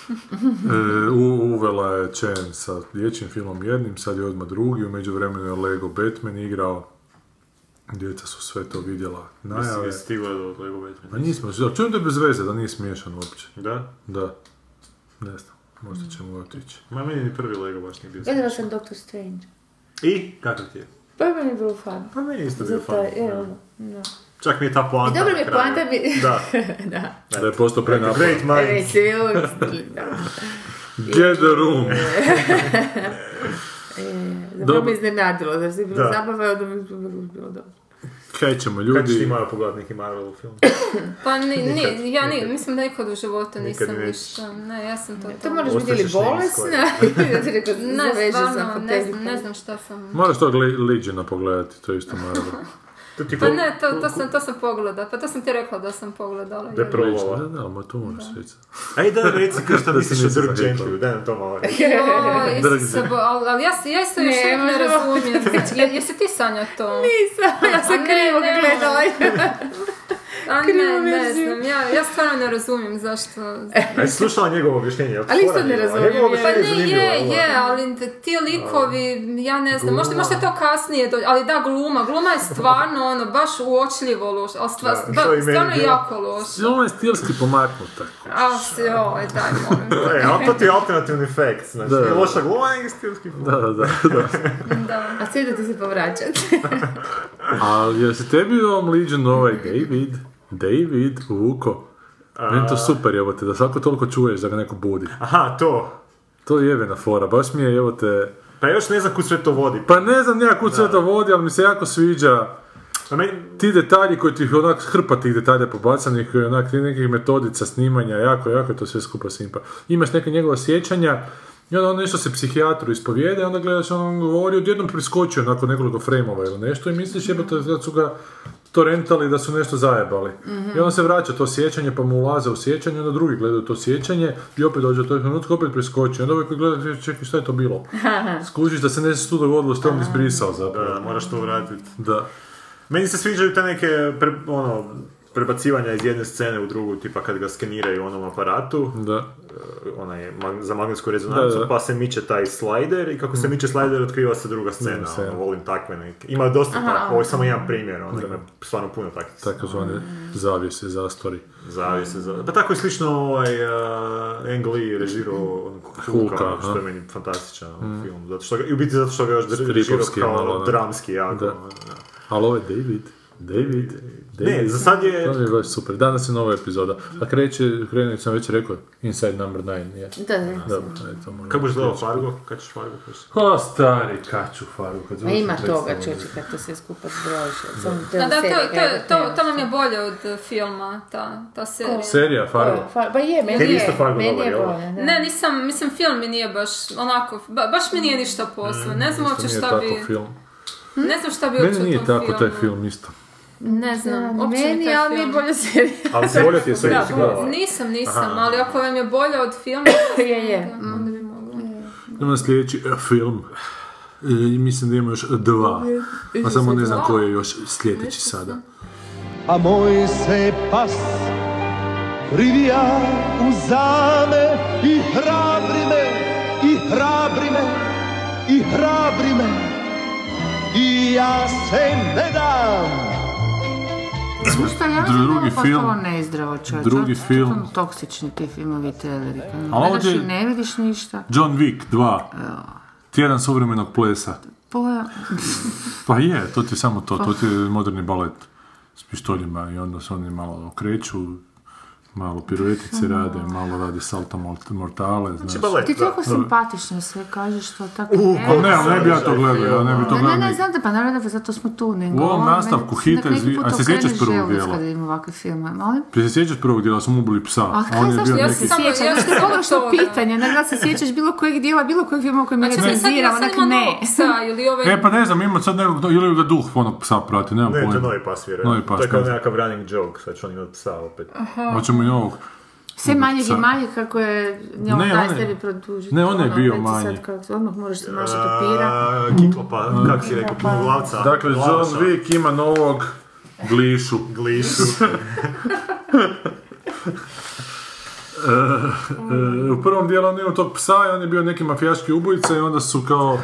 Speaker 2: e, u- uvela je Chen sa dječjim filmom jednim, sad je odmah drugi, u međuvremenu je Lego Batman igrao. Djeca su sve to vidjela
Speaker 4: Mislim,
Speaker 2: najave.
Speaker 4: jesi ti gledao Lego
Speaker 2: Pa
Speaker 4: Batman?
Speaker 2: nismo, čujem da je bez veze, da nije smiješan uopće.
Speaker 4: Da?
Speaker 2: Da. Ne znam, možda ćemo otići.
Speaker 4: Ma meni ni prvi Lego baš nije bio
Speaker 3: Gledala
Speaker 4: smiješan.
Speaker 3: sam Doctor Strange.
Speaker 4: I? Kakav ti je?
Speaker 3: Pa je meni bilo fan.
Speaker 4: Pa meni isto bio
Speaker 3: Zato,
Speaker 4: fan.
Speaker 3: je,
Speaker 4: da.
Speaker 3: ono, no.
Speaker 4: Čak mi je ta poanta.
Speaker 3: I dobro mi je
Speaker 4: na kraju.
Speaker 3: poanta bi-
Speaker 4: Da. Pa
Speaker 3: da.
Speaker 2: Da je postao prenaporan.
Speaker 4: Great mind.
Speaker 3: Mislim, je uvijek stil- da.
Speaker 2: Get the room!
Speaker 3: Zapravo E,
Speaker 2: Dobro.
Speaker 3: me iznenadilo, da se bilo
Speaker 4: Da.
Speaker 3: zabava, onda mi je bilo dobro.
Speaker 2: Kaj ćemo
Speaker 4: Kad ćeš ti
Speaker 2: ljudi?
Speaker 4: malo pogledat neki Marvel film?
Speaker 5: Pa ni, ni, ja ni, mislim da nikad u životu
Speaker 4: Nikad
Speaker 5: nisam
Speaker 4: ni nećeš.
Speaker 5: ništa. Ne, ja sam to...
Speaker 3: To
Speaker 5: to-
Speaker 3: moraš
Speaker 4: Ostaćeš
Speaker 3: vidjeli bolesna i da ti rekao,
Speaker 5: Ne,
Speaker 3: zaveže
Speaker 5: stvarno,
Speaker 3: sam
Speaker 5: ne znam, ne znam šta sam...
Speaker 2: Moraš to Gle- Legiona pogledati, to je isto Marvel.
Speaker 4: To ti
Speaker 5: Pa ne, to, to, sam, to sam pogleda, pa to sam ti rekla da sam pogledala.
Speaker 4: Da je
Speaker 5: jer-
Speaker 2: Legion, Da,
Speaker 4: probala.
Speaker 2: da, ma to moraš reći.
Speaker 4: Ej, da, reci kao šta
Speaker 2: Da
Speaker 4: misliš
Speaker 2: si
Speaker 4: o
Speaker 2: nisi
Speaker 4: Dirk
Speaker 2: zahetala.
Speaker 4: Gentlyu, daj nam to malo reći.
Speaker 5: Joj, Isuse,
Speaker 2: Drži.
Speaker 5: bo- ali, ali ja, se, ja isto još
Speaker 3: Ne,
Speaker 5: uvijek ne
Speaker 3: možemo.
Speaker 5: razumijem. Je- Jesi ti Sanja to?
Speaker 3: Nisam, ja sam
Speaker 5: A ne,
Speaker 3: krivo
Speaker 5: ne.
Speaker 3: gledala.
Speaker 5: A
Speaker 3: krivu
Speaker 5: ne, ne
Speaker 3: verziju.
Speaker 5: znam, ja, ja stvarno ne razumijem zašto,
Speaker 4: A jesi slušala njegovo objašnjenje? Jel ti
Speaker 3: Ali isto
Speaker 4: fora
Speaker 3: ne
Speaker 4: bila?
Speaker 3: razumijem,
Speaker 4: Njegovo
Speaker 3: je.
Speaker 5: Pa
Speaker 4: objašnjenje je
Speaker 5: ne,
Speaker 4: zanimljivo.
Speaker 5: je,
Speaker 4: ali-
Speaker 5: je, ali t- ti likovi, ja ne znam, možda, možda to kasnije, do, ali da, gluma, gluma je stvarno ono, baš uočljivo loš, ali stva,
Speaker 4: Da,
Speaker 5: ba-
Speaker 4: što i meni
Speaker 5: stvarno
Speaker 4: bilo.
Speaker 5: jako loš.
Speaker 2: Ovo ono je stilski pomaknuta.
Speaker 5: A, se, joj, ovaj, daj, molim. te.
Speaker 4: E, ali to ti je alternativni fact, znači,
Speaker 2: Da.
Speaker 4: nije loša gluma, nego stilski film.
Speaker 2: Da, da, da. da.
Speaker 5: Da.
Speaker 3: A sve da ti se povraćat.
Speaker 2: Ali jel se tebi u ovom Legionu ovaj David, David, Vuko, meni to super jebote, da svako toliko čuješ da ga neko budi.
Speaker 4: Aha, to.
Speaker 2: To je jebena fora, baš mi je jebote...
Speaker 4: Pa ja još ne znam kud sve to vodi.
Speaker 2: Pa ne znam nijak kud sve to vodi, ali mi se jako sviđa
Speaker 4: Pa meni,
Speaker 2: ti detalji koji ti onak hrpa tih detalja pobacanih, koji onak ti nekih metodica snimanja, jako, jako je to sve skupa simpa. Imaš neke njegova sjećanja i onda on nešto se psihijatru ispovijeda i onda gledaš ono on govori, odjednom priskočio nakon nekoliko frame-ova ili nešto i misliš jebote da su ga to rentali da su nešto zajebali. I onda se vraća to sjećanje, pa mu ulaze u sjećanje, onda drugi gledaju to sjećanje i opet dođe u toj trenutku, opet priskoči. Onda ovaj koji gleda, kaže, čekaj, šta je to bilo? Skužiš da se nešto tu dogodilo, što je on izbrisao zapravo.
Speaker 4: da, moraš to vratiti.
Speaker 2: Da.
Speaker 4: Meni se sviđaju te neke, pre- ono, prebacivanja iz jedne scene u drugu, tipa kad ga skeniraju u onom aparatu,
Speaker 2: Da.
Speaker 4: e, onaj, mag- za magnetsku rezonancu,
Speaker 2: Da, da.
Speaker 4: pa se miče taj slider i kako se miče slider otkriva se druga scena,
Speaker 2: Druga Mm, scena.
Speaker 4: ono, volim takve neke. Ima dosta tako, ovo je samo jedan primjer, ono, ima stvarno puno takvih
Speaker 2: takozvane zavijese, zastori.
Speaker 4: zavise. Za... Pa tako je slično ovaj, uh, Ang Lee režirao ono, Hulka,
Speaker 2: Hulka, aha. Mm.
Speaker 4: što je meni fantastičan ono, film, zato što ga, i u biti zato što ga još režirao
Speaker 2: Stripovski je
Speaker 4: kao
Speaker 2: malo, da.
Speaker 4: dramski jako.
Speaker 2: Da.
Speaker 4: ono, da.
Speaker 2: Ali ovo je David. David, David.
Speaker 4: Ne, za sad je...
Speaker 2: To mi je baš super. Danas je nova epizoda. A kreće, krenut sam već rekao, Inside Number 9, je.
Speaker 3: Da, da, da.
Speaker 2: Dobro, eto, možda.
Speaker 4: Kako budeš gledao Fargo? Kad ćeš Fargo proći?
Speaker 2: Ko stari kaču faru kad
Speaker 3: Ma
Speaker 2: zvuči
Speaker 3: ima
Speaker 2: tekst,
Speaker 3: toga,
Speaker 2: ono.
Speaker 3: čoče, kad to sve skupa zbrojiš. Samo te
Speaker 5: Da, da, to,
Speaker 3: serije
Speaker 5: to,
Speaker 3: gledat,
Speaker 5: to,
Speaker 3: nemaš
Speaker 5: to nam je
Speaker 3: šta.
Speaker 5: bolje od eh, filma, ta, ta serija.
Speaker 2: Serija Fargo.
Speaker 3: O, Far- Pa je, meni
Speaker 4: Tebi
Speaker 3: je,
Speaker 4: isto Fargo
Speaker 3: meni
Speaker 4: dobar,
Speaker 3: je
Speaker 4: jel?
Speaker 3: bolje, da.
Speaker 5: Ne, nisam, mislim film mi nije baš onako, ba- baš mi nije ništa posve, ne znam
Speaker 2: To
Speaker 5: uopće
Speaker 2: nije
Speaker 5: šta
Speaker 2: tako
Speaker 5: bi,
Speaker 2: film.
Speaker 5: ne znam šta bi uopće
Speaker 2: Meni
Speaker 5: u
Speaker 2: nije
Speaker 5: tom
Speaker 2: tako taj
Speaker 4: E,
Speaker 5: filmu.
Speaker 2: film isto.
Speaker 5: Ne znam, uopće mi
Speaker 3: Meni,
Speaker 5: taj
Speaker 3: ali mi je
Speaker 5: film.
Speaker 3: bolja serija.
Speaker 4: Ali
Speaker 2: Volio ti je seriju,
Speaker 4: Da,
Speaker 2: si
Speaker 4: bo-
Speaker 2: gledala?
Speaker 5: Nisam, nisam, ali ako vam je bolje od filma,
Speaker 3: Je, je. Mm.
Speaker 5: onda- onda bi mogla.
Speaker 2: Idemo na sljedeći e, film. E, i mislim da ima još dva. A samo ne znam koji je još sljedeći sada.
Speaker 7: A moj se pas privija uzame i hrabri me, i hrabri me, i hrabri me. I ja se ne dam.
Speaker 3: Šta, ja
Speaker 2: Drugi
Speaker 3: drugi film.
Speaker 2: film.
Speaker 3: Pa to neizdravo čovječ.
Speaker 2: Drugi
Speaker 3: Ono, To- to
Speaker 2: film.
Speaker 3: su Toksični ti filmovi teleri.
Speaker 2: A
Speaker 3: Gledaš
Speaker 2: ovdje-
Speaker 3: i ne vidiš ništa.
Speaker 2: John Wick 2. Tjedan suvremenog plesa.
Speaker 3: Poja...
Speaker 2: Pa je, to ti je samo to,
Speaker 3: Pa.
Speaker 2: to ti je moderni balet s pištoljima i onda se oni malo okreću, malo piruetice rade, malo rade salta mort- mortale, znaš.
Speaker 4: Znači balet,
Speaker 3: Ti
Speaker 4: da.
Speaker 3: tako simpatično sve kažeš to tako
Speaker 2: U,
Speaker 3: ne.
Speaker 2: pa ne, ali ne bi ja to gledao, ja ne bi to
Speaker 3: E, Ne,
Speaker 2: gledao.
Speaker 3: ne, ne,
Speaker 2: nikad.
Speaker 3: znam da pa naravno da zato smo tu, nego...
Speaker 2: U ovom
Speaker 3: ono, mene
Speaker 2: nastavku
Speaker 3: nek-
Speaker 2: hita
Speaker 3: neki
Speaker 2: iz-
Speaker 3: put
Speaker 2: a se sjećaš
Speaker 3: okrene
Speaker 2: prvog
Speaker 3: želudac
Speaker 2: dijela?
Speaker 3: Kada imam ovakve filme, molim?
Speaker 2: Prije se sjećaš prvog djela, smo ubili psa,
Speaker 3: A
Speaker 2: on
Speaker 3: kaj
Speaker 2: je
Speaker 3: zašto
Speaker 2: bio
Speaker 3: ja
Speaker 2: neki...
Speaker 3: se
Speaker 5: Samo-
Speaker 3: sjećam?
Speaker 5: ja
Speaker 3: Znaš, to
Speaker 5: sam
Speaker 3: je pogrešno
Speaker 5: toga.
Speaker 3: pitanje, ne da li se sjećaš bilo kojeg dijela, bilo kojeg filma o kojem ja
Speaker 5: Znači, sad- sad
Speaker 3: recenziramo,
Speaker 5: ima
Speaker 3: onak ne.
Speaker 5: novca ili ove...
Speaker 2: E pa ne znam, ima sad nekog, ili ga duh onog psa prati, nemam
Speaker 4: Ne, to je
Speaker 2: pojma.
Speaker 4: novi pas
Speaker 2: Novi
Speaker 4: vjerojatno.
Speaker 2: pas,
Speaker 4: To je kao
Speaker 2: ne znam.
Speaker 4: nekakav running joke, sad će on imat psa opet.
Speaker 2: Hoćemo i ovog.
Speaker 3: Sve manje i
Speaker 2: Sad.
Speaker 3: manje kako je njom
Speaker 2: Ne,
Speaker 3: daj
Speaker 2: on je-
Speaker 3: sebi produžiti.
Speaker 2: ne, on je
Speaker 3: ono,
Speaker 2: bio
Speaker 3: već
Speaker 2: manji.
Speaker 3: Sad kako, odmah moraš se mašati papira.
Speaker 4: A, Kiklopa, kak si rekao,
Speaker 3: Kiklopa.
Speaker 4: glavca.
Speaker 2: Dakle, John Wick ima novog glišu.
Speaker 4: Glišu.
Speaker 2: E, u prvom dijelu on ima tog psa i on je bio neki mafijaški ubojica i onda su kao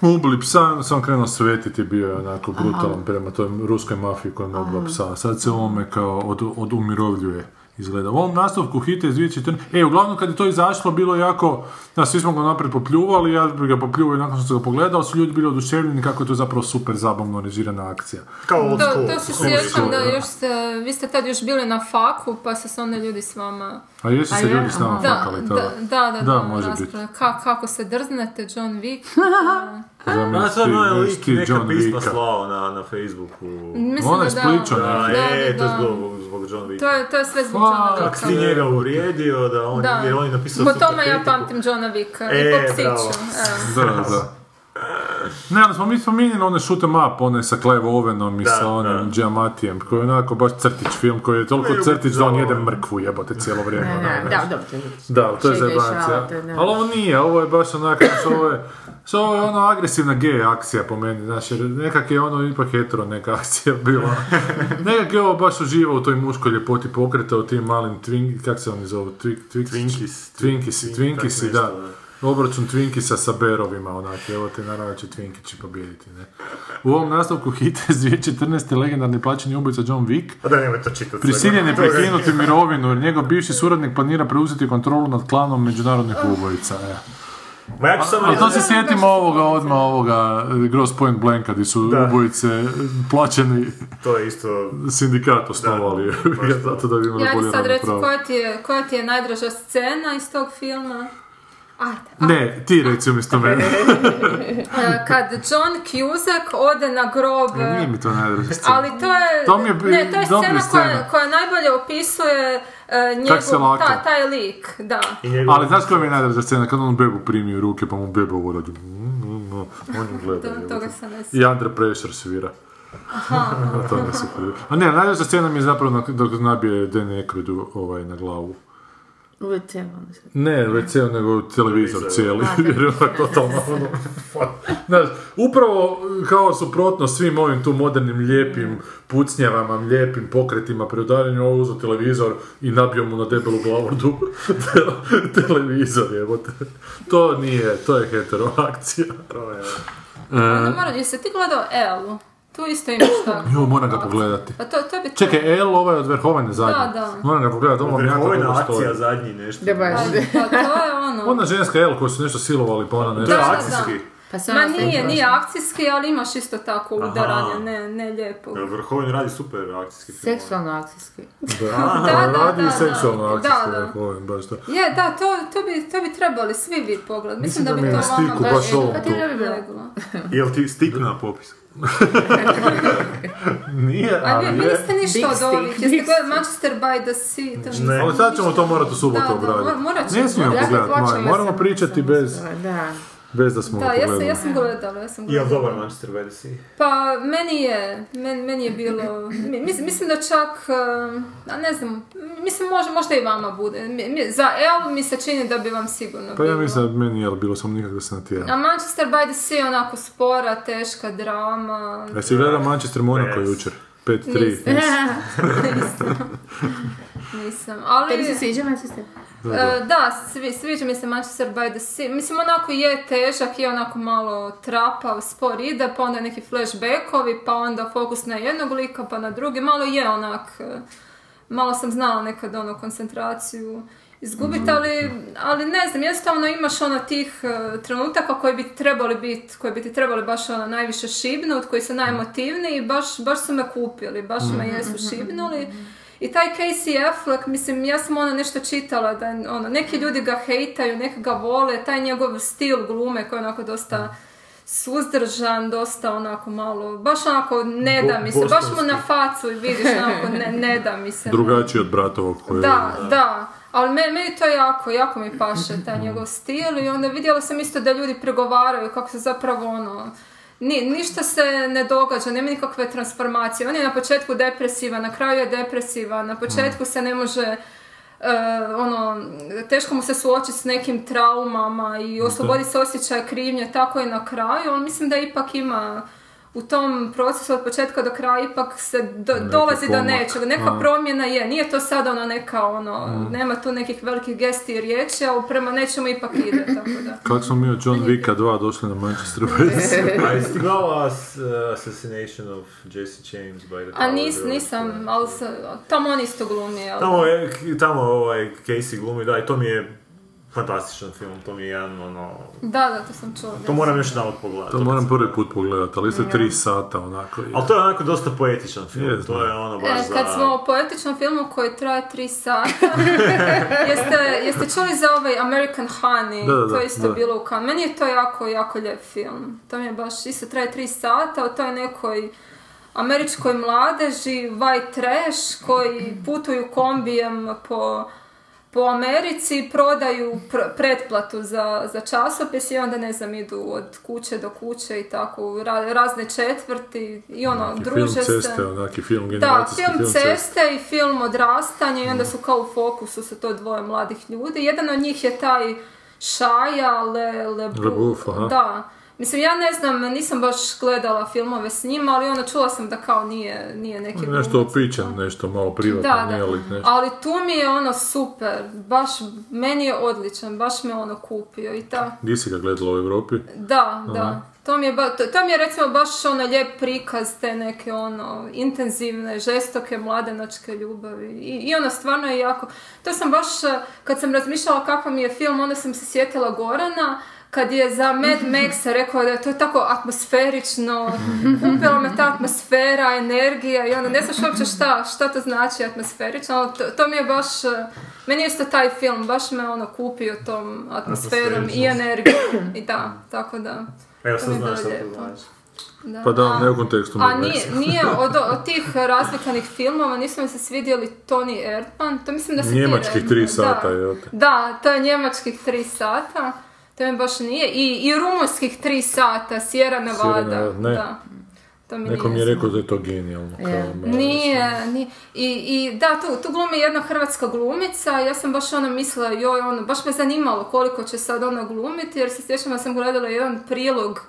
Speaker 2: mu ubili psa i onda sam krenuo svetiti, bio je onako brutalan prema toj ruskoj mafiji koja je ubila psa. Sad se ovome kao od, odumirovljuje izgleda. U ovom nastavku hite iz 2014. E, uglavnom kad je to izašlo, bilo je jako, da, svi smo ga naprijed popljuvali, ja bi ga popljuvao i nakon što sam ga pogledao, su ljudi bili oduševljeni kako je to zapravo super zabavno režirana akcija.
Speaker 4: Kao old
Speaker 5: To,
Speaker 4: school.
Speaker 5: to se
Speaker 4: Old school,
Speaker 5: sjećam da
Speaker 4: da.
Speaker 5: još ste, vi ste tad još bili na faku, pa su se onda ljudi s vama...
Speaker 2: A jesu
Speaker 3: A
Speaker 2: se
Speaker 3: je,
Speaker 2: ljudi s nama
Speaker 3: aha.
Speaker 5: Da,
Speaker 2: fakali
Speaker 5: da,
Speaker 2: tada?
Speaker 5: da, da,
Speaker 2: Da,
Speaker 5: da,
Speaker 2: može biti.
Speaker 5: rasprava. Ka- kako se drznete, John Wick.
Speaker 4: A sad
Speaker 2: Ti-
Speaker 4: onaj lik
Speaker 2: ti
Speaker 4: neka
Speaker 2: John
Speaker 4: pisma
Speaker 2: Wicka.
Speaker 4: slao na, na Facebooku.
Speaker 5: Mislim
Speaker 2: Onaj
Speaker 5: da
Speaker 2: s
Speaker 5: da.
Speaker 2: plićom,
Speaker 4: Da,
Speaker 5: Da, da,
Speaker 4: e, to je
Speaker 5: da.
Speaker 4: zbog, zbog John Wicka.
Speaker 5: To je, to je sve zbog Johna
Speaker 4: Kako si ti
Speaker 5: Wicka.
Speaker 4: njega uvrijedio, da on,
Speaker 5: Da.
Speaker 4: jer on je napisao
Speaker 5: Po
Speaker 4: super
Speaker 5: tome ja
Speaker 4: kritiku.
Speaker 5: pamtim Johna Wicka i
Speaker 4: E,
Speaker 5: po
Speaker 4: bravo.
Speaker 5: psiću. evo.
Speaker 2: Da, da. Ne, ali smo mi spominjali one shoot em up, one sa Clive Ovenom i
Speaker 4: Da,
Speaker 2: sa onim
Speaker 4: da.
Speaker 2: Giamatijem, koji je onako baš crtić film, koji je toliko
Speaker 4: Ne,
Speaker 2: crtić da on
Speaker 4: da,
Speaker 2: jede
Speaker 4: ovo.
Speaker 2: mrkvu jebote cijelo vrijeme.
Speaker 3: Ne,
Speaker 2: ono,
Speaker 3: ne,
Speaker 2: ne.
Speaker 3: Da, dobro, to je već.
Speaker 2: Da, to je
Speaker 3: Čega
Speaker 2: zajebancija.
Speaker 3: išavate, da.
Speaker 2: Ali ovo nije, ovo je baš onako, znaš, ovo je, znaš, ovo je ono agresivna gej akcija po meni, znaš, jer nekak je ono ipak hetero neka akcija bila. nekak je ovo baš uživa u toj muškoj ljepoti pokreta, u tim malim twink, kak se oni zovu, twink, twink,
Speaker 4: Twinkis.
Speaker 2: Twinkisi,
Speaker 4: Twink-
Speaker 2: Twinkisi,
Speaker 4: tako
Speaker 2: da.
Speaker 4: nešto,
Speaker 2: Obračun Twinkisa sa Berovima, onak, evo te naravno da će Twinkići pobijediti, ne. U ovom nastavku hita iz 2014. legendarni plaćeni ubojica John Wick
Speaker 4: A da, nemoj to čitati.
Speaker 2: Prisiljen je prekinuti mirovinu jer njegov bivši suradnik planira preuzeti kontrolu nad klanom međunarodnih
Speaker 4: Ah.
Speaker 2: ubojica. E.
Speaker 4: Ma ja ću samo
Speaker 2: Ali to
Speaker 4: reći,
Speaker 2: se sjetimo ovoga odmah ovoga e, Gross Point Blanka gdje su
Speaker 4: Da.
Speaker 2: ubojice e, plaćeni
Speaker 4: to je isto...
Speaker 2: sindikat osnovali.
Speaker 4: Da, baš to.
Speaker 2: Zato da bi imali
Speaker 5: Ja
Speaker 2: bolje
Speaker 5: ti sad
Speaker 2: radno
Speaker 5: reći
Speaker 2: pravo.
Speaker 5: koja ti, je, koja ti je najdraža scena iz tog filma. Ajde.
Speaker 2: Ne, ti reci umjesto mene.
Speaker 5: E, Kad John Cusack ode na grob...
Speaker 2: Nije mi to najdraže scena.
Speaker 5: Ali to je,
Speaker 2: To mi je bi-
Speaker 5: ne, to je
Speaker 2: dobra
Speaker 5: scena
Speaker 2: scena.
Speaker 5: koja, koja najbolje opisuje e,
Speaker 2: se
Speaker 5: njegov,
Speaker 2: laka.
Speaker 5: ta, taj lik, da.
Speaker 4: I njegov...
Speaker 2: Ali znaš koja mi je najdraža scena? Kad on bebu primi u ruke pa mu beba uradi. mm. On ju gleda.
Speaker 5: To,
Speaker 2: jebote.
Speaker 5: toga sam ne
Speaker 2: I Under Pressure svira. Aha. to mi je super. A ne, najljepša scena mi je zapravo na- dok nabije Dan Aykroydu ovaj, na glavu.
Speaker 3: Uvijek cijelo ono se-
Speaker 2: Ne WC, nego televizor
Speaker 4: Televizor.
Speaker 2: cijeli. Jer je ono totalno ono... Znaš, upravo kao suprotno svim ovim tu modernim lijepim pucnjavama, lijepim pokretima pri udaranju, ovo uzeo televizor i nabio mu na debelu glavordu televizor, jebote. To nije, to je hetero akcija.
Speaker 5: Onda mora, jesi ti gledao L? Tu isto imaš tako.
Speaker 2: Jo, moram ga pogledati.
Speaker 5: Pa to, to bi...
Speaker 2: Čekaj, L ovaj od Verhovene zadnji.
Speaker 5: Da, da.
Speaker 2: Moram ga pogledati, ovo mi jako
Speaker 4: Vrhovina
Speaker 2: dobro
Speaker 4: akcija
Speaker 2: stoji.
Speaker 4: zadnji nešto.
Speaker 3: Da baš.
Speaker 5: Pa to je ono...
Speaker 2: Ona ženska L koju su nešto silovali, pa ona
Speaker 4: To
Speaker 2: nešto...
Speaker 4: je
Speaker 5: Da, da,
Speaker 4: akcijski.
Speaker 3: Pa sve
Speaker 5: Ma
Speaker 3: ono sve
Speaker 5: nije,
Speaker 3: prošlo.
Speaker 5: nije akcijski, ali imaš isto tako
Speaker 4: Aha.
Speaker 5: udaranja, ne, ne lijepo.
Speaker 4: Evo, Vrhovin radi super akcijski film.
Speaker 3: Seksualno akcijski.
Speaker 2: Da,
Speaker 5: Da, da,
Speaker 2: radi
Speaker 5: da,
Speaker 2: i
Speaker 5: da.
Speaker 2: seksualno
Speaker 5: Da,
Speaker 2: akcijski,
Speaker 5: da.
Speaker 2: rekao ovim, baš to.
Speaker 5: Je, da, to, to, bi, to bi trebali svi biti pogled. Mislim, da,
Speaker 2: da
Speaker 5: bi
Speaker 2: mi je
Speaker 5: to
Speaker 2: na
Speaker 5: vama
Speaker 2: stiku
Speaker 5: baš
Speaker 2: baš ovo tu.
Speaker 3: Pa Ne bi bilo.
Speaker 5: leglo.
Speaker 4: Jel ti stik na popis?
Speaker 2: Nije,
Speaker 5: A vi,
Speaker 2: ali
Speaker 5: vi
Speaker 2: je.
Speaker 5: niste ništa
Speaker 3: Big
Speaker 5: od ovih.
Speaker 3: stick,
Speaker 5: Jeste
Speaker 3: big
Speaker 5: gledali Manchester by the Sea? To
Speaker 4: Ne.
Speaker 2: Ali sad ćemo to morati u subotu
Speaker 5: Da, da, mor- morat
Speaker 2: obraditi.
Speaker 5: ćemo.
Speaker 2: Ne smijemo
Speaker 5: Zato
Speaker 2: pogledati, Maja.
Speaker 5: počelo
Speaker 2: Moramo
Speaker 5: sam-
Speaker 2: pričati bez,
Speaker 3: Da.
Speaker 2: bez da smo
Speaker 5: Da,
Speaker 2: ga
Speaker 5: ja sam,
Speaker 2: pogledali.
Speaker 5: ja sam gledala, ja sam
Speaker 4: Jel
Speaker 5: gledala.
Speaker 4: dobar Manchester by the Sea?
Speaker 5: Pa, meni je, men- meni je bilo, mi- mislim, mislim da čak, em, a ne znam, mislim može, možda i vama bude. Mi- mi- za L mi se čini da bi vam sigurno
Speaker 2: Pa ja
Speaker 5: bilo.
Speaker 2: mislim da meni je bilo sam nikak da se natjera.
Speaker 5: A Manchester by the Sea je onako spora, teška drama.
Speaker 2: Ja si gledam Manchester Monaco
Speaker 4: Yes.
Speaker 2: jučer. 5-3.
Speaker 5: Nisam. Nisam. Ali,
Speaker 3: Tebi se sviđa Manchester?
Speaker 5: e, da, svi, sviđa mi se Manchester by the Sea. Mislim, onako je težak, je onako malo trapav, spor ide, pa onda neki flashbackovi, pa onda fokus na jednog lika, pa na drugi. Malo je onak, e, malo sam znala nekad ono koncentraciju izgubiti, ali, ali ne znam, jednostavno imaš ono tih e, trenutaka koji bi trebali biti, koji bi ti trebali baš ono najviše šibnut, koji su najemotivniji i baš, baš su me kupili, baš me jesu šibnuli. I taj Casey Affleck, mislim, ja sam ono nešto čitala da ono, neki ljudi ga hejtaju, neki ga vole, taj njegov stil glume koji je onako dosta suzdržan, dosta onako malo, baš onako ne da
Speaker 4: Bo-
Speaker 5: mi se, baš mu
Speaker 4: bosanski.
Speaker 5: na facu i vidiš onako ne, ne da mi se.
Speaker 2: Drugačiji od bratovog koji
Speaker 5: Da, da. Ali me- meni to jako, jako mi paše taj njegov stil i onda vidjela sam isto da ljudi pregovaraju kako se zapravo ono... Ni, ništa se ne događa, nema nikakve transformacije. On je na početku depresivan, na kraju je depresivan, na početku se ne može e, ono, teško mu se suočiti s nekim traumama i oslobodi se osjećaja krivnje, tako i na kraju, ali mislim da ipak ima u tom procesu od početka do kraja ipak se do- dolazi do
Speaker 2: pomak.
Speaker 5: nečega, neka promjena je, nije to sad ono neka ono, nema tu nekih velikih gesti i riječi, ali prema nečemu ipak ide, tako da.
Speaker 2: Kako smo mi od John Wicka 2 došli na Manchester United?
Speaker 4: A jesi ti gledala As- Assassination of Jesse James by the
Speaker 5: A
Speaker 4: Tower
Speaker 5: nis,
Speaker 4: Girl?
Speaker 5: nisam, ali se- tamo on isto glumi, jel?
Speaker 4: Tamo, je, tamo ovaj Casey glumi, da, i to mi je fantastičan film, to mi je jedan, ono...
Speaker 5: Da, da, to sam čula.
Speaker 4: To moram još jedan pogledati.
Speaker 2: To moram prvi put pogledati, ali isto je 3 sata onako. i-
Speaker 4: Ali to je onako dosta poetičan film,
Speaker 2: Je,
Speaker 4: to je ono baš
Speaker 5: E, kad
Speaker 4: za...
Speaker 5: smo o poetičnom filmu koji traje 3 sata, jeste, jeste čuli za ovaj American Honey,
Speaker 2: Da, da, da,
Speaker 5: to je isto
Speaker 2: da.
Speaker 5: bilo u Cannes. Meni je to jako, jako lijep film. To mi je baš, isto traje 3 sata, o toj nekoj američkoj mladeži, white trash, koji putuju kombijem po po Americi prodaju pr- pretplatu za, za časopis i onda ne znam idu od kuće do kuće i tako u ra- razne četvrti i ono
Speaker 2: I
Speaker 5: druže
Speaker 2: film
Speaker 5: se.
Speaker 2: ceste, onaki film,
Speaker 5: Da,
Speaker 2: generacijski
Speaker 5: film ceste i film odrastanje i onda su kao u fokusu su to dvoje mladih ljudi. Jedan od njih je taj Šaja Le, Lebu-
Speaker 2: Lebuf, aha.
Speaker 5: Da. Mislim, ja ne znam, nisam baš gledala filmove s njima, ali ono, čula sam da kao nije, nije neki
Speaker 2: Ono Nešto
Speaker 5: glumac.
Speaker 2: opičan, nešto malo
Speaker 5: Da,
Speaker 2: privatno,
Speaker 5: da.
Speaker 2: nije li nešto.
Speaker 5: Ali tu mi je ono super, baš, meni je odličan, baš me ono kupio i ta,
Speaker 2: Gdje si ga gledala u Europi?
Speaker 5: da, da. To mi, je ba, to, to mi je recimo baš ono lijep prikaz te neke ono intenzivne, žestoke, mladenačke ljubavi i, i ono stvarno je jako, to sam baš eh, kad sam razmišljala kakav mi je film onda sam se sjetila Gorana kad je za Mad Maxa rekao da je to tako atmosferično, kupila me ta atmosfera, energija i ono ne znaš uopće šta, šta to znači atmosferično, ali to, to mi je baš, eh, meni je isto taj film, baš me ono kupio tom atmosferom i
Speaker 4: Atmosferičnost.
Speaker 5: energijom i da, tako da.
Speaker 4: Evo
Speaker 5: To
Speaker 4: sad
Speaker 5: mi je
Speaker 4: znaš šta
Speaker 5: bilo
Speaker 4: to
Speaker 5: lijepo.
Speaker 4: znači.
Speaker 5: Da.
Speaker 2: Pa da,
Speaker 5: A-
Speaker 2: ne u kontekstu
Speaker 5: A
Speaker 2: Mad
Speaker 5: nije,
Speaker 2: Maxa.
Speaker 5: nije od, od tih razlikanih filmova, nisu mi se svidjeli Tony Erdman, to mislim da se
Speaker 2: Njemačkih tri sata, jel te?
Speaker 5: Da, to je njemačkih tri sata, to mi baš nije, i, i rumunskih tri sata, Sierra Nevada,
Speaker 2: Nevada, ne.
Speaker 5: da. To mi
Speaker 2: Neko
Speaker 5: nije
Speaker 2: mi je rekao da je to genijalno. kao Mad Max.
Speaker 5: nije, nije. I, I da, tu, tu glumi jedna hrvatska glumica, ja sam baš ona mislila, joj, ono, baš me zanimalo koliko će sad ona glumiti, jer se sjećam da sam gledala jedan prilog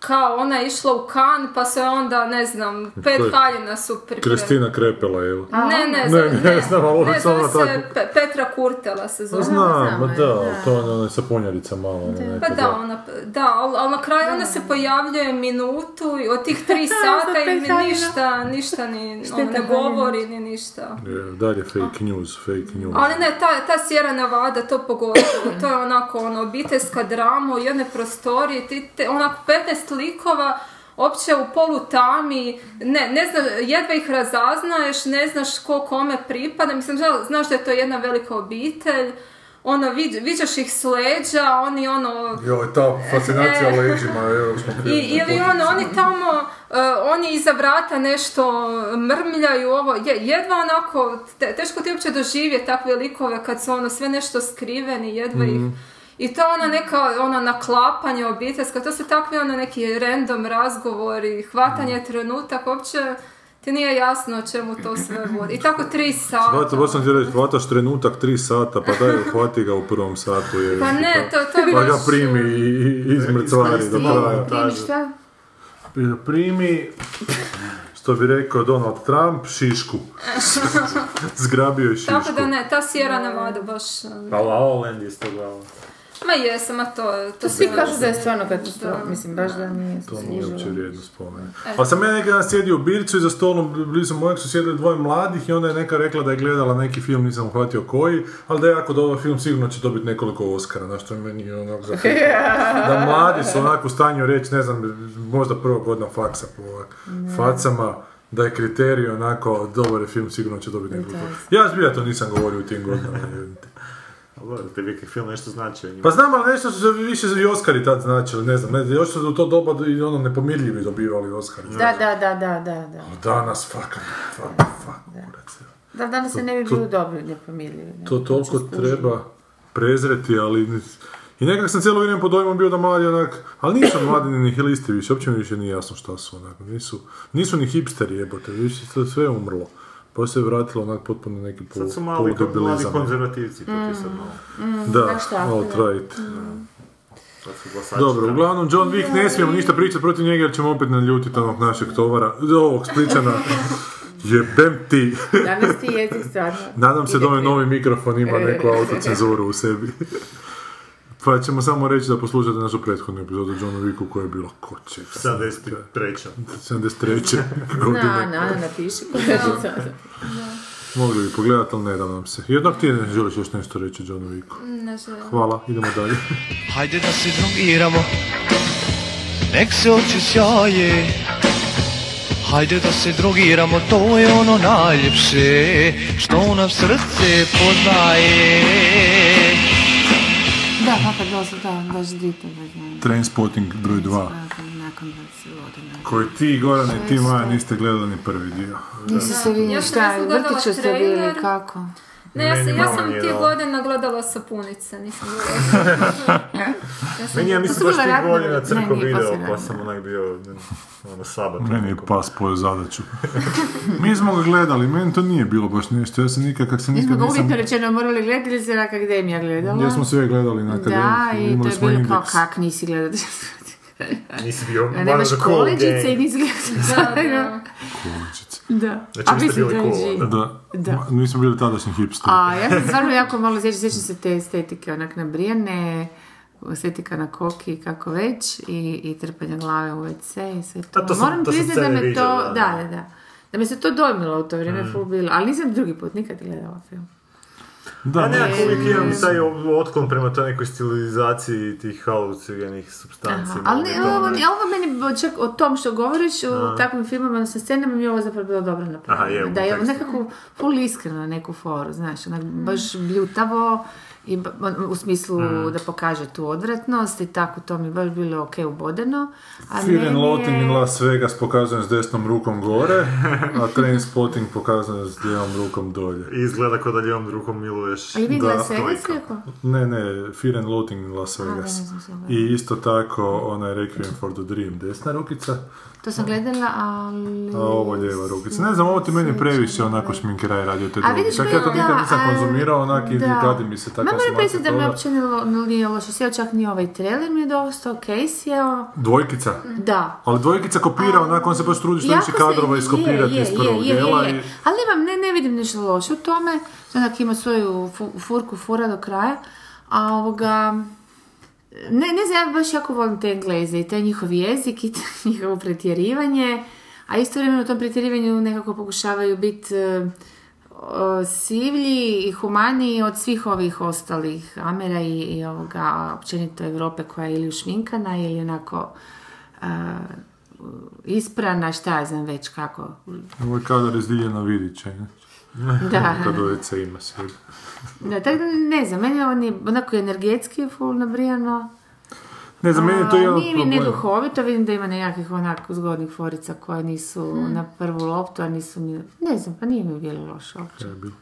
Speaker 5: kao ona je išla u kan, pa se onda, ne znam, pet
Speaker 2: To je
Speaker 5: haljina su pripremili.
Speaker 2: Kristina Krepela, evo.
Speaker 5: Ne, ne,
Speaker 2: Ne,
Speaker 5: zove,
Speaker 2: ne,
Speaker 5: ne,
Speaker 2: znam, ali ovo
Speaker 5: ne,
Speaker 2: je samo
Speaker 5: zove se
Speaker 2: tako.
Speaker 5: Pe- Petra Kurtela se zove.
Speaker 2: Znam, ma
Speaker 3: je,
Speaker 2: da,
Speaker 3: da.
Speaker 2: to je ona sa ponjarica malo. ono, ona neka,
Speaker 5: Pa da, ona, da, ali al na kraju ona se pojavljuje minutu i od tih tri sata i
Speaker 3: pet
Speaker 5: ni-
Speaker 3: haljina.
Speaker 5: ništa, ništa ni,
Speaker 3: Šteta
Speaker 5: ona ne
Speaker 3: haljina.
Speaker 5: govori ni ništa.
Speaker 2: Je, Dalje fake news, fake news.
Speaker 5: Ali ne, ta, ta Sjera Nevada, to pogotovo, to je onako ono, obiteljska drama u jednoj prostoriji, ti, te, onako 15 likova, opće u polu tami, ne, ne zna, jedva ih razaznaješ, ne znaš ko kome pripada, mislim, zna- znaš da je to jedna velika obitelj, ono, vid, viđaš ih s leđa, oni ono,
Speaker 2: Joj, ta fascinacija leđima europskom
Speaker 5: i, ili ono, oni tamo, eh, oni iza vrata nešto eh, mrmljaju, ovo, je, jedva onako, te- teško ti uopće doživje takve likove kad su ono sve nešto skriveni, jedva ih,
Speaker 2: Mm.
Speaker 5: i to ona neka ono naklapanje obiteljska, to su takvi ono neki random razgovori,
Speaker 2: Mm.
Speaker 5: hvatanje trenutak, uopće ti nije jasno o čemu to sve vodi. I tako tri
Speaker 2: Hvata,
Speaker 5: sata.
Speaker 2: baš sam ti reći, hvataš trenutak tri sata, pa daj, hvati ga u prvom satu. Je,
Speaker 5: Pa ne, to, to je
Speaker 2: Pa ga
Speaker 5: baš-
Speaker 2: primi i i izmrcvari do kraja.
Speaker 3: Primi šta?
Speaker 2: Primi, što bi rekao Donald Trump, šišku. Zgrabio je šišku.
Speaker 5: Tako da ne, ta Sierra Nevada baš... eh,
Speaker 4: Pa La La Land je isto glavno.
Speaker 5: Ma jesam, a to je... To
Speaker 3: Svi
Speaker 5: sve-
Speaker 3: kažu da je stvarno katastrofa, mislim, baš da nije
Speaker 2: To nije uopće
Speaker 3: snižilo.
Speaker 2: vrijedno spomena. Pa sam ja neki dan sjedio u bircu i za stolom blizu mojeg su sjedili dvoje mladih i onda je neka rekla da je gledala neki film, nisam uhvatio koji, ali da je jako dobar film, sigurno će dobiti nekoliko Oscara, na što je meni onako za Da mladi su onako u stanju reći, ne znam, možda prva godina faksa po ovak facama, da je kriterij onako, dobar je film, sigurno će dobiti nekoliko. Ja zbilja to nisam govorio u tim godinama. jebem te.
Speaker 4: Ali dobro, tebi je film nešto znači o njima.
Speaker 2: Pa znam, ali nešto su se više i Oscari tad značili, ne znam, ne, još su u to doba i ono nepomirljivi dobivali Oscari.
Speaker 3: Da, da, da, da, da, da.
Speaker 2: Danas, fuck, fuck, fuck, kurac.
Speaker 3: Da, danas se ne bi bili dobri, nepomirljivi. ne.
Speaker 2: To toliko treba prezreti, ali... ni- I nekak sam cijelo vrijeme pod dojmom bio da mladi onak... Ali nisu mladi ni nihilisti više, uopće mi više nije jasno šta su onak. Nisu, nisu ni hipsteri jebote, više to sve je umrlo. Pa se je vratilo onak potpuno neki pol,
Speaker 4: Sad su mali, mladi
Speaker 2: poludebilizam.
Speaker 4: konzervativci, to ti sad malo.
Speaker 2: Da,
Speaker 3: baš tako,
Speaker 2: all
Speaker 3: da.
Speaker 2: right.
Speaker 4: Sad su glasači.
Speaker 2: Dobro, uglavnom John Wick ne smijemo ništa pričati protiv njega jer ćemo opet naljutiti onog našeg tovara, ovog spličana. Jebem ti!
Speaker 3: Danas ti jezik stvarno...
Speaker 2: Nadam se da
Speaker 3: ide
Speaker 2: ovaj
Speaker 3: prema-
Speaker 2: novi mikrofon ima
Speaker 3: E.
Speaker 2: neku autocenzuru u sebi. Pa ćemo samo reći da poslušate našu prethodnu epizodu o Johnu Wicku koja je bila ko će.
Speaker 4: 73.
Speaker 2: 73.
Speaker 3: Na,
Speaker 2: godine.
Speaker 3: na, na, napiši. Da.
Speaker 2: Mogli bi pogledati, ali ne da nam se. Jednog ti ne želiš još nešto reći o Johnu Wicku.
Speaker 5: Ne želim.
Speaker 2: Hvala, idemo dalje.
Speaker 7: Hajde da se drogiramo Nek se oči sjaje Hajde da se drogiramo To je ono najljepše Što nam srce poznaje
Speaker 3: Da, papa, dosta, da, baš dite, baš ne.
Speaker 2: Trainspotting broj 2.
Speaker 3: Nakon 20 godina.
Speaker 2: Koji ti, Goran i ti, Maja, niste gledali ni prvi dio.
Speaker 3: Nisu se
Speaker 5: Ja
Speaker 3: vidjeli
Speaker 5: sam
Speaker 3: šta,
Speaker 5: gledala
Speaker 3: vrtiću ste
Speaker 5: trailer.
Speaker 3: bili, kako?
Speaker 5: Ne, ja, sam-
Speaker 4: Meni
Speaker 5: ja
Speaker 4: malo
Speaker 5: sam
Speaker 4: nije
Speaker 5: tih
Speaker 4: dao.
Speaker 5: godina gledala sapunice, nisam gledala. ja sam
Speaker 4: Meni ja
Speaker 3: su
Speaker 4: mislim baš
Speaker 3: bila
Speaker 4: tih
Speaker 3: ratna-
Speaker 4: godina
Speaker 3: ne,
Speaker 4: crko
Speaker 3: nije,
Speaker 4: video,
Speaker 3: poslije
Speaker 4: pa
Speaker 3: ratna.
Speaker 4: sam onak bio ne, ono sabat.
Speaker 2: Meni je pas pojeo zadaću. Mi smo ga gledali, meni to nije bilo baš nešto. Ja se nikad, kak se
Speaker 3: Mi smo
Speaker 2: nikad
Speaker 3: ga
Speaker 2: nisam...
Speaker 3: uvjetno rečeno morali gledati ili se na akademija gledala.
Speaker 2: Ja smo sve gledali na
Speaker 3: Da,
Speaker 2: akademiji,
Speaker 3: i to
Speaker 2: imali
Speaker 3: je
Speaker 2: smo
Speaker 3: bilo kao
Speaker 2: indeks.
Speaker 3: kak nisi gledati.
Speaker 4: Nisi bio
Speaker 3: A
Speaker 4: one
Speaker 3: nemaš
Speaker 4: of the cool
Speaker 3: koleđice i
Speaker 4: gang.
Speaker 3: nisi gledati. Da,
Speaker 2: Kuličice.
Speaker 3: da.
Speaker 4: Znači,
Speaker 3: A
Speaker 4: niste
Speaker 3: vi ste
Speaker 4: bili cool,
Speaker 3: dođi.
Speaker 4: onda.
Speaker 2: Da.
Speaker 3: Da.
Speaker 2: Ma, Nismo bili tadašnji hipster.
Speaker 3: A ja sam stvarno jako malo sjećam, sjećam se te estetike, onak nabrijane, estetika na koki i kako već, i, i trpanje glave u WC i sve to.
Speaker 4: Da, to sam-
Speaker 3: Moram
Speaker 4: to sam
Speaker 3: priznat da
Speaker 4: scene
Speaker 3: me to,
Speaker 4: viđao, da, Mm.
Speaker 3: da, da, da, da me se to dojmilo u to vrijeme, full bilo, ali nisam drugi put nikad gledala film.
Speaker 2: Da,
Speaker 4: Ja nekako uvijek imam taj otklon prema toj nekoj stilizaciji tih halucigenih substanci.
Speaker 3: Aha,
Speaker 4: malo
Speaker 3: ali
Speaker 4: je
Speaker 3: ne,
Speaker 4: to,
Speaker 3: ovo,
Speaker 4: ne.
Speaker 3: ovo meni, bo- čak o tom što govoriš, u takvim filmama, odnosno scenama, mi je ovo zapravo bilo dobro
Speaker 4: Aha, je,
Speaker 3: napravljeno.
Speaker 4: u
Speaker 3: Da je
Speaker 4: kontekstu.
Speaker 3: nekako full iskreno neku foru, znaš, onak
Speaker 2: Mm.
Speaker 3: baš bljutavo, i ba- on- u smislu
Speaker 2: Mm.
Speaker 3: da pokaže tu odvratnost i tako, to mi je baš bilo ok ubodeno. A
Speaker 2: Fear and
Speaker 3: meni
Speaker 2: Loathing in
Speaker 3: je-
Speaker 2: Las Vegas pokazujem s desnom rukom gore, a Train Spotting pokazujem s lijevom rukom dolje.
Speaker 4: I izgleda kao da ljevom rukom miluješ.
Speaker 3: Ali
Speaker 2: Da,
Speaker 3: vidjela se,
Speaker 4: to je
Speaker 3: jesi lijepo?
Speaker 2: Ne, ne, Fear and Loathing in Las Vegas.
Speaker 3: nisam se gledala.
Speaker 2: I isto tako onaj Requiem for the Dream, desna rukica,
Speaker 3: To sam gledala, ali...
Speaker 2: a ovo lijeva rukica. Ne znam, ovo ti meni
Speaker 3: sjećam
Speaker 2: previše
Speaker 3: se.
Speaker 2: onako šminkeraj radio te
Speaker 3: A
Speaker 2: droge.
Speaker 3: vidiš,
Speaker 2: Čak ja to
Speaker 3: bilo,
Speaker 2: nikad
Speaker 3: da,
Speaker 2: nisam
Speaker 3: a,
Speaker 2: konzumirao, onak i
Speaker 3: da.
Speaker 2: gadi mi se tako
Speaker 3: Ma moram
Speaker 2: konsumacija
Speaker 3: priznati da me
Speaker 2: toga.
Speaker 3: uopće ne lo- nije loše sjeo, čak ni ovaj trailer mi je dosta okej sjeo.
Speaker 2: Dvojkica.
Speaker 3: Da.
Speaker 2: Ali dvojkica kopira, onako on se baš trudi što
Speaker 3: Jako
Speaker 2: više
Speaker 3: se-
Speaker 2: kadrova
Speaker 3: je,
Speaker 2: iskopirati
Speaker 3: je,
Speaker 2: iz prvog
Speaker 3: je, je,
Speaker 2: dijela.
Speaker 3: je,
Speaker 2: i-
Speaker 3: je. Ali nemam, ne, ne vidim ništa loše u tome, onak ima svoju fu- furku fura do kraja, a ovoga... Ne, ne znam, ja baš jako volim te Engleze i taj njihov jezik i to njihovo pretjerivanje, a istovremeno u tom pretjerivanju nekako pokušavaju biti e, o, sivlji i humaniji od svih ovih ostalih Amera i, i ovoga općenito Europe koja je ili ušminkana ili onako e, isprana, šta ja znam već kako.
Speaker 2: Ovo je kadar iz Diljana Vidića. ne?
Speaker 3: Da,
Speaker 2: Kad oveca ima sve.
Speaker 3: da tako da ne znam, meni on je onako energetski je full nabrijano.
Speaker 2: Ne znam, meni je to
Speaker 3: A,
Speaker 2: jedan od
Speaker 3: Nije mi
Speaker 2: problema.
Speaker 3: neduhovito, vidim da ima nekakvih onako zgodnih forica koje nisu na prvu loptu, a nisu mi... Ne znam, pa nije mi bilo loše uopće.
Speaker 2: Kaj je bilo?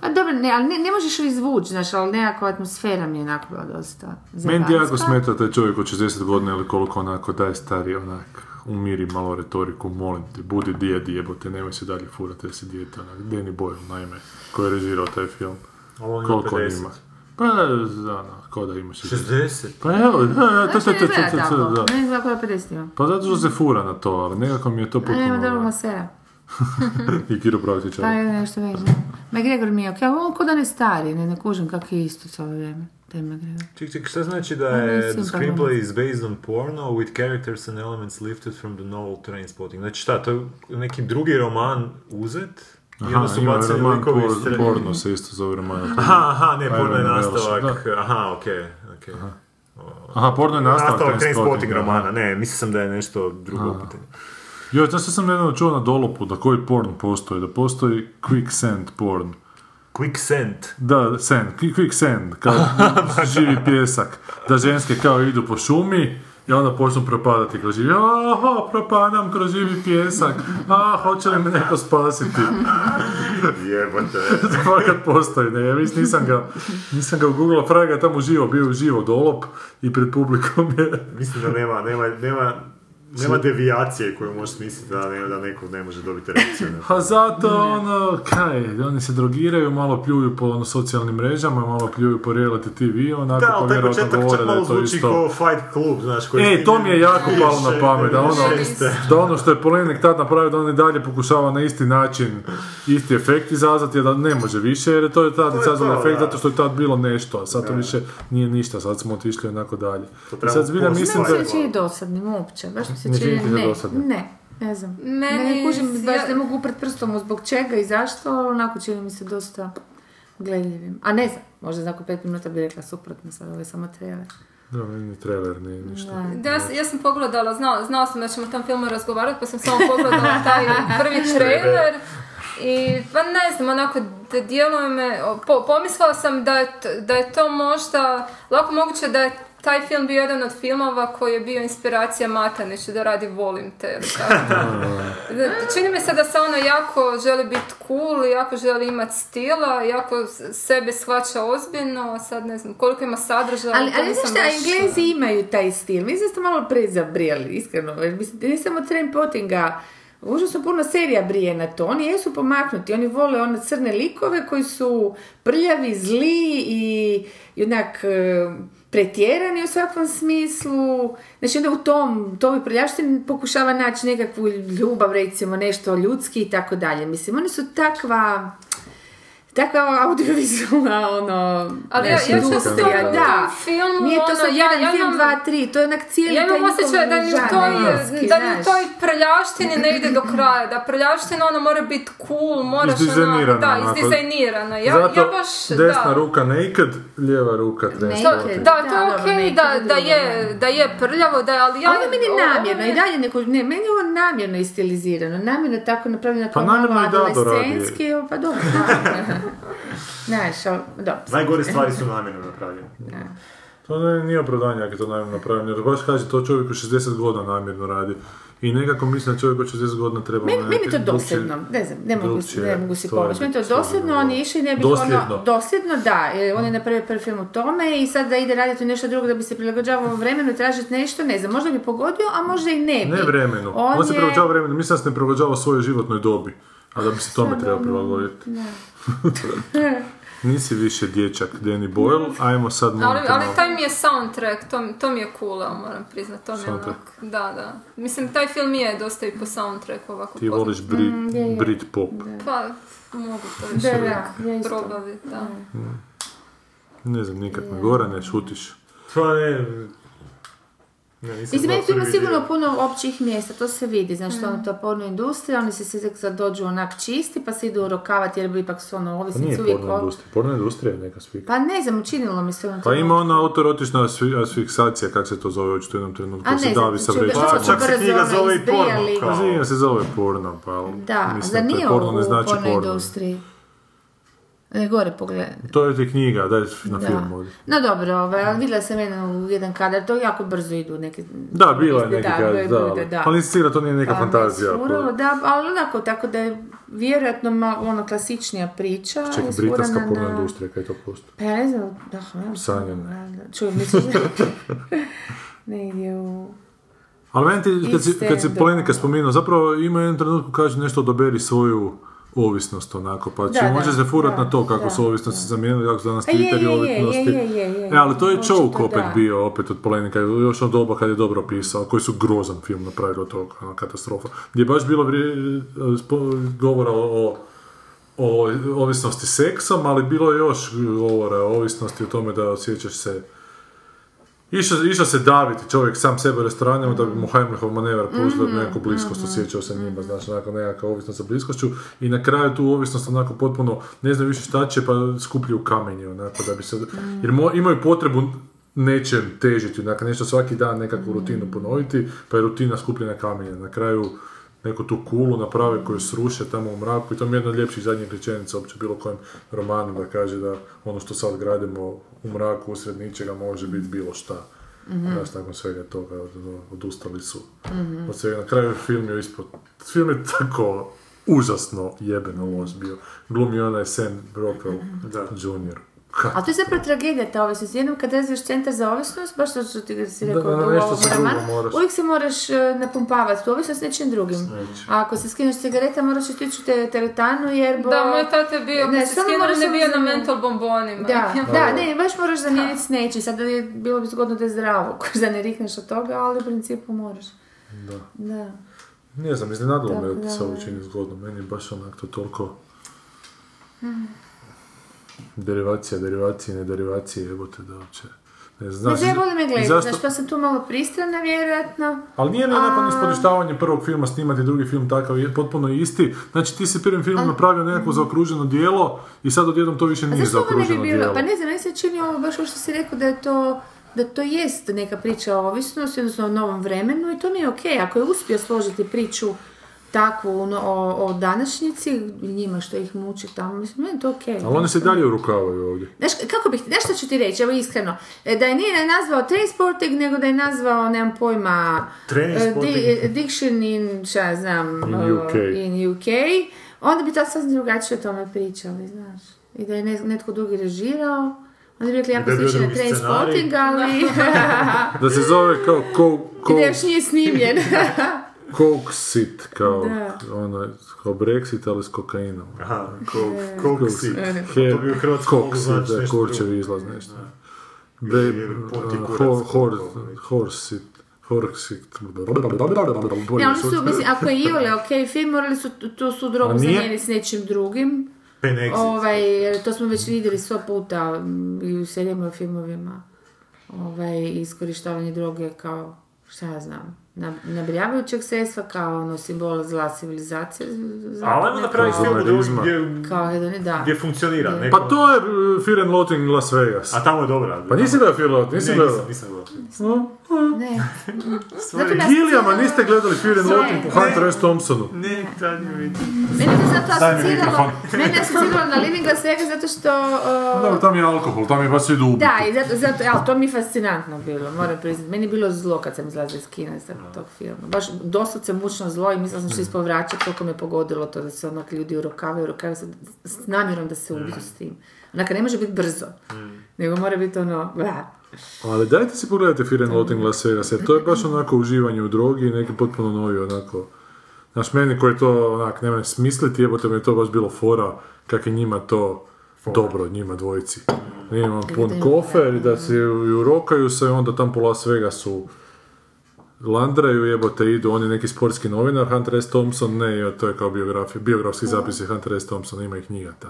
Speaker 3: Pa dobro, ne, ali ne, ne možeš izvući, znaš, ali nekako atmosfera mi je onako bila dosta Pa,
Speaker 2: Meni ti jako
Speaker 3: zebanska.
Speaker 2: smeta taj čovjek od 60 godina ili koliko onako daj stari onak umiri malo retoriku, molim te, budi djed jebote, nemoj se dalje furati da si dijete, onak, Danny Boyle, naime, koji je režirao taj film.
Speaker 4: Ali on ima
Speaker 2: Koliko on
Speaker 4: 50.
Speaker 2: ima? Pa, ono, kao da imaš...
Speaker 4: 60.
Speaker 2: Pa evo, da, da, to,
Speaker 3: Znaš,
Speaker 2: to,
Speaker 3: ne
Speaker 2: to,
Speaker 3: izgleda
Speaker 2: to, to,
Speaker 3: tako,
Speaker 2: da.
Speaker 3: ne izgleda kao da 50 ima.
Speaker 2: Pa zato što se fura na to, ali nekako mi je to
Speaker 3: A nema
Speaker 2: potpuno...
Speaker 3: dobrog
Speaker 2: ono,
Speaker 3: masera.
Speaker 2: I kiropraktičar.
Speaker 3: Pa je nešto već, ne. McGregor mi je okej, ali on kod on je stari, ne, ne kužim kak je isto cijelo vrijeme. Taj McGregor.
Speaker 4: Ček, ček, šta znači da
Speaker 3: Ono je
Speaker 4: je the
Speaker 3: simptom
Speaker 4: screenplay is based on porno with characters and elements lifted from the novel Trainspotting? Znači šta, to je neki drugi roman uzet i onda
Speaker 2: Aha,
Speaker 4: su
Speaker 2: ima
Speaker 4: bacili
Speaker 2: roman
Speaker 4: likovi iz
Speaker 2: por,
Speaker 4: tre-
Speaker 2: porno se isto zove roman.
Speaker 4: Aha, aha, ne,
Speaker 2: Pa
Speaker 4: porno je
Speaker 2: je novela,
Speaker 4: nastavak. Aha, okej, okej.
Speaker 2: Aha, porno je nastavak.
Speaker 4: Nastavak Trainspotting
Speaker 2: Trainspottinga.
Speaker 4: romana, ne, mislio sam da je nešto drugo pitanje.
Speaker 2: Joj, znaš što sam nedavno čuo na dolopu, da koji porn postoji, da postoji quicksand porn.
Speaker 4: Quicksand.
Speaker 2: Da, sand, qui- quicksand, kao živi pjesak. Da ženske kao idu po šumi i onda počnu propadati kroz živi. Aha, propadam kroz živi pjesak. A, hoće li me neko spasiti?
Speaker 4: Jebote.
Speaker 2: Fakat postoji, ne, ja mislim, nisam ga, nisam ga ugoogla, fraga tamo živo, bio je živo dolop i pred publikom je
Speaker 4: Mislim da nema, nema, nema, nema devijacije koju možeš misliti da, ne, da neko ne može dobiti reakciju. na to.
Speaker 2: Pa zato, ono, kaj, oni se drogiraju, malo pljuju po ono, socijalnim mrežama, malo pljuju po reality TV, onako
Speaker 4: Da,
Speaker 2: pa
Speaker 4: ali taj
Speaker 2: vjerojatno
Speaker 4: početak
Speaker 2: govore
Speaker 4: čak
Speaker 2: da je
Speaker 4: malo
Speaker 2: to
Speaker 4: zvuči
Speaker 2: isto.
Speaker 4: kao Fight Club, znaš, koji...
Speaker 2: E, to mi je jako palo na pamet, da ono,
Speaker 4: Šeste.
Speaker 2: da ono što je Polenik tad napravio, da on i dalje pokušava na isti način isti efekt izazvati, a da ne može više, jer je to je tad
Speaker 4: je
Speaker 2: izazvalo
Speaker 4: to,
Speaker 2: efekt
Speaker 4: da.
Speaker 2: zato što je tad bilo nešto, a sad to više nije ništa, sad smo otišli onako dalje. I
Speaker 4: trebamo
Speaker 2: sad zbilja
Speaker 4: post-
Speaker 2: mislim
Speaker 3: Ne
Speaker 2: da...
Speaker 3: mi se čini dosadnim uopće, baš mi se
Speaker 2: Ne
Speaker 3: čini
Speaker 2: čini ti se
Speaker 3: ne,
Speaker 2: dosadnim?
Speaker 3: ne, ne znam.
Speaker 5: Meni
Speaker 3: ne, ne kužim,
Speaker 5: se-
Speaker 3: baš ne mogu upret prstom u zbog čega i zašto, ali onako čini mi se dosta gledljivim. A ne znam, možda nakon pet minuta bi rekla suprotno, sad ovo je samo trailer.
Speaker 2: Da, ni trailer, ni ništa.
Speaker 5: Da, ja, sam- ja sam pogledala, znala, znala sam da ćemo o tom filmu razgovarati, pa sam samo pogledala taj prvi trailer. I, pa ne znam, onako, d- djeluje me, o, po, pomislila sam da je, t- da je to možda, lako moguće da je taj film bio jedan od filmova koji je bio inspiracija Mataniću da radi Volim te. ili tako. Da, Čini mi se da se ono jako želi biti cool, jako želi imati stila, jako s- sebe shvaća ozbiljno, a sad ne znam koliko ima sadržaja.
Speaker 3: Ali,
Speaker 5: to
Speaker 3: ali
Speaker 5: nisam
Speaker 3: znaš šta,
Speaker 5: baš-
Speaker 3: Englezi imaju taj stil. Mislim da ste malo prezabrijali, iskreno. Jer mislim, ne samo Trainspottinga, užasno puno serija brije na to. Oni jesu pomaknuti, oni vole one crne likove koji su prljavi, zli i, i onak e, pretjerani u svakom smislu. Znači onda u tom, toj prljavštini pokušava naći nekakvu ljubav, recimo nešto ljudski i tako dalje. Mislim, oni su takva takva ono audiovizualna, ono...
Speaker 5: Ali ja, ja
Speaker 3: industrija,
Speaker 5: često da,
Speaker 3: da,
Speaker 5: filmu,
Speaker 3: Nije to
Speaker 5: ono,
Speaker 3: sad
Speaker 5: ja,
Speaker 3: jedan
Speaker 5: ja
Speaker 3: film,
Speaker 5: imam,
Speaker 3: dva, tri, to je onak cijeli
Speaker 5: ja
Speaker 3: taj
Speaker 5: imam osjećaj da ni u
Speaker 3: njihov
Speaker 5: toj,
Speaker 3: žanr,
Speaker 5: da ni u
Speaker 3: znaš.
Speaker 5: toj prljavštini ne ide do kraja, da prljavština ono mora biti cool, moraš ono,
Speaker 2: Izdizajnirana,
Speaker 5: da,
Speaker 2: onako.
Speaker 5: izdizajnirana, ja,
Speaker 2: Zato
Speaker 5: ja baš,
Speaker 2: desna
Speaker 5: da.
Speaker 2: ruka naked, lijeva ruka
Speaker 5: To,
Speaker 2: transparent.
Speaker 3: Naked.
Speaker 5: da,
Speaker 3: Da,
Speaker 5: to je
Speaker 3: dobro,
Speaker 5: okej,
Speaker 3: neki
Speaker 5: da,
Speaker 3: drugi,
Speaker 5: da,
Speaker 2: ono-
Speaker 5: je,
Speaker 3: da.
Speaker 5: da je prljavo, da je, ali ja...
Speaker 3: Ali meni
Speaker 5: ovo- ovo
Speaker 3: namjerno,
Speaker 5: mi je-
Speaker 3: i dalje neko, ne, meni je ovo namjerno istilizirano, namjerno tako napravljeno
Speaker 2: Pa
Speaker 3: kao malo
Speaker 2: namjerno i Dado radi.
Speaker 3: adolescenski, evo, pa dobro, da. Znaš, ali, dobro.
Speaker 4: Najgore stvari su namjerno napravljene.
Speaker 2: To Pa ne, nije opravdanje ako je to namjerno napravljeno, jer baš kaže to čovjek od 60 godina namjerno radi. I nekako mislim da čovjek od 60 godina treba...
Speaker 3: Meni, meni je to
Speaker 2: nekako drukčije-
Speaker 3: dosadno, ne znam, ne mogu,
Speaker 2: drukčije
Speaker 3: ne mogu si
Speaker 2: stvari
Speaker 3: povući. Meni je to
Speaker 2: stvari
Speaker 3: dosadno, on je išao i ne bi
Speaker 2: ono, Dosljedno.
Speaker 3: ono, dosljedno da, e, on je napravio prvi film u tome i sad da ide raditi nešto drugo da bi se prilagođavao vremenu i tražiti nešto, ne znam, možda bi pogodio, a možda i ne bi.
Speaker 2: Ne vremenu, on, se
Speaker 3: je-
Speaker 2: prilagođava vremenu, mislim da se ne prilagođava svojoj životnoj dobi. A da bi se tome trebao prilagoditi. Nisi više dječak Danny Boyle, ajmo sad
Speaker 5: Ali,
Speaker 2: molite
Speaker 5: ali
Speaker 2: malo.
Speaker 5: taj mi je soundtrack, to, mi- to mi je cool, evo, moram priznat, to mi je
Speaker 2: Soundtrack.
Speaker 5: onak, da, da. Mislim, taj film je dosta i po soundtracku ovako
Speaker 2: Ti voliš Brit,
Speaker 3: Mm,
Speaker 2: Brit pop.
Speaker 5: poznat. Pa, mogu to još
Speaker 3: Da,
Speaker 5: uvijek
Speaker 3: da, ja isto.
Speaker 5: probaviti, da.
Speaker 2: Ne znam, nikad me gora, ne šutiš.
Speaker 4: Pa ne... ne nisam
Speaker 3: Mislim, meni
Speaker 4: gledao
Speaker 3: tu ima
Speaker 4: prvi
Speaker 3: sigurno
Speaker 4: dio.
Speaker 3: puno općih mjesta, to se vidi, znači to ono to porno industrija, oni se sve sad dođu onak čisti, pa se idu urokavati jer bi ipak su ono
Speaker 2: Pa
Speaker 3: ovisnici
Speaker 2: nije
Speaker 3: uvijek...
Speaker 2: porno
Speaker 3: o-
Speaker 2: industrija, porno industrija je neka svika.
Speaker 3: Pa ne znam, učinilo mi se ono
Speaker 2: Pa
Speaker 3: to.
Speaker 2: ima ona autorotična asfi- asfiksacija, kak se to zove očito u jednom trenutku,
Speaker 3: A
Speaker 2: se
Speaker 3: ne
Speaker 2: davi
Speaker 3: znam,
Speaker 2: sa
Speaker 3: ču- ču-
Speaker 2: vrećicom.
Speaker 4: Pa,
Speaker 3: ču-
Speaker 4: čak se
Speaker 3: brzo
Speaker 4: knjiga
Speaker 3: ono
Speaker 4: zove i porno,
Speaker 3: izbrijali.
Speaker 4: kao.
Speaker 2: Knjiga se zove porno, pa ali
Speaker 3: Da,
Speaker 2: mislim
Speaker 3: zar
Speaker 2: to je
Speaker 3: nije
Speaker 2: porno ne
Speaker 3: u
Speaker 2: znači
Speaker 3: porno
Speaker 2: porno.
Speaker 3: industriji? E, gore pogledaj.
Speaker 2: To je ti knjiga, daj na
Speaker 3: Da.
Speaker 2: film ovdje.
Speaker 3: No dobro, ovaj, ali vidjela sam jedan, jedan kadar, to jako brzo idu neki...
Speaker 2: Da, bila je neki
Speaker 3: da,
Speaker 2: kad, da, ali-
Speaker 3: da.
Speaker 2: pa nisi sigurno, to nije neka
Speaker 3: Pa me
Speaker 2: fantazija.
Speaker 3: isfuralo, da, ali onako, tako da je vjerojatno ma- ono klasičnija priča.
Speaker 2: Čekaj,
Speaker 3: isfurana
Speaker 2: britanska
Speaker 3: na-
Speaker 2: porno industrija, kaj to postoji?
Speaker 3: Pa ja ne znam, da, ja,
Speaker 2: Sanjana.
Speaker 3: Čujem, mislim, negdje u...
Speaker 2: Ali meni ti, kad si,
Speaker 3: East
Speaker 2: kad si
Speaker 3: End,
Speaker 2: Polenika
Speaker 3: da.
Speaker 2: spomenuo, zapravo ima jedan trenutku kaže nešto odaberi svoju ovisnost onako, pa će
Speaker 3: Da,
Speaker 2: može
Speaker 3: da,
Speaker 2: se furat
Speaker 3: da,
Speaker 2: na to kako
Speaker 3: da,
Speaker 2: su ovisnosti zamijenili, kako su danas
Speaker 3: E, je,
Speaker 2: Twitter i
Speaker 3: je, je,
Speaker 2: ovisnosti.
Speaker 3: je, je, je, je.
Speaker 2: E, ali to je
Speaker 3: Očito
Speaker 2: Choke opet
Speaker 3: da.
Speaker 2: bio, opet od Polenika, još od doba kad je dobro pisao, koji su grozan film napravili od toga, ono, katastrofa. Gdje je baš bilo vrije- spo- govora o, o o ovisnosti seksom, ali bilo je još govora o ovisnosti o tome da osjećaš se Išao, išao se daviti čovjek sam sebe u restoranima da bi mu Heimlichov manevar pružila neku bliskost, osjećao se njima, znači onako nekakva ovisnost sa bliskošću i na kraju tu ovisnost onako potpuno ne znaju više šta će pa skuplju kamenje onako da bi se, jer mo- imaju potrebu nečem težiti, onako nešto svaki dan nekakvu rutinu ponoviti, pa je rutina skupljena kamenje, na kraju neku tu kulu naprave koju sruše tamo u mraku i to mi je jedna od ljepših zadnjih rečenica uopće bilo kojem romanu da kaže da ono što sad gradimo u mraku usred ničega može biti bilo šta. Znaš, nakon svega toga ono, odustali su. Od svega. Na kraju film je ispod... Film je tako užasno jebeno loš bio. Glumi onaj Sam Rockwell Jr. Kako
Speaker 3: Ali to je zapravo tragedija ta ovisnost. Jednom kad razviješ centar za ovisnost, baš to što ti si
Speaker 2: Da,
Speaker 3: rekao
Speaker 2: na
Speaker 3: u
Speaker 2: nešto
Speaker 3: ovom
Speaker 2: se drugo
Speaker 3: romanu,
Speaker 2: moraš.
Speaker 3: uvijek se moraš e, napumpavati tu ovisnost nečim drugim. A ako se skineš cigareta, moraš otići u te- teretanu jer bo...
Speaker 5: Da, moj tata je bio,
Speaker 3: Ne,
Speaker 5: kad se
Speaker 3: samo
Speaker 5: skinuo,
Speaker 3: moraš
Speaker 5: on je bio na
Speaker 3: uzeti-
Speaker 5: mental bombonima.
Speaker 3: Da, da, ne, baš moraš zamijeniti s nečim. Sad je bilo bi zgodno da je zdravo, kož da ne rikneš od toga, ali u principu moraš. Da. Da.
Speaker 2: Ne znam, iznenadilo me
Speaker 3: Tako
Speaker 2: da
Speaker 3: da,
Speaker 2: se ovo
Speaker 3: da.
Speaker 2: čini zgodno. Meni je baš onak to toliko...
Speaker 3: Mhm.
Speaker 2: Derivacija, derivacije, ne derivacije, evo te da uopće... Ne znam.
Speaker 3: Ne
Speaker 2: znaš,
Speaker 3: zajebali me gledati,
Speaker 2: zašto-
Speaker 3: znaš pa sam tu malo pristrana vjerojatno.
Speaker 2: Ali nije li nakon
Speaker 3: A-
Speaker 2: iskorištavanja prvog filma snimati drugi film takav je potpuno isti? Znači ti si prvim filmom napravio nekako zaokruženo dijelo i sad odjednom to više
Speaker 3: Mhm. A
Speaker 2: nije
Speaker 3: zašto ovo ne bi
Speaker 2: zaokruženo
Speaker 3: bilo?
Speaker 2: dijelo.
Speaker 3: Pa ne znam, meni se čini ovo baš ovo što si rekao da je to da to jest neka priča o ovisnosti, odnosno o novom vremenu i to mi je ok. Ako je uspio složiti priču takvu no, o, o današnjici, njima što ih muči tamo, mislim, meni je to ok.
Speaker 2: Ali oni se i dalje urukavaju ovdje.
Speaker 3: Znaš, kako bih, znaš što ću ti reći, evo iskreno, E, da je nije nazvao Trainspotting, nego da je nazvao, nemam pojma,
Speaker 4: Trainspotting?
Speaker 3: e, di- Addiction in, šta ja znam,
Speaker 2: In
Speaker 3: e,
Speaker 2: UK.
Speaker 3: in UK, onda bi to sasvim drugačije o tome pričali, znaš. I da je ne- netko drugi režirao, onda bi rekli, jako
Speaker 4: da je bio
Speaker 3: slično na
Speaker 4: drugi scenarij.
Speaker 3: Trainspotting, ali
Speaker 2: Da se zove kao ko, ko,
Speaker 3: da još nije snimljen.
Speaker 2: Koksit, kao,
Speaker 3: Da.
Speaker 2: ono, kao Brexit, ali s kokainom.
Speaker 4: Aha, kog,
Speaker 3: E.
Speaker 4: kog si.
Speaker 2: Her,
Speaker 4: To bi u Hrvatskoj mogu
Speaker 2: koksit,
Speaker 4: znači
Speaker 2: da,
Speaker 4: nešto
Speaker 2: kurčev
Speaker 4: drugo.
Speaker 2: izlaz, nešto.
Speaker 4: Ili
Speaker 2: Bre,
Speaker 4: poti
Speaker 2: ono,
Speaker 4: kurac,
Speaker 2: hor- hor-
Speaker 4: kako to već.
Speaker 2: horsit, horsit,
Speaker 3: ne, oni su, mislim, ako je Iole ok film, morali su tu- tu su
Speaker 2: A
Speaker 3: drogu
Speaker 2: nije?
Speaker 3: zamijeniti s nečim drugim.
Speaker 4: Penexit.
Speaker 3: Ovaj, to smo već vidjeli sto puta m, i u serijama i u filmovima. Ovaj, iskorištavanje droge kao, šta ja znam, na- nabrijavajućeg sredstva kao ono simbol zla civilizacije.
Speaker 4: Ali ajmo napraviti film u drugi
Speaker 2: Konzumerizma.
Speaker 4: gdje,
Speaker 3: Kao hedoni, da.
Speaker 4: gdje funkcionira. neko-
Speaker 2: Pa to je e, Fear and Loathing Las Vegas.
Speaker 4: A tamo je dobra.
Speaker 2: Pa nisi gledao Fear and Loathing, nisi
Speaker 4: nisam
Speaker 2: gledao.
Speaker 4: gledao. Nisam gledao.
Speaker 3: Ne. Zato
Speaker 4: Sorry.
Speaker 3: nas-
Speaker 2: Gilijama niste gledali Fear and Loathing po Hunter S. Thompsonu.
Speaker 4: Ne, tad mi vidi.
Speaker 3: Mene se zato
Speaker 2: Daj mi
Speaker 3: asociralo,
Speaker 2: mikrofon.
Speaker 3: mene je asociralo na Living Las Vegas zato što... uh,
Speaker 2: Dobro, tam je alkohol, tam je baš sve dubo.
Speaker 3: Da, i zato, zato, ali to mi je fascinantno bilo, moram priznati. Meni je bilo zlo kad sam izlazila iz kina iz tog filma. Baš doslovce mučno zlo i mislila sam
Speaker 2: Mm.
Speaker 3: što ispovraćati koliko me pogodilo to da se onak ljudi urokavaju, urokavaju se s namjerom da
Speaker 2: Mm.
Speaker 3: se ubiju s tim. Onaka ne može biti brzo, nego mora biti ono... bla.
Speaker 2: Ali dajte si pogledajte Fear and Loathing Las Vegas, jer to je baš onako uživanje u drogi i neki potpuno novi onako Znaš, meni koji to onak ne mogu smisliti, jebote mi je to baš bilo fora kak je njima to dobro, njima dvojici. Nije imam pun kofer i da se ju urokaju se i onda tam po Las Vegasu landraju, jebote idu, on je neki sportski novinar, Hunter S. Thompson, ne, to je kao biografi, biografski zapisi Hunter S. Thompson, ima ih knjiga ta.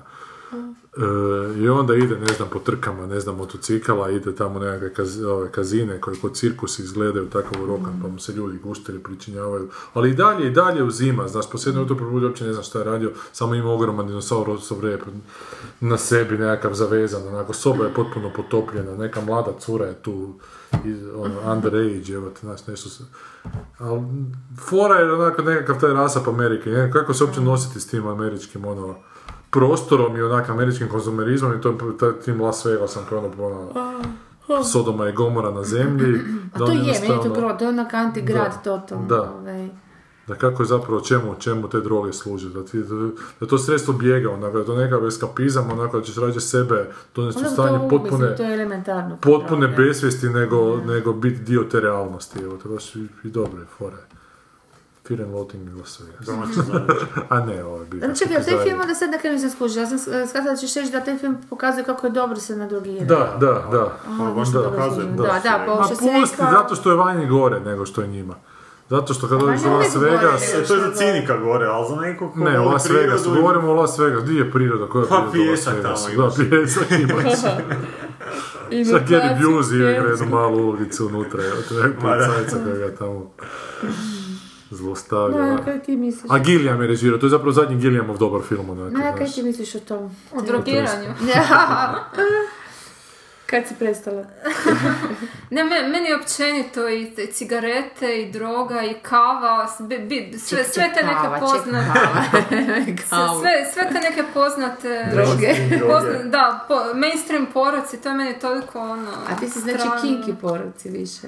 Speaker 2: E, I onda ide, ne znam, po trkama, ne znam, motocikala, ide tamo u nekakve kaz- ove, kazine koje kod cirkus izgledaju tako urokan, pa mu se ljudi gušteri pričinjavaju. Ali i dalje, i dalje uzima, znaš, posljedno jutro probudi, uopće ne znam šta je radio, samo ima ogroman dinosaurusov rep na sebi nekakav zavezan, onako, soba je potpuno potopljena, neka mlada cura je tu, iz, ono, underage, evo te, znaš, nešto se... Ali fora je onako nekakav taj rasap Amerike, ne, kako se uopće nositi s tim američkim, ono, prostorom i onak američkim konzumerizmom i to, ta- tim Las Vegasom koji je ono, ono, Sodoma i Gomora na zemlji.
Speaker 3: A
Speaker 2: da
Speaker 3: to
Speaker 2: on
Speaker 3: je, meni je to
Speaker 2: jednostavno-
Speaker 3: bilo, to je onak antigrad
Speaker 2: Da.
Speaker 3: totalno.
Speaker 2: Da.
Speaker 3: ovaj.
Speaker 2: da kako je zapravo čemu, čemu te droge služe, da, ti, da, je to sredstvo bijega, onako, da je to nekakav eskapizam, onako da ćeš rađe sebe donesti u
Speaker 3: Onda bi Ono to,
Speaker 2: stanje
Speaker 3: mislim,
Speaker 2: potpune,
Speaker 3: to je elementarno.
Speaker 2: potpune
Speaker 3: pravo, ne?
Speaker 2: besvijesti nego, nego biti dio te realnosti, evo, to je baš i, i dobro je, fora je. Fear and Loathing in Las Vegas. A ne, ovo je bio.
Speaker 3: Ali Čekaj, Znači, taj film onda sad na kraju nisam skužila. Ja sam eh, shvatila da ćeš reći da taj film pokazuje kako je dobro se nadrogirati.
Speaker 2: Da, da, da.
Speaker 4: Ono baš
Speaker 2: da.
Speaker 4: ne pokazuje.
Speaker 3: Da, da, pa
Speaker 2: A
Speaker 3: ovo što si
Speaker 2: pusti,
Speaker 3: rekla-
Speaker 2: zato što je vanje gore nego što je njima. Zato što kad
Speaker 3: Pa
Speaker 2: dođeš u
Speaker 3: ne
Speaker 2: Las
Speaker 3: uvijek gore
Speaker 2: Vegas,
Speaker 3: nego
Speaker 4: E, to je za
Speaker 3: što
Speaker 4: cinika gore, ali za nekog ko
Speaker 2: Ne,
Speaker 4: voli
Speaker 2: Las Vegas,
Speaker 4: prirodu i-
Speaker 2: govorimo o Las Vegas, di je priroda, koja je
Speaker 4: Pa,
Speaker 2: priroda u Las
Speaker 4: pijesak
Speaker 2: Vegasu?
Speaker 4: tamo
Speaker 2: Da,
Speaker 4: imaš.
Speaker 2: pijesak imaš.
Speaker 3: I
Speaker 2: Čak Gary
Speaker 3: nuklearci,
Speaker 2: Busey igra
Speaker 3: ne?
Speaker 2: jednu malu ulogicu unutra, evo, to je policajca koja ga tamo zlostavlja.
Speaker 3: Ma,
Speaker 2: da.
Speaker 3: kaj ti misliš?
Speaker 2: A Gilliam je režirao, to je zapravo zadnji Gilliamov dobar film, onako,
Speaker 3: Ma, kaj
Speaker 2: znaš.
Speaker 3: ti misliš o tom? Ono,
Speaker 5: O drogiranju.
Speaker 3: Kad si prestala?
Speaker 5: Ne, me- meni je općenito i te cigarete, i droga, i kava, s- bi- bi- sve, sve te neke poznate...
Speaker 3: Kava.
Speaker 5: Sve, sve te neke poznate...
Speaker 3: Droge.
Speaker 5: pozna- da, po- mainstream poroci, to je meni toliko ono...
Speaker 3: A ti si znači
Speaker 5: strano.
Speaker 3: kinki porodci više.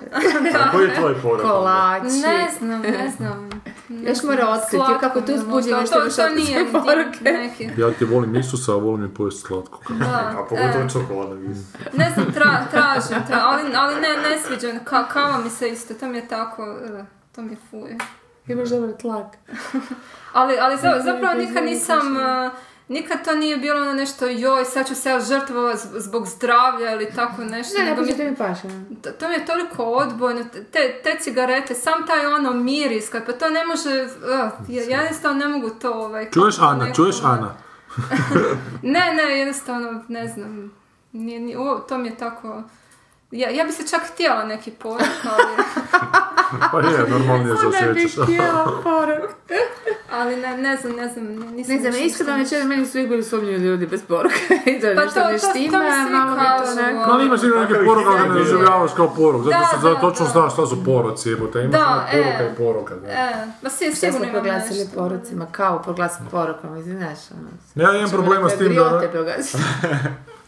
Speaker 4: A Koji je tvoj porod?
Speaker 3: Kolači.
Speaker 5: Ne znam, ne znam. Ne
Speaker 3: Još mora
Speaker 5: znam,
Speaker 3: otkriti
Speaker 5: slatko
Speaker 3: kako tu
Speaker 5: mi je
Speaker 3: zbuđi
Speaker 5: možda.
Speaker 3: nešto
Speaker 5: To-
Speaker 3: još
Speaker 5: to
Speaker 3: otkriti
Speaker 5: nije
Speaker 3: poruke.
Speaker 5: neki-
Speaker 2: Ja ti volim Isusa, a volim i pojesti slatko.
Speaker 5: da,
Speaker 4: A
Speaker 5: e,
Speaker 4: pogotovo čokoladnog iz.
Speaker 5: Ne znam, tra, tražim, tra- ali, ali ne, ne sviđa. Ka, kava mi se isto, to mi je tako... e, To mi je fuje.
Speaker 3: Imaš dobar tlak.
Speaker 5: Ali, ali za- zapravo
Speaker 3: to je
Speaker 5: nikad nisam... e, Nikad to nije bilo ono nešto, joj, sad ću se ja žrtvovati zb- zbog zdravlja ili tako nešto.
Speaker 3: Ne, ne,
Speaker 5: nego mi-
Speaker 3: pošto mi paše.
Speaker 5: to, to mi je toliko odbojno, te, te cigarete, sam taj ono miris, kad pa to ne može, uh, ja ja jednostavno ne mogu to ovaj...
Speaker 2: Čuješ
Speaker 5: kako
Speaker 2: Ana,
Speaker 5: neko-
Speaker 2: čuješ Ana?
Speaker 5: Ne, ne, jednostavno, ne znam, nije, nije, u, to mi je tako... Ja, ja bi se čak htjela neki poruk, ali,
Speaker 2: Pa je, normalnije se
Speaker 3: Ne bih
Speaker 2: osjećaš.
Speaker 3: htjela poruk.
Speaker 5: ali ne, ne znam, ne znam, nisam...
Speaker 3: Ne znam,
Speaker 5: još
Speaker 3: iskreno
Speaker 5: ništa-
Speaker 3: večer meni su uvijek bili sumnjivi ljudi bez poruka. I to je
Speaker 5: Pa
Speaker 3: nešto
Speaker 5: to-
Speaker 3: ne
Speaker 5: to- to mi
Speaker 3: štima,
Speaker 5: svi
Speaker 3: malo mi
Speaker 5: kažu,
Speaker 3: to ne...
Speaker 5: ono.
Speaker 2: Ali imaš ili neke
Speaker 4: Takav
Speaker 2: poruke, ali ne
Speaker 4: izgled.
Speaker 2: doživljavaš kao poruk, zato
Speaker 5: Da,
Speaker 2: što za-
Speaker 5: da,
Speaker 2: točno
Speaker 5: da.
Speaker 2: znaš šta su poroci, jebote, imaš
Speaker 5: Da,
Speaker 2: samo poruka
Speaker 5: e.
Speaker 2: i poruka. da.
Speaker 5: E, ma si,
Speaker 3: Sve
Speaker 5: sigurno
Speaker 3: smo
Speaker 5: imam
Speaker 3: proglasili
Speaker 5: nešto.
Speaker 3: porucima, kao proglasili porukama, znaš, ono...
Speaker 2: Ja imam problema s tim da...
Speaker 3: Patriote proglasili.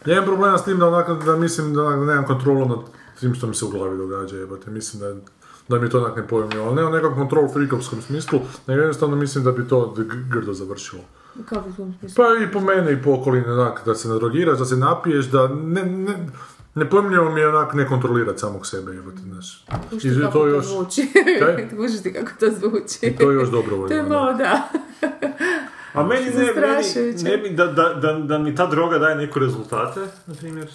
Speaker 2: Ja imam problema s tim da onako, da mislim da onako nemam kontrolu nad tim što mi se u glavi događa, jebate. Mislim da, da mi to onak ne pojmio, ali ne u nekom kontrol frikovskom smislu, nego jednostavno mislim da bi to g- grdo završilo.
Speaker 3: Kako bi smo smislili?
Speaker 2: Pa i po mene i po okolini, onak, da se nadrogiraš, da se napiješ, da ne, ne, nepojmljivo mi je onak ne kontrolirati samog sebe, jebate, znaš.
Speaker 3: Pušti
Speaker 2: I
Speaker 3: kako
Speaker 2: to još,
Speaker 3: zvuči.
Speaker 2: Kaj?
Speaker 3: Pušti kako to zvuči.
Speaker 2: to je još dobrovoljno.
Speaker 3: To je
Speaker 2: ono.
Speaker 3: malo, da.
Speaker 4: A meni ne, meni,
Speaker 3: Znači, Zastrašujuće.
Speaker 4: ne bi, da, da, da, da mi ta droga daje neke rezultate, na primjer.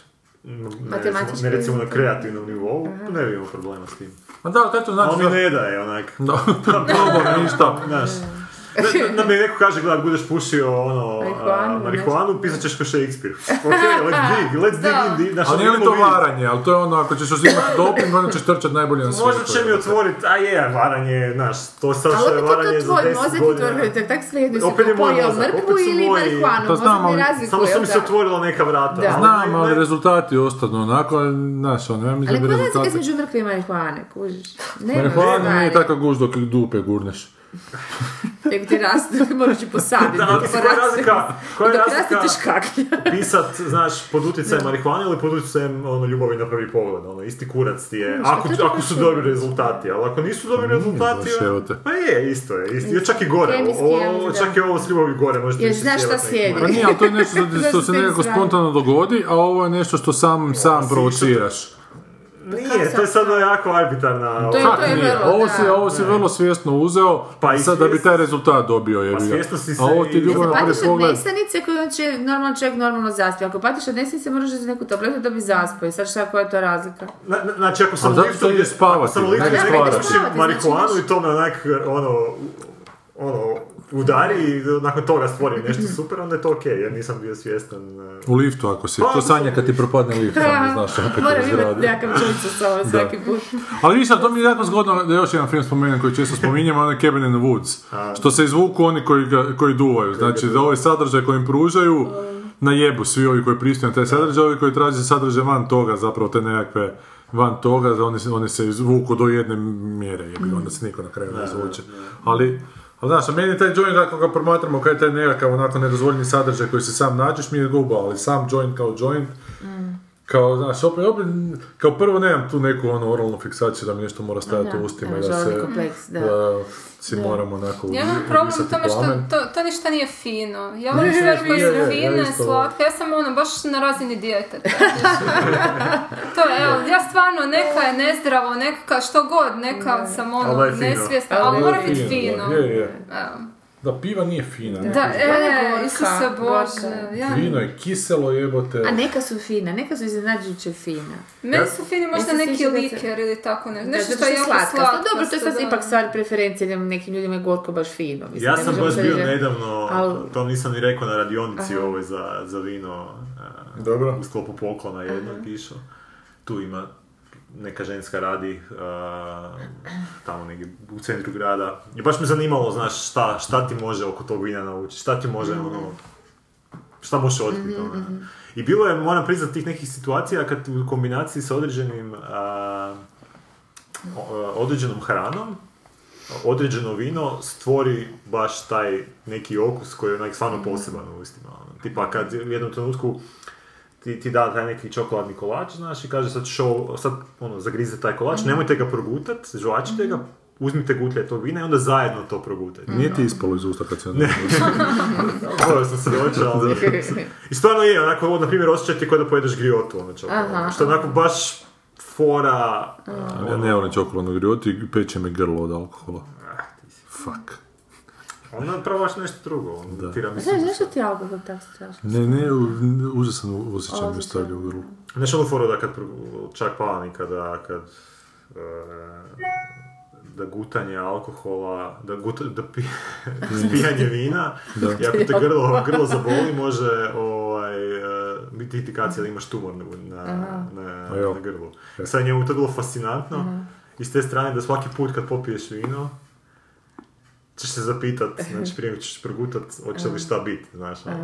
Speaker 4: Ne,
Speaker 3: Matematički
Speaker 4: recimo, ne recimo na
Speaker 3: rezultat.
Speaker 4: kreativnom nivou, ne bi imao problema s tim.
Speaker 2: Ma da, ali kaj to
Speaker 4: A
Speaker 2: znači?
Speaker 4: on mi ne daje onak.
Speaker 2: Da, probam ništa.
Speaker 4: Znaš,
Speaker 3: Mm.
Speaker 4: da, da, da mi neko kaže, gledaj, budeš pušio ono,
Speaker 3: Marihuanu,
Speaker 4: a, marihuanu, pisat ćeš ko Shakespeare. Ok, let's dig, let's
Speaker 5: Da.
Speaker 4: dig in deep. Znaš,
Speaker 2: Ali nije
Speaker 4: idemo
Speaker 2: li to
Speaker 4: vidjeti.
Speaker 2: varanje, ali to je ono, ako ćeš uzimati doping, onda ćeš trčati najbolje na svijetu.
Speaker 4: Možda će mi
Speaker 2: jebote.
Speaker 4: otvoriti, a je, varanje, znaš, to sad što
Speaker 3: Ali
Speaker 4: je
Speaker 3: opet je
Speaker 4: varanje
Speaker 3: to
Speaker 4: za
Speaker 3: tvoj
Speaker 4: 10
Speaker 3: mozak i tvoj
Speaker 4: godina.
Speaker 3: organizam, tako svejedno si
Speaker 4: Opet je moj
Speaker 3: pojeo
Speaker 4: mozak,
Speaker 3: mrkvu
Speaker 4: opet su
Speaker 3: ili
Speaker 4: moji-
Speaker 3: marihuanu,
Speaker 2: To Pa znam,
Speaker 3: mozak
Speaker 2: ali-
Speaker 3: ne razlikuje.
Speaker 4: Samo su mi se
Speaker 3: da.
Speaker 4: otvorila neka vrata.
Speaker 3: Da.
Speaker 2: Znam, ali
Speaker 4: ne-
Speaker 2: rezultati ostanu onako, znaš, ono, ja
Speaker 3: Ali
Speaker 2: mislim da bi
Speaker 3: koja je razlika
Speaker 2: rezultati...
Speaker 3: između mrkve i marihuane, kužiš? Nema
Speaker 2: Marihuana nije
Speaker 3: stvari.
Speaker 2: tako guž dok dupe gurneš.
Speaker 3: Nego ti rastu, moraš ti posaditi.
Speaker 4: Da, ali
Speaker 3: Pa
Speaker 4: koja je
Speaker 3: raste-
Speaker 4: razlika, koja
Speaker 3: I
Speaker 4: je
Speaker 3: dok raste
Speaker 4: razlika
Speaker 3: ti škaklja.
Speaker 4: pisat, znaš, pod utjecajem marihuane ili pod utjecajem ono, ljubavi na prvi pogled, ono, isti kurac ti je, ako,
Speaker 3: to je
Speaker 4: ako su
Speaker 3: baš-
Speaker 4: dobri rezultati, ali ako nisu dobri
Speaker 2: Pa nije
Speaker 4: rezultati,
Speaker 2: baš, evo te.
Speaker 4: pa je, isto je, isto, je, čak i gore,
Speaker 3: Kemijski,
Speaker 4: ovo,
Speaker 3: ja
Speaker 4: ovo-
Speaker 3: mislim,
Speaker 4: čak
Speaker 3: da.
Speaker 4: i ovo s ljubavi gore, možete
Speaker 3: Jer
Speaker 4: ići
Speaker 3: znaš šta
Speaker 4: sjelat neki
Speaker 3: slijedi.
Speaker 2: Pa nije, ali to je nešto što,
Speaker 3: Zašto
Speaker 2: što se
Speaker 3: ti
Speaker 2: nekako
Speaker 3: izrazi?
Speaker 2: spontano dogodi, a ovo je nešto što sam, sam provociraš.
Speaker 4: Pa Nije, to je sad jako arbitarna...
Speaker 3: Pa To je-
Speaker 2: Kak nije?
Speaker 3: vrlo,
Speaker 2: Ovo
Speaker 3: da.
Speaker 2: si, ovo si vrlo svjesno uzeo,
Speaker 4: Pa i
Speaker 2: sad da bi
Speaker 4: svjesno-
Speaker 2: taj rezultat dobio. Je,
Speaker 4: Pa svjesno si se
Speaker 2: A ovo ti
Speaker 4: i-
Speaker 2: ljubavno prvi
Speaker 3: Patiš od
Speaker 2: pogled.
Speaker 3: nesanice koju će normalno čovjek normalno zaspio. Ako patiš od nesanice moraš uzeti neku tabletu da bi zaspio. I Sad šta koja je to razlika?
Speaker 4: Na- na- Znači, ako sam
Speaker 2: A zato
Speaker 4: liftom
Speaker 2: ide
Speaker 4: gdje
Speaker 2: spavati,
Speaker 4: sam
Speaker 2: ne ide
Speaker 4: liftom
Speaker 2: stvarati.
Speaker 4: gdje pušim
Speaker 3: Spavati,
Speaker 4: marihuanu
Speaker 3: znači,
Speaker 4: i to me onak, ono, ono, udari i nakon toga stvorim nešto super, onda je to okej, jer nisam bio svjestan. e,
Speaker 2: U liftu ako si,
Speaker 4: Pa,
Speaker 2: to sanja kad ti propadne lift, onda
Speaker 3: Ha,
Speaker 2: znaš kako
Speaker 3: Pa, Moram
Speaker 2: se
Speaker 3: imati
Speaker 2: radi.
Speaker 3: nekakav čujicu sa ovo svaki put.
Speaker 2: Ali vidiš, to mi je jako zgodno da još jedan film spomenem koji često spominjem, onaj Cabin in the Woods. Što se izvuku oni koji, ga, koji duvaju. Znači, da ovaj sadržaj koji im pružaju, na jebu svi ovi koji pristaju na taj sadržaj, ovi koji traže sadržaj van toga, zapravo te nekakve van toga, da oni, se- oni se izvuku do jedne mjere, jebi ga, onda se niko na kraju ne izvuče. Ali, ali znaš, a meni taj joint, ako ga promatramo kao je taj nekakav onako nedozvoljeni sadržaj koji se sam nađeš, mi je guba, ali sam joint kao joint, kao, znaš, opet, opet, kao prvo nemam tu neku ono oralnu fiksaciju da mi nešto mora stajati u ustima i da
Speaker 3: žalni
Speaker 2: se,
Speaker 3: kompleks, da.
Speaker 2: da si moramo onako
Speaker 5: Ja imam
Speaker 2: uvi-
Speaker 5: problem u
Speaker 2: uvisati
Speaker 5: tome što
Speaker 2: plamen.
Speaker 5: to, to ništa nije fino. Ja volim
Speaker 2: Ništa
Speaker 5: stvari koje
Speaker 2: nije, je,
Speaker 5: su
Speaker 2: je, ja
Speaker 5: fine,
Speaker 2: isto volim.
Speaker 5: slatke. Ja sam ono, baš na razini djeteta. to je, evo, ja stvarno, neka je nezdravo, neka što god, neka sam ono,
Speaker 4: Ali je fino.
Speaker 5: nesvjesna,
Speaker 3: Ali
Speaker 5: ali
Speaker 3: je
Speaker 5: mora
Speaker 2: Da,
Speaker 5: biti
Speaker 2: fino,
Speaker 5: fino.
Speaker 2: da, je, je.
Speaker 5: Evo.
Speaker 2: Da, piva nije fina. ne?
Speaker 5: Da, e,
Speaker 3: Gorka,
Speaker 5: Isuse
Speaker 3: gorka.
Speaker 5: Bože. Ja,
Speaker 2: Vino je kiselo jebote.
Speaker 3: A neka su fina, neka su iznenađujuće fina.
Speaker 5: meni su fini možda
Speaker 3: Meni se
Speaker 5: neki
Speaker 3: sviđa da se-
Speaker 5: liker ili tako nešto.
Speaker 3: Da,
Speaker 5: Nešto
Speaker 3: zato
Speaker 5: što je
Speaker 3: su
Speaker 5: jako
Speaker 3: slatka.
Speaker 5: slatko.
Speaker 3: No, dobro, to je sad
Speaker 5: da.
Speaker 3: ipak stvar preferencije, jer nekim ljudima je gorko baš fino. Mislim,
Speaker 4: Ja
Speaker 3: ne
Speaker 4: sam
Speaker 3: možemo
Speaker 4: baš
Speaker 3: sad
Speaker 4: bio
Speaker 3: reći-
Speaker 4: nedavno,
Speaker 3: Al-
Speaker 4: to nisam ni rekao na radionici ovoj za, za vino, e,
Speaker 2: Dobro.
Speaker 4: u sklopu poklona jednog išao. Tu ima neka ženska radi e, tamo negdje u centru grada. I baš me zanimalo, znaš, šta, šta ti može oko tog vina naučiti, šta ti može, ono, šta možeš otkriti. ono. I bilo je, moram priznati, tih nekih situacija kad u kombinaciji sa određenim, a, o- e, određenom hranom, određeno vino stvori baš taj neki okus koji je onak
Speaker 3: Mm.
Speaker 4: stvarno poseban u ustima. ono. Tipa kad u jednom trenutku ti, ti da taj neki čokoladni kolač, znaš, i kaže sad show, sad ono, zagrize taj kolač,
Speaker 3: Mm.
Speaker 4: nemojte ga progutat, žvačite ga, uzmite gutlje tog vina i onda zajedno to progutajte.
Speaker 3: Mm.
Speaker 2: Nije ti ispalo iz usta kad se ne.
Speaker 4: Dobro sam se dočao, ali... I stvarno je, onako, ovo, na primjer, osjećaj ti kao da pojedeš griotu, ono čokoladu. Što je onako baš fora...
Speaker 3: Mm.
Speaker 2: Ali Ja ne volim čokoladnu griotu i peče mi grlo od alkohola. Fuck.
Speaker 4: Onda probaš nešto drugo, ono, tiramisu.
Speaker 3: Znaš, zašto ti je alkohol tako strašno?
Speaker 2: Ne, ne, u- ne, užasan osjećaj mi ostavlja u grlu.
Speaker 4: Znaš onu foru da kad pro- čak pala kada kad e, da gutanje alkohola, da, guta, da pi,
Speaker 2: Mm.
Speaker 4: spijanje vina, i ako te grlo, grlo zaboli, može ovaj, e, biti indikacija da imaš tumor na, na, na,
Speaker 2: A jo.
Speaker 4: na grlu. I Sad je njemu to bilo fascinantno, i s te strane da svaki put kad popiješ vino, ćeš se zapitat, znači prije nego ćeš progutat, hoće li šta biti, znaš. ono.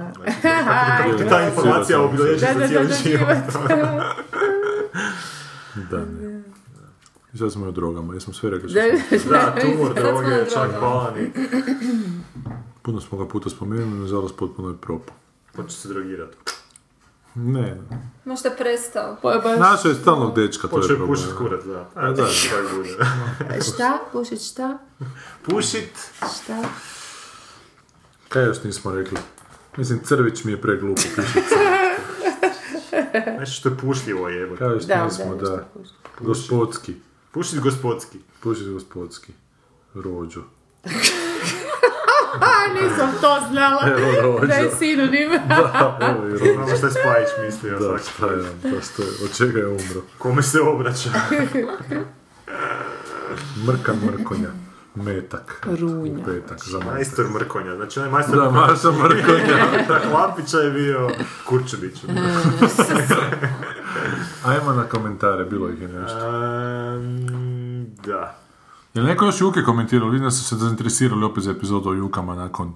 Speaker 4: Znači, i ta informacija obilježi
Speaker 3: Da, da,
Speaker 4: za
Speaker 3: da,
Speaker 4: cijeli
Speaker 3: da,
Speaker 4: život.
Speaker 3: život.
Speaker 2: Da, ne. I sad smo i o drogama, jesmo sve rekli što
Speaker 3: Da,
Speaker 2: smo.
Speaker 4: Da, tumor,
Speaker 5: Sad smo na
Speaker 4: droge, čak
Speaker 5: drogama.
Speaker 4: balani.
Speaker 2: Puno smo ga puta spomenuli, nažalost potpuno je propo.
Speaker 4: Hoće se drogirati.
Speaker 2: Ne,
Speaker 5: Možda prestao.
Speaker 3: Pa je baš-
Speaker 2: našao je stalnog dečka, to je
Speaker 4: Hoće
Speaker 2: problem.
Speaker 4: pušit kurat, da. E, A,
Speaker 2: da.
Speaker 4: da, tak bude.
Speaker 3: E, Šta? Pušit šta?
Speaker 4: Pušit,
Speaker 3: Šta?
Speaker 2: Kaj još nismo rekli? Mislim, crvić mi je preglupo piše.
Speaker 4: nešto što je pušljivo jebote.
Speaker 2: Kaj još
Speaker 3: Da,
Speaker 2: nismo,
Speaker 3: da,
Speaker 2: da.
Speaker 3: nešto pušit.
Speaker 2: Gospodski.
Speaker 4: Pušit gospodski.
Speaker 2: Puši gospodski. Rođo.
Speaker 3: A, nisam to znala.
Speaker 2: Evo, rođo.
Speaker 3: Da je sinonim.
Speaker 2: Da, evo i rođo.
Speaker 4: Znamo šta je Spajić mislio
Speaker 2: pa, Da,
Speaker 4: svaki
Speaker 2: šta
Speaker 4: put.
Speaker 2: je on, da, šta Pa je, od čega je umro?
Speaker 4: Kome se obraća?
Speaker 2: Mrka mrkonja. Metak.
Speaker 3: Runja.
Speaker 2: U petak, za majstor.
Speaker 4: Majstor Mrkonja. Znači onaj majstor
Speaker 2: Da, Marša mrkonja.
Speaker 4: Mrkonja. Hlapića je bio Kurčević.
Speaker 2: Ajmo na komentare, bilo ih je nešto.
Speaker 4: Ehm, Da.
Speaker 2: Jel neko još Juke komentirao? Vidim da su se zainteresirali opet za epizodu o Jukama nakon...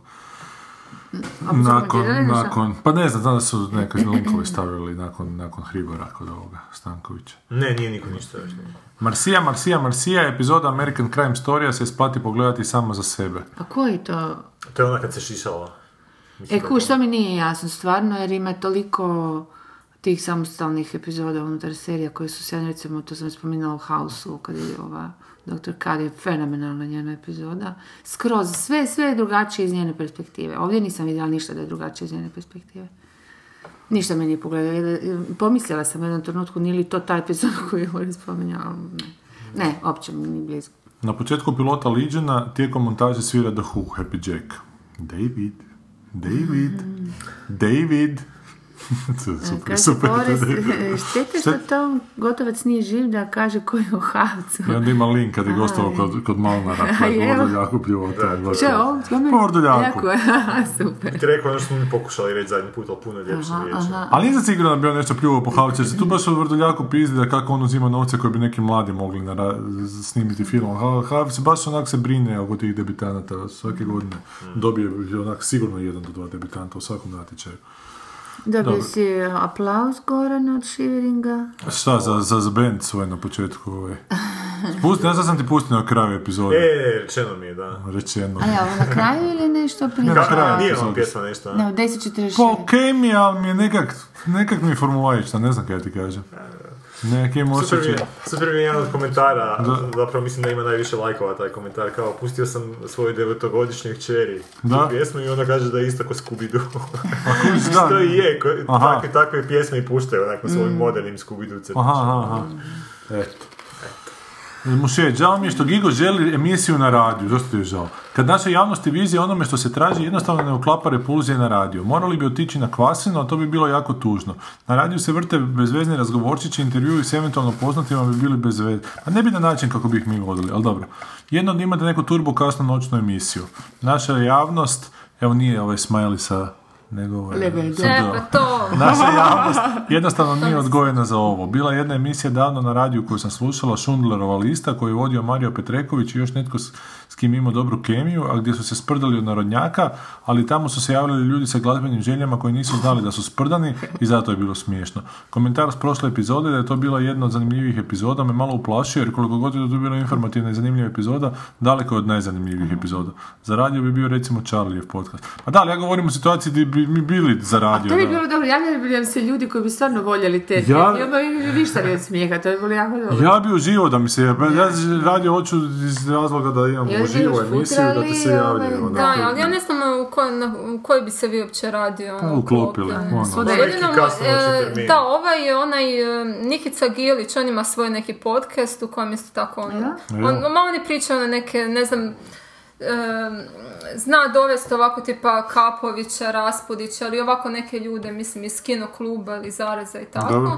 Speaker 2: Nakon,
Speaker 3: komentirali nešto?
Speaker 2: nakon, pa ne znam, znam da su neke linkove stavili nakon, nakon Hribora kod ovoga Stankovića.
Speaker 4: Ne, nije niko ništa još.
Speaker 2: Marsija, Marsija, Marsija, epizoda American Crime Storya se isplati pogledati samo za sebe.
Speaker 3: A koji to?
Speaker 4: To je ona kad se šišala.
Speaker 3: E, kuš, to mi nije jasno stvarno, jer ima toliko tih samostalnih epizoda unutar serija koje su se, recimo, to sam spominala u Houseu, kad je ova Dr. Kad je fenomenalna njena epizoda. Skroz, sve, sve je drugačije iz njene perspektive. Ovdje nisam vidjela ništa da je drugačije iz njene perspektive. Ništa me nije pogledala. jer- Pomislila sam u jednom trenutku, nije li to taj epizod koji je Ori spominjao, ali ne. Ne, uopće mi nije blizu.
Speaker 2: Na početku pilota Legiona tijekom montaže svira The Who, Happy Jack. David, David, David. super,
Speaker 3: Mm. E, Kaže
Speaker 2: super.
Speaker 3: Boris,
Speaker 2: David.
Speaker 3: štete što to gotovac nije živ da kaže koji je u havcu.
Speaker 2: I onda ima link kad je gostovao kod, kod Malnara, koji je
Speaker 3: jel?
Speaker 2: Vordoljaku pljuvao.
Speaker 3: Če, ovo? Zgome?
Speaker 2: Vordoljaku.
Speaker 3: Jako je, aha, super.
Speaker 4: Ti rekao ono što smo mi pokušali reći zadnji put, ali puno je ljepše riječi.
Speaker 2: Ali nisam siguran da bi on nešto pljuvao po Havcu, jer se tu baš od Vrdoljaku pizdi da kako on uzima novce koje bi neki mladi mogli nara- z- snimiti film. Ha- Havc baš onak se brine oko tih debitanata svake godine. Dobije onak sigurno jedan do dva debitanta u svakom natječaju.
Speaker 3: Dobio
Speaker 2: Dobro.
Speaker 3: si aplauz Goran od Shiveringa.
Speaker 2: Šta za, za, za band svoj na početku ovaj? Spusti, ja sad sam ti pustio na kraju epizode.
Speaker 4: E, rečeno mi je, da.
Speaker 2: Rečeno.
Speaker 3: A ja, ovo na kraju ili nešto prije?
Speaker 2: na kraju.
Speaker 4: A, nije
Speaker 2: epizode.
Speaker 4: vam pjesma nešto, a?
Speaker 3: Ne, u 10.46.
Speaker 2: Pa okej mi je, ali mi je nekak, nekak mi je formulaična, ne znam kaj ti kažem. Neki im
Speaker 4: Super mi, je,
Speaker 2: osjećaj.
Speaker 4: super mi je jedan od komentara,
Speaker 2: Da.
Speaker 4: zapravo mislim da ima najviše lajkova taj komentar, kao pustio sam svoju devetogodišnjoj kćeri
Speaker 2: Da.
Speaker 4: tu pjesmu i ona kaže da je isto ko Scooby-Doo.
Speaker 2: Pa, Da.
Speaker 4: to i je, ko-
Speaker 2: Aha. Mm.
Speaker 4: takve, takve pjesme i puštaju onako svojim modernim Scooby-Doo crtićima.
Speaker 2: Aha, aha, aha. Eto. Mušije, žao mi je što Gigo želi emisiju na radiju, dosta ti je žao. Kad naša javnost i vizija onome što se traži jednostavno ne uklapa repulzije na radiju. Morali bi otići na kvasinu, a to bi bilo jako tužno. Na radiju se vrte bezvezni razgovorčići, intervjui s eventualno poznatima bi bili bezvezni. A ne bi na način kako bi ih mi vodili, ali dobro. Jedno od njima da neku turbo kasnu noćnu emisiju. Naša javnost, evo nije ovaj smiley sa nego ovaj,
Speaker 3: Lebedom.
Speaker 2: sa
Speaker 5: E,
Speaker 2: D.
Speaker 5: pa to.
Speaker 2: Naša javnost jednostavno nije odgojena za ovo. Bila je jedna emisija davno na radiju koju sam slušala, Šundlerova lista, koju je vodio Mario Petreković i još netko s, s kim imao dobru kemiju, a gdje su se sprdali od narodnjaka, ali tamo su se javljali ljudi sa glazbenim željama koji nisu znali da su sprdani i zato je bilo smiješno. Komentar s prošle epizode da je to bila jedna od zanimljivih epizoda me malo uplašio jer koliko god je to bilo informativna i zanimljiva epizoda, daleko je od najzanimljivih epizoda. Za radio bi bio recimo Charliev podcast. A da, ali ja govorim o situaciji gdje bi mi bili za radio.
Speaker 3: To bi
Speaker 2: da.
Speaker 3: bilo dobro, javljali bi nam se ljudi koji bi stvarno voljeli te
Speaker 2: Ja-
Speaker 3: ja... i onda bi bili vištali od smijeha, to je bilo jako dobro.
Speaker 2: Ja bi uživao da mi se ja radio hoću iz razloga da imam
Speaker 3: Ja bi
Speaker 2: uživo
Speaker 3: još
Speaker 2: emisiju da ti se
Speaker 3: futrali,
Speaker 2: javljaju.
Speaker 3: ovaj,
Speaker 2: ono.
Speaker 5: Da, ali ja ne znam u koji, na, u koji bi se vi uopće radio. ono,
Speaker 2: uklopili,
Speaker 5: uklopili.
Speaker 2: ono.
Speaker 3: Svuda je.
Speaker 4: Neki
Speaker 5: Jedino,
Speaker 4: kasno noćni
Speaker 5: e,
Speaker 4: termini.
Speaker 5: da, ovaj je onaj e, Nikica Gilić, on ima svoj neki podcast u kojem isto tako on, on, on, ma on je pričao na neke, ne znam, e, zna dovesti ovako tipa Kapovića, Raspudića, ali ovako neke ljude, mislim, iz kino kluba ili Zareza i tako.
Speaker 2: Dobro.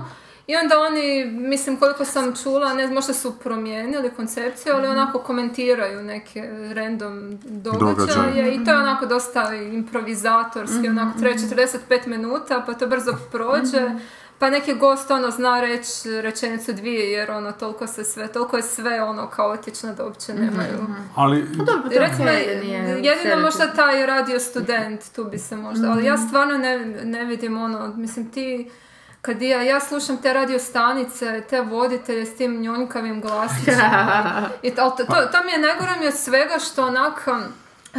Speaker 5: I onda oni, mislim, koliko sam čula, ne znam, možda su promijenili koncepciju, ali onako komentiraju neke random događaje
Speaker 2: Događaje.
Speaker 5: i to je onako dosta improvizatorski, onako traje 45 minuta, pa to brzo prođe. Pa neki gost ono zna reći rečenicu dvije jer ono toliko se sve, toliko je sve ono kaotično da uopće nemaju.
Speaker 2: Ali
Speaker 3: pa Dobro, to je
Speaker 5: Recimo,
Speaker 3: okej da nije
Speaker 5: jedino
Speaker 3: selektivno.
Speaker 5: možda taj radio student, tu bi se možda, ali
Speaker 3: Mhm.
Speaker 5: ja stvarno ne, ne vidim ono, mislim ti, kad ja, ja slušam te radio stanice, te voditelje s tim njonjkavim glasićima, i to, ali to, to, to mi je najgore mi je od svega što onak, um,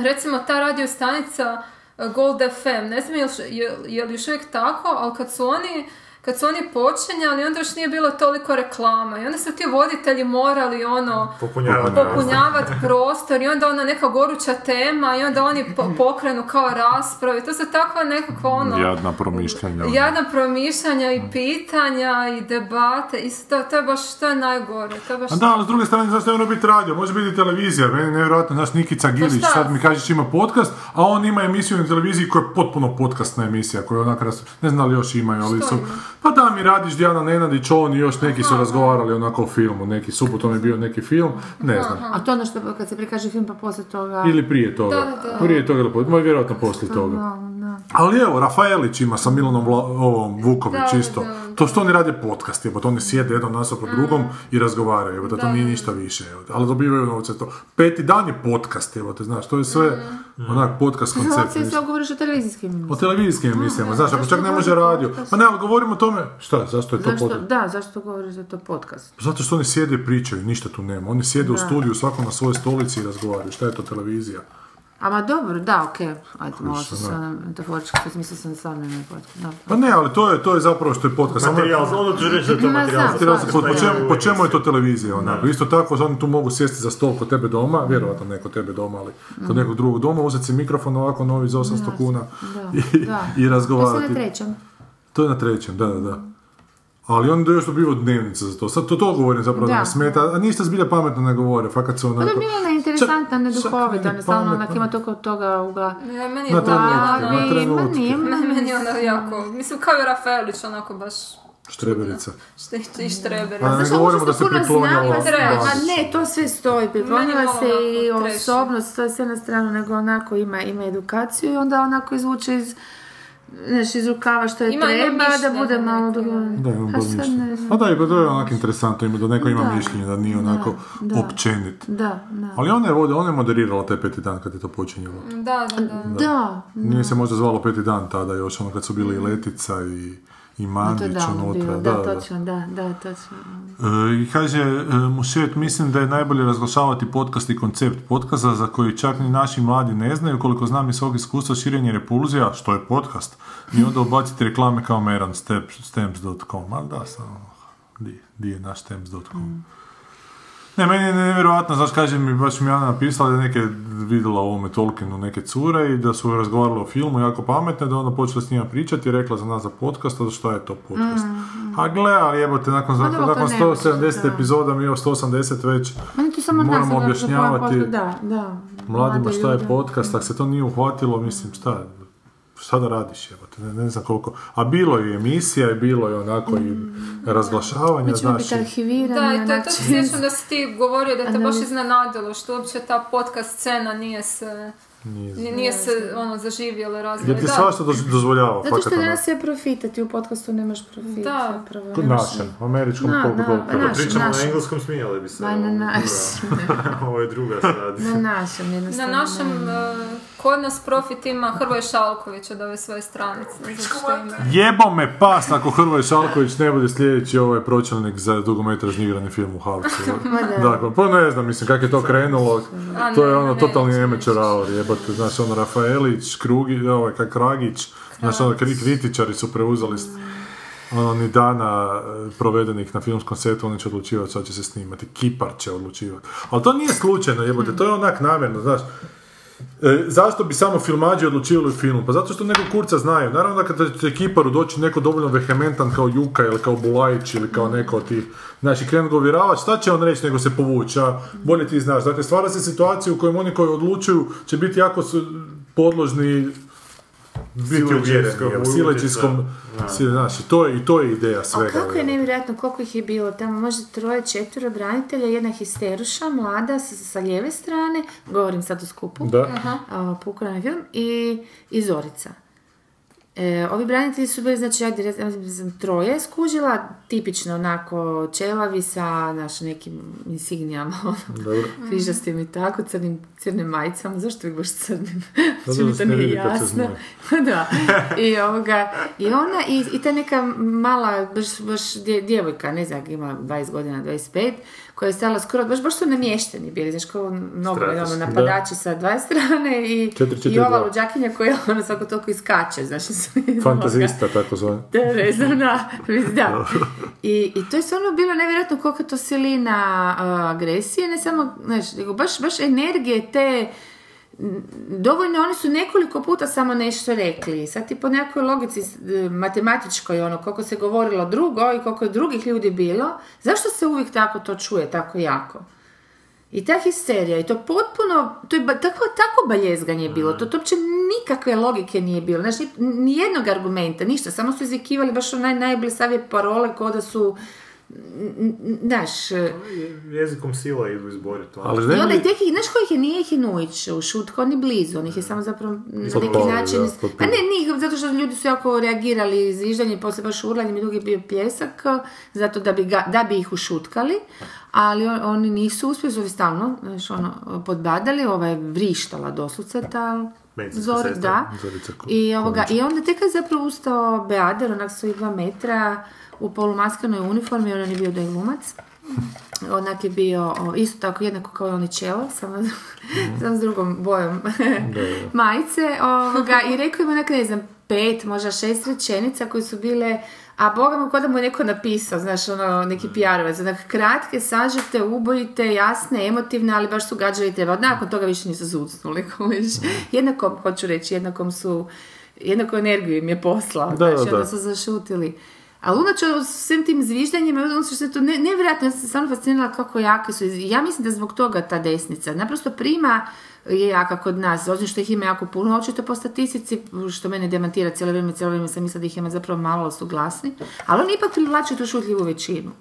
Speaker 5: recimo ta radio stanica uh, Gold FM, ne znam je li, š- je, je li još uvijek tako, ali kad su oni kad su oni počinjali, onda još nije bilo toliko reklama i onda su ti voditelji morali ono,
Speaker 4: Popunjavanje.
Speaker 5: popunjavati prostor i onda ona neka goruća tema i onda oni po- pokrenu kao rasprave. To su takva nekakva ono...
Speaker 2: jadna promišljanja. ono.
Speaker 5: Jadna promišljanja i pitanja i debate i to, to je baš to je najgore. To je baš
Speaker 2: A da, ali s druge strane, zašto je ono biti radio? Može biti i televizija, meni je nevjerojatno, znaš, Nikica Gilić,
Speaker 5: šta?
Speaker 2: sad mi kažeš ima podcast, a on ima emisiju na televiziji koja je potpuno podcastna emisija, koja je onak, raz- ne znam da li još imaju, ali su...
Speaker 5: ima?
Speaker 2: Pa da, mi radiš Dijana Nenadić, on i još neki su razgovarali onako o filmu, neki subotom je bio neki film, ne znam.
Speaker 3: A to je ono što kad se prikaže film pa poslije toga...
Speaker 2: Ili prije toga. Prije toga ili poslije. Moj vjerojatno poslije toga. Ali evo, Rafaelić ima sa Milanom Vla- ovom Vuković
Speaker 5: Da,
Speaker 2: isto.
Speaker 5: da, da.
Speaker 2: To što oni rade podcast, jebote, oni sjede jedan nasuprot drugom i razgovaraju, jebote, to nije ništa više, jebote, ali dobivaju novce to. Peti dan je podcast, jebote, znaš, to je sve
Speaker 4: Mm.
Speaker 2: onak podcast
Speaker 3: Znači,
Speaker 2: koncept.
Speaker 3: se sve
Speaker 2: mislim.
Speaker 3: govoriš o televizijskim
Speaker 2: O
Speaker 3: emisijama.
Speaker 2: televizijskim emisijama, znaš, ako čak ne može radio. Pa ne, ali govorimo o tome, šta, zašto je to
Speaker 3: Zašto,
Speaker 2: podcast?
Speaker 3: da, zašto govoriš da je to podcast?
Speaker 2: Zato što oni sjede i pričaju, ništa tu nema. Oni sjede u studiju, svako na svojoj stolici i razgovaraju. Šta je to televizija?
Speaker 3: Ama dobro, da, okej. Ajde, malo
Speaker 2: Više,
Speaker 3: se
Speaker 2: da.
Speaker 3: sada metaforički, pa mislila sam da sam ne podcast. Dobro.
Speaker 2: Pa ne, ali to je, to je zapravo što je podcast. Samo je-
Speaker 4: Materijal, za- ono ću reći da je to
Speaker 3: Ma,
Speaker 4: materijal.
Speaker 3: znam,
Speaker 4: za-
Speaker 2: Ti razlika, po, po
Speaker 4: Da.
Speaker 2: čemu, po čemu je to televizija onako? Isto tako, oni tu mogu sjesti za stol kod tebe doma, vjerojatno ne kod tebe doma, ali
Speaker 3: Mm.
Speaker 2: kod nekog drugog doma, uzeti si mikrofon ovako novi za 800 kuna i,
Speaker 3: da.
Speaker 2: i
Speaker 3: To se na
Speaker 2: razgovarati.
Speaker 3: trećem.
Speaker 4: To je na trećem, da, da, da. Ali on još dobiva dnevnice za to. Sad to, to govorim zapravo da,
Speaker 3: Da.
Speaker 4: me smeta, a ništa zbilja pametno ne govore, fakat
Speaker 3: Pa
Speaker 4: se onako...
Speaker 3: da je bila neinteresantna,
Speaker 4: Čak- čak
Speaker 3: neduhovita,
Speaker 4: ni
Speaker 3: ona stalno ono onak
Speaker 4: pametno. Pa
Speaker 3: ima toliko toga u glavi.
Speaker 5: Ne, meni
Speaker 4: Na
Speaker 5: je
Speaker 4: trenutke,
Speaker 5: da,
Speaker 4: na
Speaker 5: da.
Speaker 3: Ali, ma
Speaker 4: trenutke.
Speaker 3: nije, ma
Speaker 5: Ne, Meni
Speaker 3: nije.
Speaker 5: je ona jako, mislim kao je Rafaelić, onako baš
Speaker 4: Štreberica.
Speaker 5: šte- i štreber.
Speaker 4: Pa
Speaker 3: ono
Speaker 4: ne govorimo da se priklonjala.
Speaker 5: znala, treba.
Speaker 3: Ma
Speaker 4: Baziću.
Speaker 3: pa ne, to sve stoji,
Speaker 5: Meni je
Speaker 3: priklonila
Speaker 5: malo
Speaker 3: se i
Speaker 5: onako trešnje.
Speaker 3: osobnost, to je sve na stranu, nego onako ima, ima edukaciju i onda onako izvuče iz, znaš, iz rukava što je
Speaker 5: Ima jedno
Speaker 3: treba, da
Speaker 5: mišljenje ono,
Speaker 3: bude malo
Speaker 5: neko,
Speaker 3: drugo.
Speaker 4: Da, imam
Speaker 3: A
Speaker 4: bolj
Speaker 3: sad
Speaker 4: mišljenje.
Speaker 3: ne znam.
Speaker 4: Pa da, i to je onako interesantno, ima da neko ima
Speaker 3: Da.
Speaker 4: mišljenje, da nije onako
Speaker 3: da.
Speaker 4: općenit.
Speaker 3: Da, da.
Speaker 4: Ali ona je, vode, ona je moderirala taj peti dan kad je to počinjelo.
Speaker 5: Da, da, da.
Speaker 3: Da,
Speaker 4: Nije se možda zvalo peti dan tada još, ono kad su bili i Letica i, i
Speaker 3: to
Speaker 4: Mandić
Speaker 3: je davno
Speaker 4: unutra.
Speaker 3: bilo, da, točno, da, da, točno.
Speaker 4: E, I kaže e, Mušet, mislim da je najbolje razglašavati podcast i koncept podcasta za koji čak ni naši mladi ne znaju, koliko znam iz svog iskustva širenje repulzija, što je podcast, i onda ubaciti reklame kao Meran, step, stamps.com, ali da, samo, di, di je naš stamps.com. Ne, meni je nevjerojatno, znaš, kaže mi, baš mi je Ana napisala da je neke vidjela u ovome Tolkienu neke cure i da su razgovarale o filmu jako pametne, da je onda počela s njima pričati i rekla za nas za podcast, a šta je to podcast? A gle, ali jebote, nakon,
Speaker 3: Mm, dobro, to
Speaker 4: nakon
Speaker 3: ne
Speaker 4: 170
Speaker 3: možeš, da.
Speaker 4: epizoda, mi još 180 već,
Speaker 3: Meni to samo od nas
Speaker 4: Moramo
Speaker 3: ono, za koje
Speaker 4: objašnjavati
Speaker 3: poslu- da, da.
Speaker 4: mladima
Speaker 3: Mlade
Speaker 4: šta je
Speaker 3: ljude.
Speaker 4: podcast, ako se to nije uhvatilo, mislim, šta, šta da radiš, jebote, ne, ne znam koliko. A bilo je i emisija, i bilo je onako i
Speaker 3: Mm.
Speaker 4: razglašavanja,
Speaker 3: Mi ćemo
Speaker 4: znaš,
Speaker 3: biti
Speaker 4: i-
Speaker 5: Da,
Speaker 3: arhivirani,
Speaker 5: i to je
Speaker 3: onak
Speaker 5: to se
Speaker 3: će-
Speaker 5: sjećam da si ti govorio da te baš
Speaker 3: Analiz-
Speaker 5: iznenadilo što uopće ta podcast scena nije se, nije, se ono zaživjela razvoj.
Speaker 4: jer ti svašta doz- dozvoljava,
Speaker 3: Zato što
Speaker 4: fakat,
Speaker 3: je
Speaker 4: ono.
Speaker 3: danas sve profitati, u podcastu nemaš profit
Speaker 5: Da.
Speaker 3: zapravo.
Speaker 4: Kod
Speaker 3: nemaš-
Speaker 4: našem, američkom
Speaker 3: Da,
Speaker 4: koliko
Speaker 3: da,
Speaker 4: toliko.
Speaker 3: pa naš-
Speaker 2: Pričamo na
Speaker 3: našem.
Speaker 2: engleskom, smijali bi se.
Speaker 3: Ma, na
Speaker 4: ono,
Speaker 2: ovo je druga-
Speaker 3: našem.
Speaker 2: Ovo je druga sad.
Speaker 3: Na našem,
Speaker 5: Na
Speaker 3: jednostavno.
Speaker 5: našem, eh, kod nas profit ima Hrvoje Šalković od ove svoje stranice. ne znam što ima.
Speaker 4: Jebo me pas ako Hrvoje Šalković ne bude sljedeći ovaj pročelnik za dugometražni igrani film u Havcu. dakle, pa ne znam, mislim, kako je to krenulo.
Speaker 5: A
Speaker 4: To
Speaker 5: ne,
Speaker 4: je ono
Speaker 5: ne,
Speaker 4: totalni
Speaker 5: neću,
Speaker 4: amateur
Speaker 5: neću.
Speaker 4: hour, jebote. Znaš, ono Rafaelić, Krugi, ovaj, kak Kragić, znaš, ono kri- kritičari su preuzeli s- ono, ni dana e, provedenih na filmskom setu, oni će odlučivati šta će se snimati. Kipar će odlučivati. Ali to nije slučajno, jebote, to je onak namjerno, znaš. E, zašto bi samo filmađi odlučivali film? Pa zato što nekog kurca znaju. Naravno da kad će kiparu doći neko dovoljno vehementan kao Juka ili kao Bulajić ili kao neko od tih, znači krenu ga uvjeravati, šta će on reći nego se povući, a bolje ti znaš. Dakle, stvara se situacija u kojoj oni koji odlučuju će biti jako su podložni biti uvjereni,
Speaker 2: Sileđijskom
Speaker 4: jel, sileđijskom, si- znaš, i to je, i to je ideja svega.
Speaker 3: A kako je
Speaker 4: jel.
Speaker 3: nevjerojatno koliko ih je bilo tamo, možda troje, četvero branitelja, jedna histeruša, mlada, sa, sa lijeve strane, govorim sad o skupu,
Speaker 4: Da.
Speaker 3: a, pokrani film, i, i Zorica. E, ovi branitelji su bili, znači, ajde, rec- ajde, znam, troje skužila, tipično onako čelavi sa naš, nekim insignijama, ono,
Speaker 4: Dobro.
Speaker 3: križastim i tako, crnim, crnim majicama, zašto ih baš crnim? Znači
Speaker 4: da
Speaker 3: mi
Speaker 4: se
Speaker 3: to
Speaker 4: Pa ne
Speaker 3: nije
Speaker 4: vidi kad se
Speaker 3: jasno. Pa da. I, ovoga, I ona, i, i ta neka mala, baš, baš dje- djevojka, ne znam, ima 20 godina, 25, koja je stala skoro, baš, baš su namješteni bili, znaš, kao nogomet, ono,
Speaker 2: Stratus,
Speaker 3: napadači sa dva strane i,
Speaker 4: Četiri, četiri,
Speaker 3: i ova
Speaker 4: dva.
Speaker 3: luđakinja koja ono svako toliko iskače, znaš, iz- iz ovoga.
Speaker 4: Fantazista, tako zvan.
Speaker 3: Da, ne znam, da, mislim, da. I, I to je stvarno bilo nevjerojatno kolika je to silina a, agresije, ne samo, znaš, nego baš, baš energije te, m, dovoljno oni su nekoliko puta samo nešto rekli. Sad ti po nekoj logici s- e, matematičkoj, ono, koliko se govorilo drugo i koliko je drugih ljudi bilo, zašto se uvijek tako to čuje, tako jako? I ta histerija, i to potpuno, to je ba- tako, tako baljezganje je bilo, to, to uopće nikakve logike nije bilo, znači ni, ni jednog argumenta, ništa, samo su izvikivali baš onaj najblesavije parole kao da su, n- n- znaš, e,
Speaker 2: Jezikom sila idu izboriti. ono.
Speaker 4: Ali
Speaker 3: i onda
Speaker 4: ne
Speaker 3: i tek ih, znaš kojih je, nije ih je Nujić u šutku, on je blizu, on ih je samo zapravo na neki
Speaker 4: Potpali,
Speaker 3: način,
Speaker 4: da,
Speaker 3: iz-
Speaker 4: potpali.
Speaker 3: pa ne, nije, zato što ljudi su jako reagirali zviždanjem, poslije baš urlanjem i drugi je bio pljesak, eh, zato da bi, ga- da bi ih ušutkali, ali on- oni nisu uspjeli, su ovi stalno, znaš, ono, podbadali, ova je vrištala doslovce ta
Speaker 2: Medicinska
Speaker 3: Zori,
Speaker 2: sestra.
Speaker 3: da.
Speaker 4: Zorica Ko-
Speaker 3: I, ovoga, I onda tek kad je zapravo ustao Beader, onak su i dva metra, u polumaskanoj uniformi, on je bio da je glumac onak je bio o, isto tako jednako kao i oni čelo, samo,
Speaker 4: Mhm.
Speaker 3: samo s drugom bojom majice. Ovoga, I rekao im onak, ne znam, pet, možda šest rečenica koje su bile, a boga mu ko da mu je neko napisao, znaš, ono, neki
Speaker 4: Mhm.
Speaker 3: PR-ovac. Onak, kratke, sažete, ubojite, jasne, emotivne, ali baš
Speaker 4: Mhm.
Speaker 3: su gađali treba. Nakon toga više nisu zucnuli, kužiš. Jednakom, hoću reći, jednakom su jednaku energiju im je poslao.
Speaker 4: Da,
Speaker 3: znači,
Speaker 4: da, da.
Speaker 3: onda su zašutili. Ali unače s svim tim zviždanjima, ono što se to ne, nevjerojatno, ja sam se stvarno fascinirala kako jake su. I Ja mislim da zbog toga ta desnica naprosto prima je jaka kod nas, osim što ih ima jako puno, očito po statistici, što mene demantira cijelo vrijeme, cijelo vrijeme sam mislila da ih ima zapravo malo, ali su glasni, ali oni ipak privlače tu šutljivu većinu.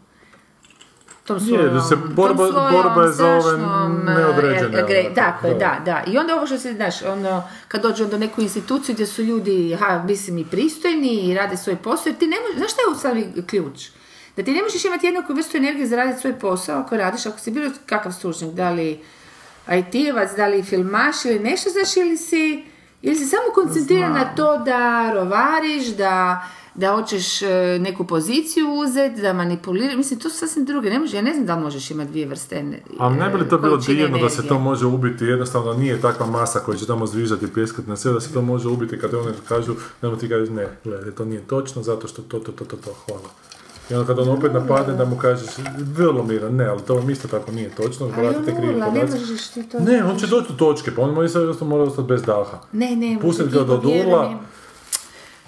Speaker 3: Tom
Speaker 4: Je, da se
Speaker 3: tom
Speaker 4: borba-
Speaker 3: svojom
Speaker 4: borba je za ove
Speaker 3: strašnom, e,
Speaker 4: neodređene,
Speaker 3: e, gre-
Speaker 4: ono,
Speaker 3: Tako je,
Speaker 4: da.
Speaker 3: da, da. I onda ovo što se, znaš, ono, kad dođu do neku instituciju gdje su ljudi, ha, mislim, i pristojni i rade svoj posao, jer ti ne možeš, znaš šta je u stvari ključ? Da ti ne možeš imati jednaku vrstu energije za raditi svoj posao ako radiš, ako si bilo kakav stručnjak, da li IT-evac, da li filmaš ili nešto, znaš, ili si, ili si samo koncentriran na to da rovariš, da da hoćeš e, neku poziciju uzeti, da manipuliraš, mislim, to su sasvim druge, ne može, ja ne znam da li možeš imati dvije vrste ener-
Speaker 4: Ali ne bi li to
Speaker 3: e,
Speaker 4: bilo
Speaker 3: količine
Speaker 4: divno da se
Speaker 3: energije?
Speaker 4: to može ubiti, jednostavno nije takva masa koja će tamo zviždati i pljeskati na sve, da se to može ubiti kad oni kažu, da mu ti kažeš ne, gledaj, to nije točno zato što to, to, to, to, to, hvala. I onda kad on opet napadne da mu kažeš, vrlo miran, ne, ali to vam isto tako nije točno,
Speaker 3: Pa Ali on
Speaker 4: vratite krivi
Speaker 3: urla, ne
Speaker 4: podaci.
Speaker 3: možeš ti to...
Speaker 4: Ne, on će doći do točke, pa on mora sad jednostavno mora ostati bez daha.
Speaker 3: Ne, ne,
Speaker 4: Pustit
Speaker 3: ti
Speaker 4: ga do
Speaker 3: povjeruj
Speaker 4: dula.
Speaker 3: mi.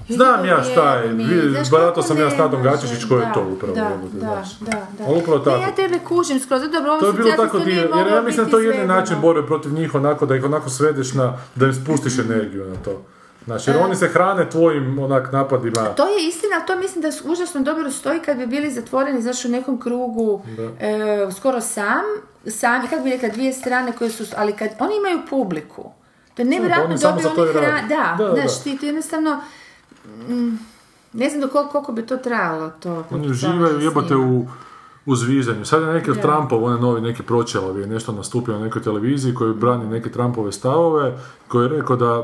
Speaker 3: Ju,
Speaker 4: Znam
Speaker 3: ti
Speaker 4: ja šta je,
Speaker 3: povjeruj mi,
Speaker 4: vidi,
Speaker 3: znaš
Speaker 4: barato
Speaker 3: kako
Speaker 4: sam ja
Speaker 3: ne
Speaker 4: s Natom
Speaker 3: možeš,
Speaker 4: Gačičić koji je
Speaker 3: da,
Speaker 4: to upravo,
Speaker 3: Da,
Speaker 4: jebote,
Speaker 3: da,
Speaker 4: znaš.
Speaker 3: da, da.
Speaker 4: Ali upravo
Speaker 3: Ne,
Speaker 4: tako.
Speaker 3: ja tebe kužim skroz, dobro, ovo
Speaker 4: To je bilo tako
Speaker 3: divno,
Speaker 4: divno, jer ja mislim da to je jedini način borbe protiv njih, onako da ih onako svedeš na, da im spustiš energiju na to. Znači, jer oni se hrane tvojim onak napadima.
Speaker 3: Znači, To je istina, ali to mislim da s- užasno dobro stoji kad bi bili zatvoreni, znaš, u nekom krugu e, skoro sam, sami, kako bi rekla, dvije strane koje su, ali kad oni imaju publiku, to je nevjerojatno
Speaker 4: oni samo
Speaker 3: dobiju
Speaker 4: za to
Speaker 3: oni
Speaker 4: i rade.
Speaker 3: hra- da,
Speaker 4: Da, da,
Speaker 3: znaš,
Speaker 4: da.
Speaker 3: ti to jednostavno, mm, ne znam do koliko, koliko bi to trajalo to.
Speaker 4: Oni uživaju jebate u, u zviždanju. Sad je neki od Trumpov, one novi neki pročelavi, je nešto nastupio na nekoj televiziji koji brani neke Trumpove stavove, koji je rekao da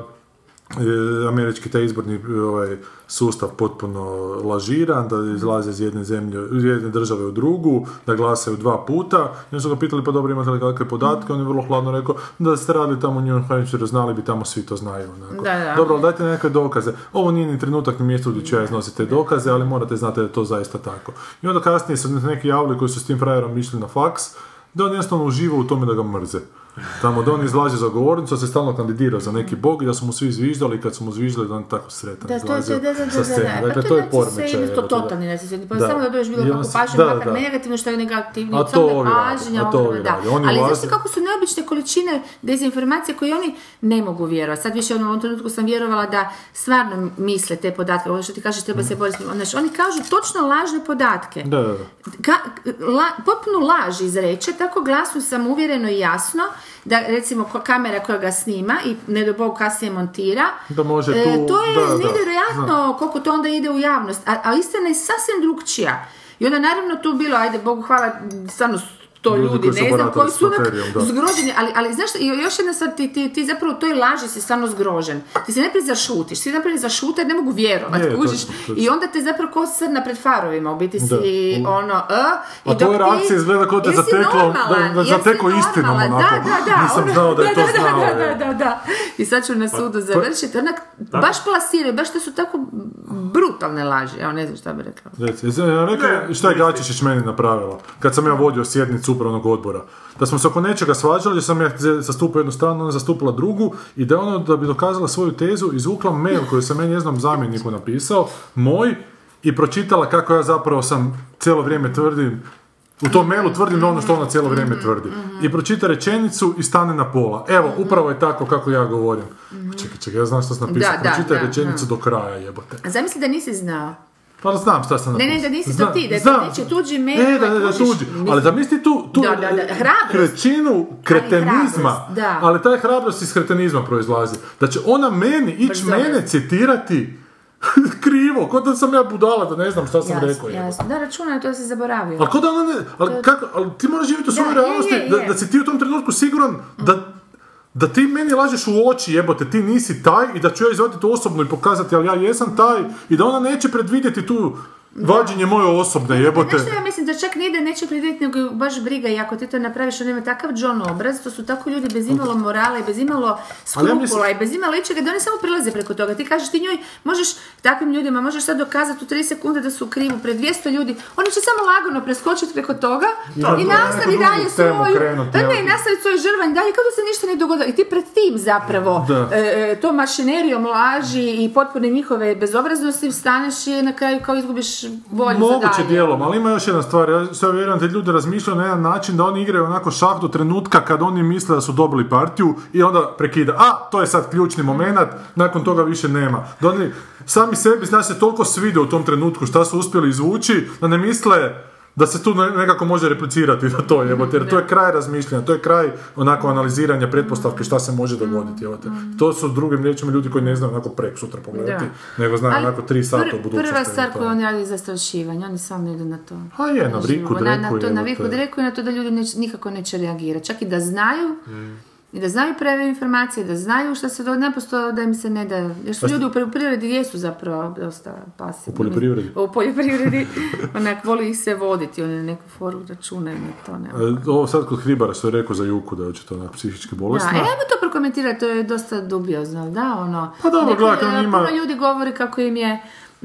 Speaker 4: je američki taj izborni e, ovaj, sustav potpuno lažiran, da izlaze iz jedne, zemlje, iz jedne države u drugu, da glasaju dva puta. I onda su ga pitali, pa dobro, imate li kakve podatke? On je vrlo hladno rekao, da ste radili tamo u New Hampshire, znali bi tamo svi to znaju. Onako.
Speaker 3: Da, da.
Speaker 4: Dobro, ali dajte neke dokaze. Ovo nije ni trenutak ni mjesto gdje ću ja iznositi te dokaze, ali morate znati da je to zaista tako. I onda kasnije su neki javili koji su s tim frajerom išli na faks, da on jednostavno uživa u tome da ga mrze. Tamo da on izlazi za govornicu, da se stalno kandidira za neki bog i da su mu svi zviždali i kad su mu zviždali da on je tako
Speaker 3: Da,
Speaker 4: sretan
Speaker 3: to je, to
Speaker 4: izlazio
Speaker 3: je, da, da, da,
Speaker 4: sa
Speaker 3: da, da.
Speaker 4: scene.
Speaker 3: Pa
Speaker 4: Dakle,
Speaker 3: to je
Speaker 4: poremećaj.
Speaker 3: narcisizam, to
Speaker 4: evo, to da.
Speaker 3: totalni narcisizam. Pa
Speaker 4: Da.
Speaker 3: samo da dobiješ bilo
Speaker 4: I
Speaker 3: kakvu
Speaker 4: onda se-
Speaker 3: pažnju,
Speaker 4: da,
Speaker 3: makar
Speaker 4: da.
Speaker 3: negativno što je negativno.
Speaker 4: A to ovi rade,
Speaker 3: pažnja,
Speaker 4: a to
Speaker 3: ogromna,
Speaker 4: ovi
Speaker 3: da.
Speaker 4: rade. Oni
Speaker 3: Ali znaš
Speaker 4: ulaze-
Speaker 3: ti kako su neobične količine dezinformacije koje oni ne mogu vjerovati. Sad više ono, u ovom trenutku sam vjerovala da stvarno misle te podatke. Ovo što ti kažeš treba
Speaker 4: Mm.
Speaker 3: se boriti. s njima. Znaš, oni kažu točno lažne podatke.
Speaker 4: Da, da, da.
Speaker 3: Ka- la- potpuno laž izreče, tako glasno sam uvjereno i jasno da recimo ko- kamera koja ga snima i ne do Bog kasnije montira,
Speaker 4: Da može
Speaker 3: e,
Speaker 4: tu-
Speaker 3: to je
Speaker 4: da, da,
Speaker 3: nevjerojatno koliko to onda ide u javnost, a, a istina je sasvim drugčija. I onda naravno tu bilo, ajde Bogu hvala, stvarno to
Speaker 4: Ljudi
Speaker 3: ljudi,
Speaker 4: koji se
Speaker 3: ne znam,
Speaker 4: baratali
Speaker 3: koji
Speaker 4: s
Speaker 3: su onak
Speaker 4: materijom, da.
Speaker 3: zgroženi, ali, ali znaš, i još jedna stvar, ti, ti, ti zapravo u toj laži si stvarno zgrožen. Ti se najprije zašutiš, svi najprije zašute, ne mogu vjerovati,
Speaker 4: Je, točno,
Speaker 3: kužiš.
Speaker 4: točno.
Speaker 3: I onda te zapravo ko srna pred farovima, u biti si
Speaker 4: Da.
Speaker 3: ono, e,
Speaker 4: A
Speaker 3: i dok ti-
Speaker 4: tvoja reakcija izgleda kao da je
Speaker 3: Jesi
Speaker 4: zateklo-
Speaker 3: normalan,
Speaker 4: da- da
Speaker 3: jesi
Speaker 4: zatekao
Speaker 3: normalan,
Speaker 4: istinom
Speaker 3: da,
Speaker 4: onako.
Speaker 3: Da, da,
Speaker 4: Nisam
Speaker 3: ono-
Speaker 4: znao da je to znao, Pa,
Speaker 3: Da,
Speaker 4: je.
Speaker 3: da, da, da. I sad ću na sudu završiti. Onak, baš plasiraju, baš to su tako brutalne laži. Evo, ne znam šta bi rekla.
Speaker 4: Reci, jesam ja rekao šta je Gačišić meni napravila kad sam ja vodio sjednicu upravnog odbora. Da smo se oko nečega svađali, jer sam ja zastupao jednu stranu, ona je zastupila drugu i da je ono da bi dokazala svoju tezu izvukla mail koju sam ja njezinom zamjeniku napisao, moj, i pročitala kako ja zapravo sam cijelo vrijeme tvrdim u tom mailu tvrdim ono što ona cijelo
Speaker 3: Mhm,
Speaker 4: vrijeme tvrdi. I pročita rečenicu i stane na pola. Evo,
Speaker 3: Mhm.
Speaker 4: upravo je tako kako ja govorim. Čekaj, čekaj, ja znam što sam napisao.
Speaker 3: da,
Speaker 4: Pročitaj
Speaker 3: da,
Speaker 4: rečenicu do kraja, jebote.
Speaker 3: A Zamisli da nisi znao.
Speaker 4: Pa znam šta sam
Speaker 3: Ne, ne,
Speaker 4: napisao.
Speaker 3: da nisi to
Speaker 4: Znam,
Speaker 3: ti, da je to
Speaker 4: znam.
Speaker 3: nečiji tuđi mail
Speaker 4: E, da,
Speaker 3: koji
Speaker 4: da, da,
Speaker 3: tužiš.
Speaker 4: tuđi.
Speaker 3: Mislim-
Speaker 4: Ali zamisli tu, tu
Speaker 3: Da, da, da, hrabrost.
Speaker 4: krećinu kretenizma.
Speaker 3: hrabrost, da.
Speaker 4: Ali taj hrabrost iz kretenizma proizlazi. Da će ona meni, ići
Speaker 3: Brzo.
Speaker 4: mene citirati krivo, kod da sam ja budala, da ne znam šta sam rekao.
Speaker 3: Jasno,
Speaker 4: jebote. Pa
Speaker 3: jasno. Da, računaj, to si zaboravio.
Speaker 4: Ali ko da ona ne, ali, kako, ali ti moraš živjeti u svojoj
Speaker 3: je, je,
Speaker 4: realnosti,
Speaker 3: je.
Speaker 4: da, da si ti u tom trenutku siguran da, da ti meni lažeš u oči, jebote, ti nisi taj i da ću ja izvaditi osobno i pokazati, ali ja jesam taj i da ona neće predvidjeti tu
Speaker 2: Vađenje moje osobne jebote.
Speaker 3: Znaš šta ja mislim da čak ne ide neće predvidjeti nego ju baš briga i ako ti to napraviš on ima takav John obraz, to su tako ljudi bez imalo morala i bez imalo
Speaker 2: Ali ja mislim-
Speaker 3: skrupula i bez imalo ičega da oni samo prilaze preko toga. Ti kažeš ti njoj, možeš takvim ljudima, možeš sad dokazati u 3 sekunde da su u krivu pred 200 ljudi, oni će samo lagano preskočiti preko toga i
Speaker 6: to je
Speaker 3: nastavi
Speaker 6: neku
Speaker 3: dalje
Speaker 6: drugu temu
Speaker 3: svoju,
Speaker 6: krenuti,
Speaker 3: da ne,
Speaker 6: jel?
Speaker 3: nastavi svoju žrvanj dalje kao da se ništa ne dogodilo i ti pred tim zapravo
Speaker 2: Da.
Speaker 3: e, e, tom mašinerijom laži i potpune njihove bezobraznosti staneš i na kraju kao izgubiš volju za
Speaker 2: Moguće
Speaker 3: dalje. ono.
Speaker 2: dijelom, ali ima još jedna stvar, ja sve vjerujem da ljudi razmišljaju na jedan način da oni igraju onako šah do trenutka kad oni misle da su dobili partiju i onda prekida, a to je sad ključni momenat, nakon toga više nema. Da oni sami sebi, znaš, se toliko svide u tom trenutku šta su uspjeli izvući, da ne misle da se tu ne- nekako može replicirati na to, jebote, jer to je kraj razmišljanja, to je kraj onako analiziranja pretpostavke šta se može dogoditi, jebote.
Speaker 3: Mm.
Speaker 2: To su drugim riječima ljudi koji ne znaju onako prek sutra pogledati, nego znaju
Speaker 3: Ali
Speaker 2: onako tri sata
Speaker 3: pr-
Speaker 2: u budućnosti.
Speaker 3: Prva stvar
Speaker 2: eventualno.
Speaker 3: koju oni radi je zastrašivanje, oni stalno idu na to.
Speaker 2: A Pa je, na
Speaker 3: Znači,
Speaker 2: vriku,
Speaker 3: na, na
Speaker 2: dreku,
Speaker 3: to, na
Speaker 2: jebote.
Speaker 3: viku dreku i na to da ljudi neće- nikako neće reagirati. Čak i da znaju,
Speaker 2: Mm.
Speaker 3: i da znaju prave informacije, da znaju šta se događa, naprosto da im se ne da, jer su ljudi u poljoprivredi jesu zapravo dosta pasivni.
Speaker 2: U poljoprivredi?
Speaker 3: U poljoprivredi, onak, voli ih se voditi, oni na neku foru računaju na to, ne.
Speaker 2: E, Ovo sad kod Hribara što je rekao za Juku da je očito onak psihički
Speaker 3: Da,
Speaker 2: bolesna.
Speaker 3: e, ajmo to prokomentirati, to je dosta dubiozno, da, ono.
Speaker 2: Pa dobro,
Speaker 3: Neko-
Speaker 2: gledajte, on ima-
Speaker 3: Puno ljudi govori kako im je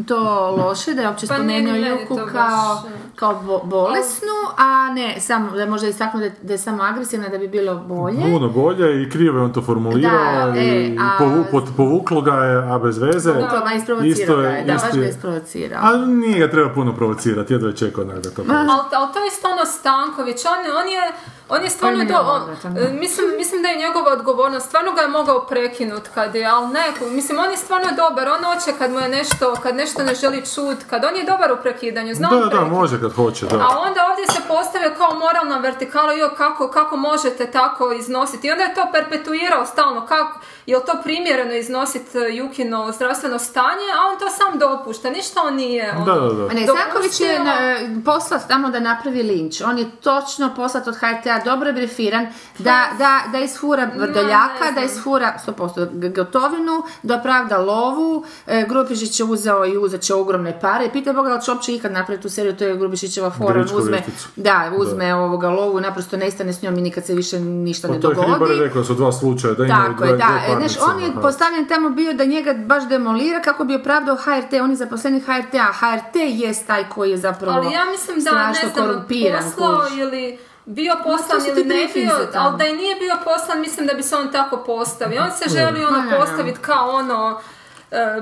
Speaker 3: to loše, da je uopće
Speaker 5: Pa nije
Speaker 3: spomenuo
Speaker 5: ni meni
Speaker 3: Juku
Speaker 5: to baš,
Speaker 3: kao,
Speaker 5: e.
Speaker 3: kao bo- bolesnu, a ne, samo, da je možda istaknuo da, je- da je samo agresivna da bi bilo bolje.
Speaker 2: Puno bolje i krivo je on to formulirao
Speaker 3: Da,
Speaker 2: i
Speaker 3: e, a-
Speaker 2: povu- pot- povuklo ga je, a bez veze.
Speaker 3: Povuklo ga je, isprovocirao ga je, da, baš
Speaker 2: isto
Speaker 3: ga je
Speaker 2: je-
Speaker 3: isprovocirao.
Speaker 2: A nije ga treba puno provocirati, jedva je čekao onak da to kaže.
Speaker 5: Ali, ali to je isto ono Stanković, on, on je, on je stvarno
Speaker 3: On je
Speaker 5: to, on- e,
Speaker 3: neodvratan, da.
Speaker 5: mislim, mislim da je njegova odgovornost, stvarno ga je mogao prekinut kad je, ali ne, mislim on je stvarno dobar, on hoće kad mu je nešto, kad nešto ne želi čut, kad on je dobar u prekidanju, zna on
Speaker 2: Da, da,
Speaker 5: prekinut.
Speaker 2: može kad hoće, da.
Speaker 5: A onda ovdje se postave kao moralna vertikala, jo, kako, kako možete tako iznositi. I onda je to perpetuirao stalno, kako, je to primjereno iznositi eh, Jukino zdravstveno stanje, a on to sam dopušta, ništa on nije. ono.
Speaker 2: Da, da, da.
Speaker 3: A ne,
Speaker 5: Dopustila-
Speaker 3: Sanković je na- e, poslat tamo da napravi linč. On je točno poslat od HRT-a, dobro je brifiran, da, da, da ishura Vrdoljaka,
Speaker 5: ne
Speaker 3: da ishura 100% G- Gotovinu, da opravda lovu. E, Grubišić je uzeo i uzet će ogromne pare. I Pita Boga da li će uopće ikad napraviti tu seriju, to je Grubišićeva fora.
Speaker 2: Grčku
Speaker 3: Uzme,
Speaker 2: vješticu.
Speaker 3: da, uzme ovoga lovu, naprosto ne stane s njom i nikad se više ništa ne
Speaker 2: Pa to je
Speaker 3: dogodi.
Speaker 2: Hribar je rekao da su dva slučaja, da imaju
Speaker 3: Tako
Speaker 2: dve,
Speaker 3: je,
Speaker 2: dve
Speaker 3: da. E, Znaš,
Speaker 2: parnice, ono,
Speaker 3: on je
Speaker 2: aha.
Speaker 3: postavljen tamo bio da njega baš demolira kako bi opravdao HRT, on je zaposleni HRT, a HRT je taj koji je zapravo
Speaker 5: Ali ja mislim da, ne
Speaker 3: strašno
Speaker 5: znam,
Speaker 3: korumpiran.
Speaker 5: poslao
Speaker 3: kužiš.
Speaker 5: ili bio poslan
Speaker 3: to su
Speaker 5: ili
Speaker 3: ti
Speaker 5: ne
Speaker 3: briefinzi
Speaker 5: bio,
Speaker 3: tamo.
Speaker 5: ali da i nije bio poslan, mislim da bi se on tako postavio. On se želi ono
Speaker 3: Ma, ja.
Speaker 5: postaviti kao ono e,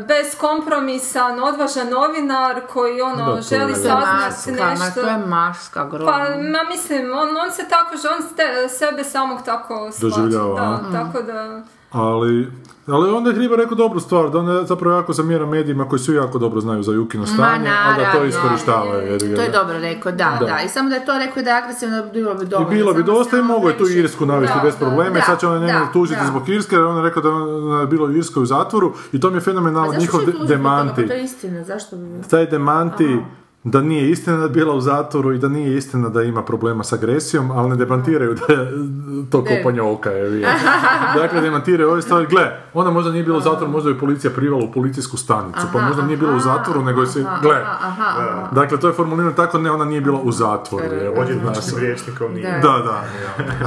Speaker 5: beskompromisan, odvažan novinar koji ono
Speaker 2: Da, to
Speaker 5: želi
Speaker 2: je-
Speaker 3: To je
Speaker 5: saznati
Speaker 3: maska, ma,
Speaker 5: nešto.
Speaker 3: to je maska
Speaker 5: Pa,
Speaker 3: grozna.
Speaker 5: ma mislim, on, on se tako, že- on ste- sebe samog tako shvaća,
Speaker 2: Doživljava,
Speaker 5: da,
Speaker 2: a?
Speaker 5: tako da...
Speaker 2: Ali, ali onda je Hribar rekao dobru stvar, da on je zapravo jako zamjera medijima koji svi jako dobro znaju za Jukino stanje, ali da to
Speaker 3: naravno.
Speaker 2: iskorištavaju. jer ga-
Speaker 3: To je dobro rekao, da, da,
Speaker 2: Da.
Speaker 3: I samo da je to rekao da je agresivno bilo bi
Speaker 2: I
Speaker 3: dovoljno.
Speaker 2: bilo bi
Speaker 3: samo
Speaker 2: dosta i
Speaker 3: samo
Speaker 2: mogo je tu
Speaker 3: previše.
Speaker 2: Irsku navesti
Speaker 5: Da,
Speaker 2: bez
Speaker 5: da,
Speaker 2: problema i
Speaker 3: da,
Speaker 2: sad će ona njega
Speaker 3: da,
Speaker 2: tužiti
Speaker 3: da.
Speaker 2: zbog Irske jer on je rekao da je ona bila u Irskoj u zatvoru i to mi je
Speaker 3: A
Speaker 2: fenomenalan
Speaker 3: Pa zašto
Speaker 2: njihov
Speaker 3: će
Speaker 2: de-
Speaker 3: tu uzeti toga?
Speaker 2: demanti.
Speaker 3: Pa To je istina, zašto bi...
Speaker 2: Taj demanti da nije istina da je bila u zatvoru i da nije istina da ima problema s agresijom, ali ne demantiraju da je to
Speaker 3: Ne.
Speaker 2: kopanje oka je. vi. Dakle, demantiraju ove stvari. Gle, ona možda nije bila u zatvoru, možda je policija privala u policijsku stanicu, pa možda nije bila u zatvoru, nego je se... Gle, dakle, to je formulirano tako, ne, ona nije bila u zatvoru. evo, znaš.
Speaker 4: Odvjetničkim rječnikom nije.
Speaker 3: Da.
Speaker 2: Da, da,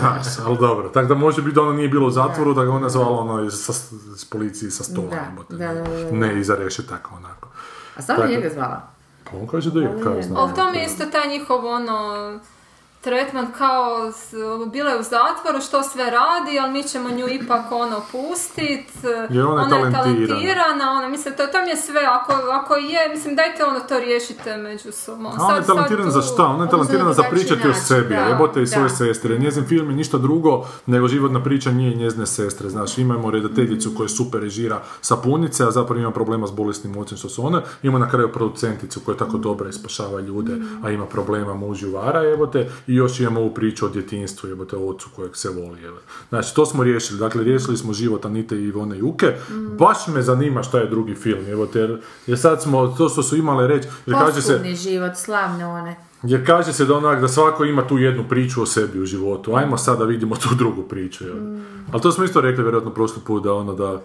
Speaker 2: da, ali dobro. Tako da može biti da ona nije bila u zatvoru, da ga ona zvala ono iz, sa, iz policiji sa stola.
Speaker 3: Da,
Speaker 2: jebote.
Speaker 3: da, da, da, da.
Speaker 2: Ne, iza tako onako.
Speaker 3: A stvarno
Speaker 2: Tako.
Speaker 3: njega zvala?
Speaker 2: Pa on kaže da je, kao
Speaker 3: Mm.
Speaker 2: znam.
Speaker 5: Ali to mi je isto taj njihov ono tretman kao s- ono, bila je u zatvoru, što sve radi, ali mi ćemo nju ipak ono pustit.
Speaker 2: Jer ona je talentirana.
Speaker 5: talentirana, ona, mislim, to, to mi je sve, ako, ako je, mislim, dajte ono to riješite među sobom.
Speaker 2: A ona je talentirana za šta? Ona je talentirana za
Speaker 3: drugačiji
Speaker 2: pričati o
Speaker 3: način,
Speaker 2: sebi,
Speaker 3: Znači, da,
Speaker 2: jebote i
Speaker 3: da.
Speaker 2: svoje sestre. Njezin film je ništa drugo nego životna priča nje i njezine sestre. Znaš, imamo redateljicu koja super režira sapunice, a zapravo ima problema s bolesnim ocem što su one. Ima na kraju producenticu koja je tako dobra i spašava ljude, a ima problema muž ju vara, jebote. I još imamo ovu priču o djetinstvu, jebote, o ocu kojeg se voli, jebote. Znači, to smo riješili. Dakle, riješili smo život Anite i Ivone Juke. Baš me zanima šta je drugi film, jebote. Jer, jer sad smo, to što su imale reći, jer kaže se,
Speaker 3: Poslovni život, slavne one.
Speaker 2: jer kaže se da onak, da svako ima tu jednu priču o sebi u
Speaker 3: Mm.
Speaker 2: životu. Ajmo sada vidimo tu drugu priču. Jel? Ali to smo isto rekli vjerojatno prošli put da ono da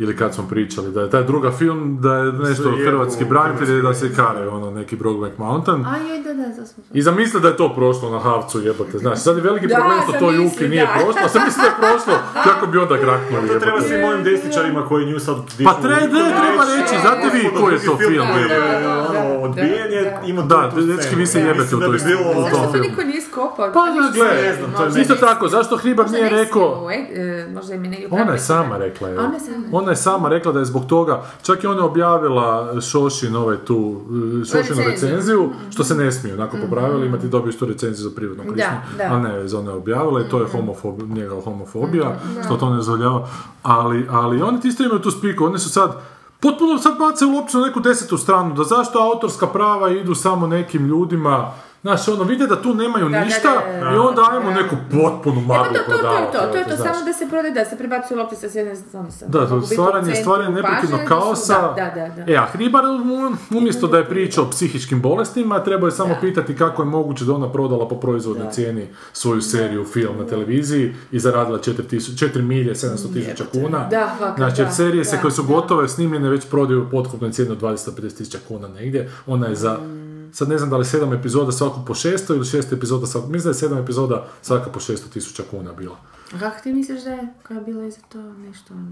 Speaker 2: Ili kad smo pričali, da je taj druga film, da je nešto
Speaker 4: jebu
Speaker 2: hrvatski branitelji,
Speaker 4: hrvatski
Speaker 2: da se kare, ono, neki Brokeback Mountain.
Speaker 3: A joj, da, da, zasmo.
Speaker 2: I zamisli da je to prošlo na havcu, jebote, znaš, sad je veliki
Speaker 3: Da,
Speaker 2: problem što to
Speaker 3: zamisli,
Speaker 2: Juki nije
Speaker 3: da.
Speaker 2: prošlo, a sam misli da je prošlo, kako bi onda graknuli,
Speaker 4: To treba
Speaker 2: jebote.
Speaker 4: svim ovim desničarima koji nju sad dišu.
Speaker 2: Pa tre- ne, treba reći, znate vi
Speaker 4: Gospodo,
Speaker 2: koji je
Speaker 4: drugi
Speaker 2: to film,
Speaker 4: koji je,
Speaker 3: da, da,
Speaker 4: ono,
Speaker 3: da,
Speaker 4: Odbijen je, ima
Speaker 2: Da,
Speaker 4: tu- tu
Speaker 2: dečki,
Speaker 4: scenu.
Speaker 2: vi se jebete
Speaker 4: Mislim
Speaker 2: u
Speaker 4: da
Speaker 2: toj
Speaker 4: bi bilo
Speaker 2: sceni.
Speaker 4: ono-
Speaker 2: Zašto
Speaker 3: Zašto to
Speaker 2: film.
Speaker 3: niko nije iskopao?
Speaker 2: Pa,
Speaker 3: Ništa
Speaker 2: gle,
Speaker 3: ne
Speaker 4: ne
Speaker 3: znam,
Speaker 4: znam, to
Speaker 3: možda
Speaker 4: je meni-
Speaker 2: Isto
Speaker 3: nisam
Speaker 2: tako, zašto Hribar nije
Speaker 3: nisam
Speaker 2: rekao,
Speaker 3: u e- e, možda i mi negdje
Speaker 2: ona je
Speaker 3: prepisano.
Speaker 2: sama rekla, je.
Speaker 3: Ona je sama.
Speaker 2: Ona je sama rekla da je zbog toga, čak je ona objavila Šošin ovaj tu, eh, Šošinu
Speaker 3: Recenziju. Mhm.
Speaker 2: recenziju, što se ne smije, onako popravili, ima ti dobiješ tu recenziju za prirodno korištenje,
Speaker 3: da. Mhm.
Speaker 2: a ne, za ona je objavila i to je homofob, njegova homofobija, što to ne dozvoljava, ali, ali oni ti isto imaju tu spiku, oni su sad, potpuno sad bacaju loptu na neku desetu stranu, da zašto autorska prava idu samo nekim ljudima, Znaš, ono, vide da tu nemaju
Speaker 3: da,
Speaker 2: ništa
Speaker 3: da, da.
Speaker 2: i onda ajmo neku potpunu
Speaker 3: Pa
Speaker 2: maglu
Speaker 3: to, to, to, je
Speaker 2: prodavati.
Speaker 3: to, to je to,
Speaker 2: znaš.
Speaker 3: samo da se prodaje, da se prebacuje lopte sa s jedne strane. sa-
Speaker 2: Da,
Speaker 3: mogu
Speaker 2: to
Speaker 3: biti u
Speaker 2: stvaranje,
Speaker 3: centru
Speaker 2: stvaranje
Speaker 3: pažnje,
Speaker 2: neprekidnog
Speaker 3: da su-
Speaker 2: kaosa.
Speaker 3: Da, da, da.
Speaker 2: E, a Hribar, um, umjesto da je pričao o psihičkim bolestima, trebao je samo pitati kako je moguće da ona prodala po proizvodnoj cijeni svoju seriju, film na televiziji i zaradila 4000 4 milje 700 tisuća kuna.
Speaker 3: Da, fakat,
Speaker 2: Znači, jer
Speaker 3: da,
Speaker 2: serije se
Speaker 3: da,
Speaker 2: koje su
Speaker 3: da.
Speaker 2: gotove snimljene već prodaju u potkupnoj cijeni od 250 tisuća kuna negdje. Ona je za...
Speaker 3: Mm.
Speaker 2: Sad ne znam da li sedam epizoda svaku po 600 ili šest epizoda svaka, mislim da je sedam epizoda svaka po 600 tisuća kuna bila.
Speaker 3: A Kako ti misliš da je, koja je bila iza to nešto ono,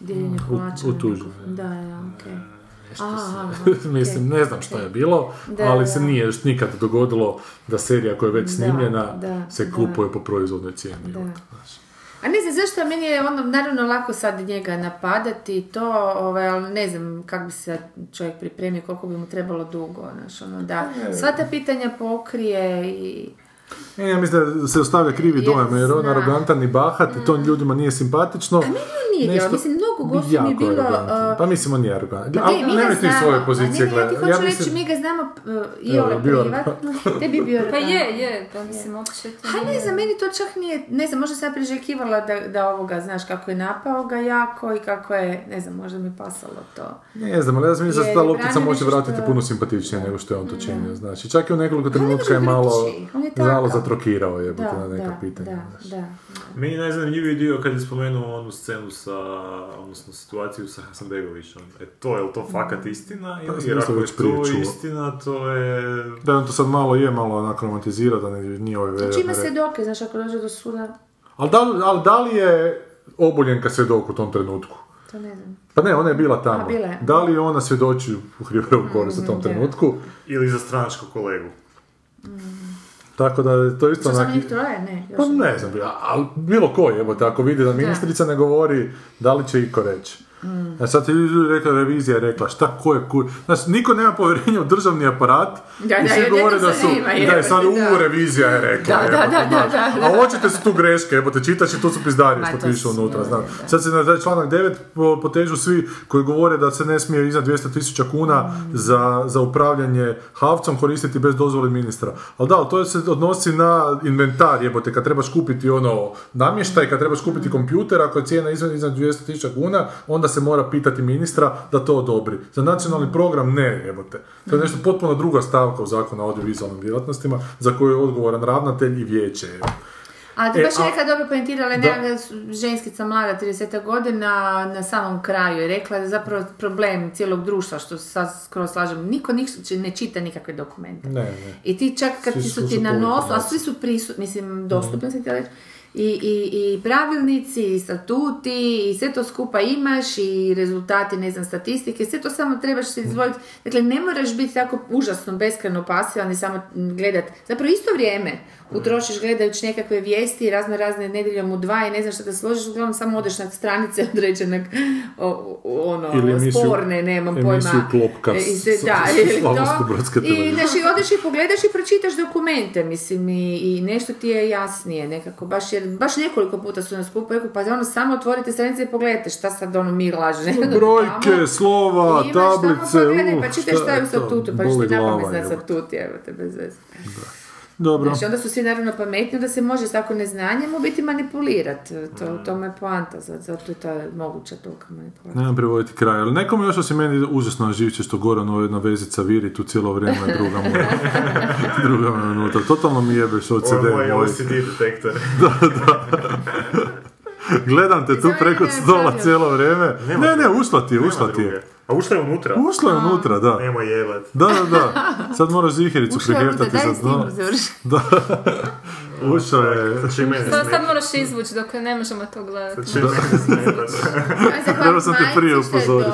Speaker 3: dijeljenje
Speaker 2: Mm, u-
Speaker 3: kolača?
Speaker 2: u E,
Speaker 3: na
Speaker 2: tuđu,
Speaker 3: neko-
Speaker 2: ne.
Speaker 3: Da, da, okej. Aha,
Speaker 2: Mislim, ne znam što je bilo,
Speaker 3: Da,
Speaker 2: ali
Speaker 3: da.
Speaker 2: se nije još nikad dogodilo da serija koja je već snimljena
Speaker 3: da,
Speaker 2: se
Speaker 3: da.
Speaker 2: kupuje po proizvodnoj cijeni.
Speaker 3: Da. A ne znam, zašto meni je ono, naravno lako sad njega napadati i to, ovaj, ali ne znam kako bi se čovjek pripremio, koliko bi mu trebalo dugo, znaš, ono, da
Speaker 2: Pa
Speaker 3: sva ta pitanja pokrije i...
Speaker 2: E, ja mislim da se ostavlja krivi
Speaker 3: Jer
Speaker 2: dojam, jer on
Speaker 3: zna.
Speaker 2: arogantan i bahat i to ljudima nije simpatično.
Speaker 3: A meni on nije
Speaker 2: Nešto-
Speaker 3: djelo, mislim, mnogo gostiju Mm. mi je
Speaker 2: Jako je
Speaker 3: bilo,
Speaker 2: arogantan.
Speaker 3: uh,
Speaker 2: Pa mislim, on je arogantan.
Speaker 3: Pa mi, mi ga
Speaker 2: ne mislim
Speaker 3: znamo,
Speaker 2: svoje
Speaker 3: a
Speaker 2: pozicije
Speaker 3: ne, ne, ja ti
Speaker 2: gleda.
Speaker 3: hoću reći,
Speaker 2: mislim-
Speaker 3: mi ga znamo uh, i
Speaker 2: Evo,
Speaker 3: ove
Speaker 2: bio je-
Speaker 3: privatno, tebi bio
Speaker 5: Pa
Speaker 3: organ.
Speaker 5: je, je, da mislim, uopće to
Speaker 3: Ha, ne znam, meni to čak nije, ne znam, možda sam ja priželjkivala da, da ovoga, znaš, kako je napao ga jako i kako je, ne znam, možda mi je pasalo to.
Speaker 2: Ne znam, ali ja mislim da se
Speaker 3: Jer
Speaker 2: ta
Speaker 3: je
Speaker 2: loptica
Speaker 3: Brane
Speaker 2: može
Speaker 3: nešto
Speaker 2: vratiti
Speaker 3: što-
Speaker 2: puno simpatičnije nego što je on to činio. Znači, čak i u nekoliko trenutka je
Speaker 3: može
Speaker 2: malo,
Speaker 3: drukčiji, on je takav.
Speaker 2: malo zatrokirao je
Speaker 3: Da,
Speaker 2: na neka
Speaker 3: da,
Speaker 2: pitanja.
Speaker 3: da,
Speaker 2: znaš. E,
Speaker 3: da.
Speaker 4: Meni je najzanimljiviji dio kad je spomenuo onu scenu sa, odnosno situaciju sa Hasanbegovićem. E to, je li to fakat
Speaker 3: Mm.
Speaker 4: istina?
Speaker 2: Pa,
Speaker 4: Ili,
Speaker 2: mislim
Speaker 4: jer
Speaker 2: da
Speaker 4: ako
Speaker 2: sam
Speaker 4: je
Speaker 2: već prije
Speaker 4: to
Speaker 2: čuo.
Speaker 4: istina, to je...
Speaker 2: Da, on to sad malo je, malo onako romantizira, da ne, nije ove
Speaker 3: Znači ima svjedoke, znaš, ako dođe do suda,
Speaker 2: Ali da, li- ali da li je oboljen ka svjedok u tom trenutku?
Speaker 3: to ne znam.
Speaker 2: Pa ne, ona je bila tamo.
Speaker 3: A, bila je. Mm,
Speaker 2: Da li je ona svjedoči u Hriberu korist u tom trenutku? Mm.
Speaker 4: Ili za stranačkog kolegu.
Speaker 2: Tako da je to isto
Speaker 3: Što sam
Speaker 2: onak...
Speaker 3: njih troje? Ne, još
Speaker 2: Pa ne znam, ja, ali bilo ko je, te ako vidi da ministrica ne govori, da li će iko reći.
Speaker 3: Mm.
Speaker 2: A sad ti je rekla, revizija je rekla, šta, ko je, kur... Znači, niko nema povjerenja u državni aparat
Speaker 3: Da,
Speaker 2: i
Speaker 3: da,
Speaker 2: svi
Speaker 3: jedino
Speaker 2: govore
Speaker 3: se
Speaker 2: da su,
Speaker 3: nema,
Speaker 2: da je
Speaker 3: jebote,
Speaker 2: sad, u,
Speaker 3: da."
Speaker 2: revizija je rekla,
Speaker 3: Da, da,
Speaker 2: jebote,
Speaker 3: da, da,
Speaker 2: Pa znaš.
Speaker 3: da, da.
Speaker 2: A očite su tu greške, jebote, čitaš i tu su pizdarije
Speaker 3: Ma,
Speaker 2: što
Speaker 3: to
Speaker 2: piše
Speaker 3: su,
Speaker 2: unutra,
Speaker 3: da,
Speaker 2: znam.
Speaker 3: da.
Speaker 2: Sad se na taj članak 9 po- potežu svi koji govore da se ne smije iznad 200 tisuća kuna za, za upravljanje havcom koristiti bez dozvole ministra. Ali da, ali to se odnosi na inventar, jebote, kad trebaš kupiti ono namještaj, kad trebaš kupiti kompjuter, ako je cijena iznad, iznad 200 tisuća kuna, onda se mora pitati ministra da to odobri. Za nacionalni program ne, jebote. To je nešto potpuno druga stavka u zakonu o audiovizualnim djelatnostima za koju je odgovoran ravnatelj i vijeće. jebote.
Speaker 3: A ti
Speaker 2: E,
Speaker 3: baš
Speaker 2: a-
Speaker 3: neka dobro pojentirala je
Speaker 2: Da.
Speaker 3: nekakva su- ženskica mlada, 30 godina, na samom kraju je rekla da je zapravo problem cijelog društva, što se sad skoro slažem, niko niš- ne čita nikakve dokumente.
Speaker 2: Ne, ne.
Speaker 3: I ti čak kad
Speaker 2: Svi
Speaker 3: ti
Speaker 2: su
Speaker 3: su ti na
Speaker 2: za
Speaker 3: nosu, a
Speaker 2: informaciju.
Speaker 3: svi su prisutni, mislim,
Speaker 2: Mhm.
Speaker 3: dostupni sam htjela reći, i, i, i pravilnici, i statuti, i sve to skupa imaš, i rezultati, ne znam, statistike, sve to samo trebaš se
Speaker 2: Mhm.
Speaker 3: izdvojiti. Dakle, ne moraš biti tako užasno beskreno pasivan i samo gledat. Zapravo isto vrijeme
Speaker 2: Mhm.
Speaker 3: utrošiš gledajući nekakve vijesti i razno razne nedjeljom u dva i ne znam što da složiš, uglavnom samo odeš na stranice određenog o, o- ono,
Speaker 2: Ili emisiju-
Speaker 3: sporne, nemam pojma.
Speaker 2: emisiju Klopka
Speaker 3: E, i sve-
Speaker 2: s-
Speaker 3: da,
Speaker 2: s-
Speaker 3: ili to.
Speaker 2: Slavonsko-brodske
Speaker 3: I
Speaker 2: televizije.
Speaker 3: Znači, odeš i pogledaš i pročitaš dokumente, mislim, i, i nešto ti je jasnije nekako, baš, jer, baš nekoliko puta su nas skupo rekli, pa ono, samo otvorite stranice i pogledajte šta sad ono mi laže.
Speaker 2: Brojke, slova,
Speaker 3: I imaš tamo
Speaker 2: tablice,
Speaker 3: pogledaj, pa
Speaker 2: uh,
Speaker 3: čitaj šta je u
Speaker 2: to?
Speaker 3: statutu, pa
Speaker 2: Boli
Speaker 3: što ti
Speaker 2: glava,
Speaker 3: napamet
Speaker 2: jebote.
Speaker 3: za statut, evo te bez veze.
Speaker 2: Dobro.
Speaker 3: Znači, onda su svi naravno pametni, da se može s tako neznanjem u biti manipulirati, to,
Speaker 2: Mm.
Speaker 3: u tome je poanta, za- zato je ta moguća tolika manipulacija.
Speaker 2: Nemam privoditi kraj, ali nekom još osim meni užasno živče što Goran ove na vezica viri tu cijelo vrijeme druga mu je- druga mu je
Speaker 4: ono
Speaker 2: unutra. Totalno mi jebeš OCD
Speaker 4: Ovo je moj
Speaker 2: moj.
Speaker 4: LCD detektor.
Speaker 2: Gledam te tu
Speaker 3: Zove
Speaker 2: preko
Speaker 3: me,
Speaker 2: stola
Speaker 3: Fabio.
Speaker 2: cijelo vrijeme. Ne, ne, ušla ti je,
Speaker 4: Nema
Speaker 2: ušla ti
Speaker 4: druge.
Speaker 2: je.
Speaker 4: A ušla je unutra.
Speaker 2: Ušla je unutra, da.
Speaker 4: Nemoj jebat.
Speaker 2: Da, da, da. Sad moraš zihericu
Speaker 3: Ušao je unutra,
Speaker 2: priheftati
Speaker 3: daj
Speaker 2: za dno.
Speaker 3: snimku završi.
Speaker 2: Da. Ušao je.
Speaker 4: Sad će i Znači, mene
Speaker 5: To sad
Speaker 4: smetati.
Speaker 5: moraš izvući dok ne možemo to gledati.
Speaker 4: Sad će i mene smetati.
Speaker 2: Trebao sam te prije upozoriti.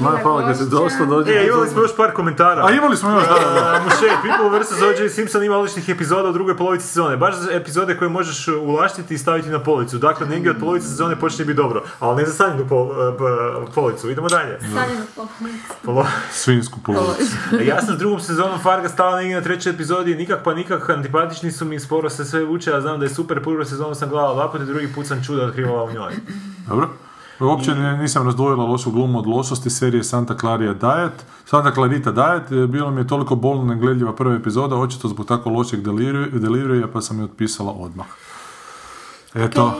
Speaker 3: Ma,
Speaker 2: Maja hvala kad si došla, dođe.
Speaker 4: E, imali smo još par komentara.
Speaker 2: A imali smo još, da, da, da.
Speaker 4: Muše, People vs. O.J. Simpson ima odličnih epizoda u drugoj polovici sezone. Baš za epizode koje možeš ulaštiti i staviti na policu. Dakle, negdje od polovice sezone počne biti dobro. Ali ne za sanjenu pol, e, b- policu. Idemo dalje.
Speaker 5: Sanjeno pohvalno.
Speaker 4: Polo-
Speaker 2: Svinsku polovicu.
Speaker 4: ja sam s drugom sezonom Farga stala negdje na trećoj epizodi. Nikak pa nikak antipatični su mi. Sporo se sve vuče. a znam da je super. Prvu sezonu sam gledala dva i drugi put sam čuda otkrivala u njoj.
Speaker 2: Dobro. Uopće ne- nisam razdvojila lošu glumu od lošosti serije Santa Clarita Diet. Santa Clarita Diet e, bilo mi je toliko bolno negledljiva prva epizoda, očito zbog tako lošeg deliri- delirija, pa sam je otpisala odmah. Eto,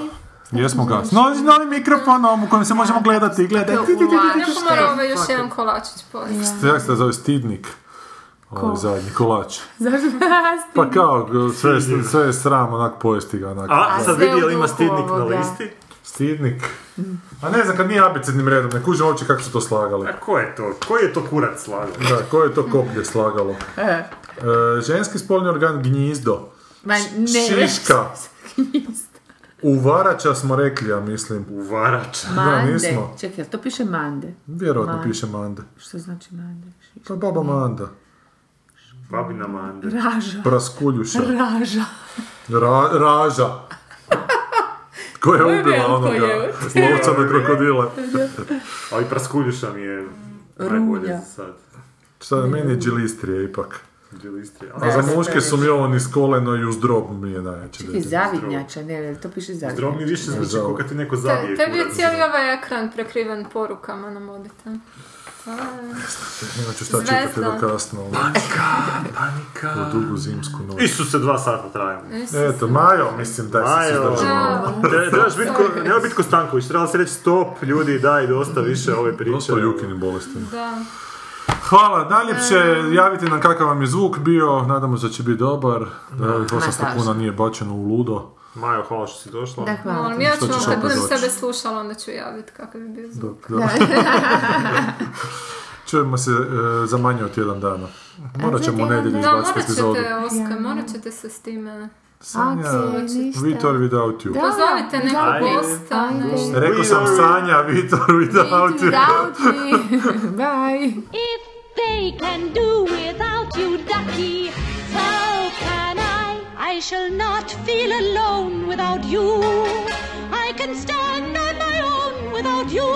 Speaker 2: jesmo ga. No, novim mikrofonom u kojem se možemo gledati. Gledati. Ti, ti, ti, ti, ti.
Speaker 5: Neko mora ovaj još jedan kolačić pojesti.
Speaker 2: Kako se zove stidnik? Ovaj zadnji kolač.
Speaker 3: Zašto rasti?
Speaker 2: Pa kao, sve, sve je sram, onak pojesti ga, onak.
Speaker 4: A, Pa sad
Speaker 3: sve
Speaker 4: vidi jel
Speaker 3: u
Speaker 4: ima
Speaker 3: duhu
Speaker 4: stidnik na
Speaker 3: ovoga.
Speaker 4: listi.
Speaker 2: Stidnik. A ne znam, kad nije abecednim redom, ne kužim uopće kako su to slagali.
Speaker 4: A ko je to? Koji je to kurac slagao?
Speaker 2: Da, ko je to koplje slagalo?
Speaker 3: E.
Speaker 2: E, ženski spolni organ gnjizdo.
Speaker 3: Ma, ne.
Speaker 2: Šiška. Uvarača smo rekli, ja mislim.
Speaker 4: Uvarač.
Speaker 3: Mande.
Speaker 2: nismo.
Speaker 3: Čekaj, jel to piše mande.
Speaker 2: Vjerojatno
Speaker 3: Manda.
Speaker 2: piše mande.
Speaker 3: Što znači mande?
Speaker 2: Pa baba manda.
Speaker 4: Babina mande.
Speaker 3: Raža.
Speaker 2: Praskuljuša.
Speaker 3: Raža.
Speaker 2: Ra- raža. Ko je ubila
Speaker 3: Veliko
Speaker 2: onoga
Speaker 3: je.
Speaker 2: lovca na krokodile?
Speaker 4: Ali praskuljuša mi je najbolje za sad.
Speaker 2: Šta, meni je džilistrije ipak.
Speaker 4: Dželistrija.
Speaker 2: A za muške su mi ovo niz koleno i uz drob mi je najjače.
Speaker 3: I
Speaker 2: dete.
Speaker 3: zavidnjača, ne, jel to piše zavidnjača.
Speaker 4: Zdrov mi više zvuči
Speaker 2: Zdravo.
Speaker 4: kao kad ti neko
Speaker 5: Te-
Speaker 4: zabije.
Speaker 5: Tebi je
Speaker 4: kurac.
Speaker 5: cijeli ovaj ekran prekriven porukama na Pa, mobitelu.
Speaker 2: Imat Znači, ću šta čekati
Speaker 5: Zvezda.
Speaker 2: do kasno. Panika, panika. U dugu zimsku noć.
Speaker 4: Isuse, dva sata trajamo.
Speaker 2: Eto, Majo, mislim da se
Speaker 4: Majo,
Speaker 2: suzdržimo.
Speaker 4: Tre- trebaš biti ko, nema biti ko Stanković, trebalo se reći stop, ljudi, daj, dosta više ove priče.
Speaker 2: Dosta o Jukinim bolestima.
Speaker 5: Da.
Speaker 2: Hvala, najljepše javite nam kakav vam je zvuk bio, nadamo se da će biti dobar, da ovih 800
Speaker 3: strašno.
Speaker 2: kuna nije bačeno u ludo.
Speaker 4: Majo, hvala što si došla.
Speaker 3: Da, hvala.
Speaker 5: Molim, ja
Speaker 2: Što
Speaker 5: ću
Speaker 2: ćeš
Speaker 5: vam kad
Speaker 2: opet
Speaker 5: budem
Speaker 2: doći?
Speaker 5: sebe slušala, onda ću javit kakav je bio zvuk.
Speaker 2: Da, da. Čujemo se e, za manje od tjedan dana. Morat ćemo u nedjelju
Speaker 5: Da,
Speaker 2: izbaciti
Speaker 5: morat
Speaker 2: epizodu.
Speaker 5: ćete, Oskar, morat ćete se s time.
Speaker 2: Sanja,
Speaker 3: Akcije, ništa.
Speaker 2: Vitor without you.
Speaker 5: Pozovite nekog
Speaker 4: Ajde.
Speaker 5: gosta, nešto.
Speaker 2: Rekao sam
Speaker 4: Vitor-
Speaker 2: Sanja, Vitor without you.
Speaker 3: Without me. Bye.
Speaker 6: If they can do without you, ducky, so can I. I shall not feel alone without you. I can stand on my own without you.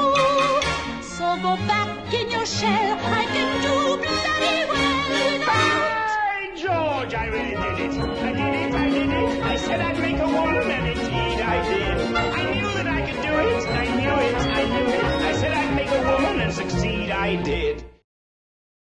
Speaker 6: So go back in your shell. I can do bloody well without.
Speaker 8: George, I really did it. I did it, I did it. I said I'd make a woman, and indeed I did. I knew that I could do it. I knew it, I knew it. I said I'd make a woman and succeed, I did.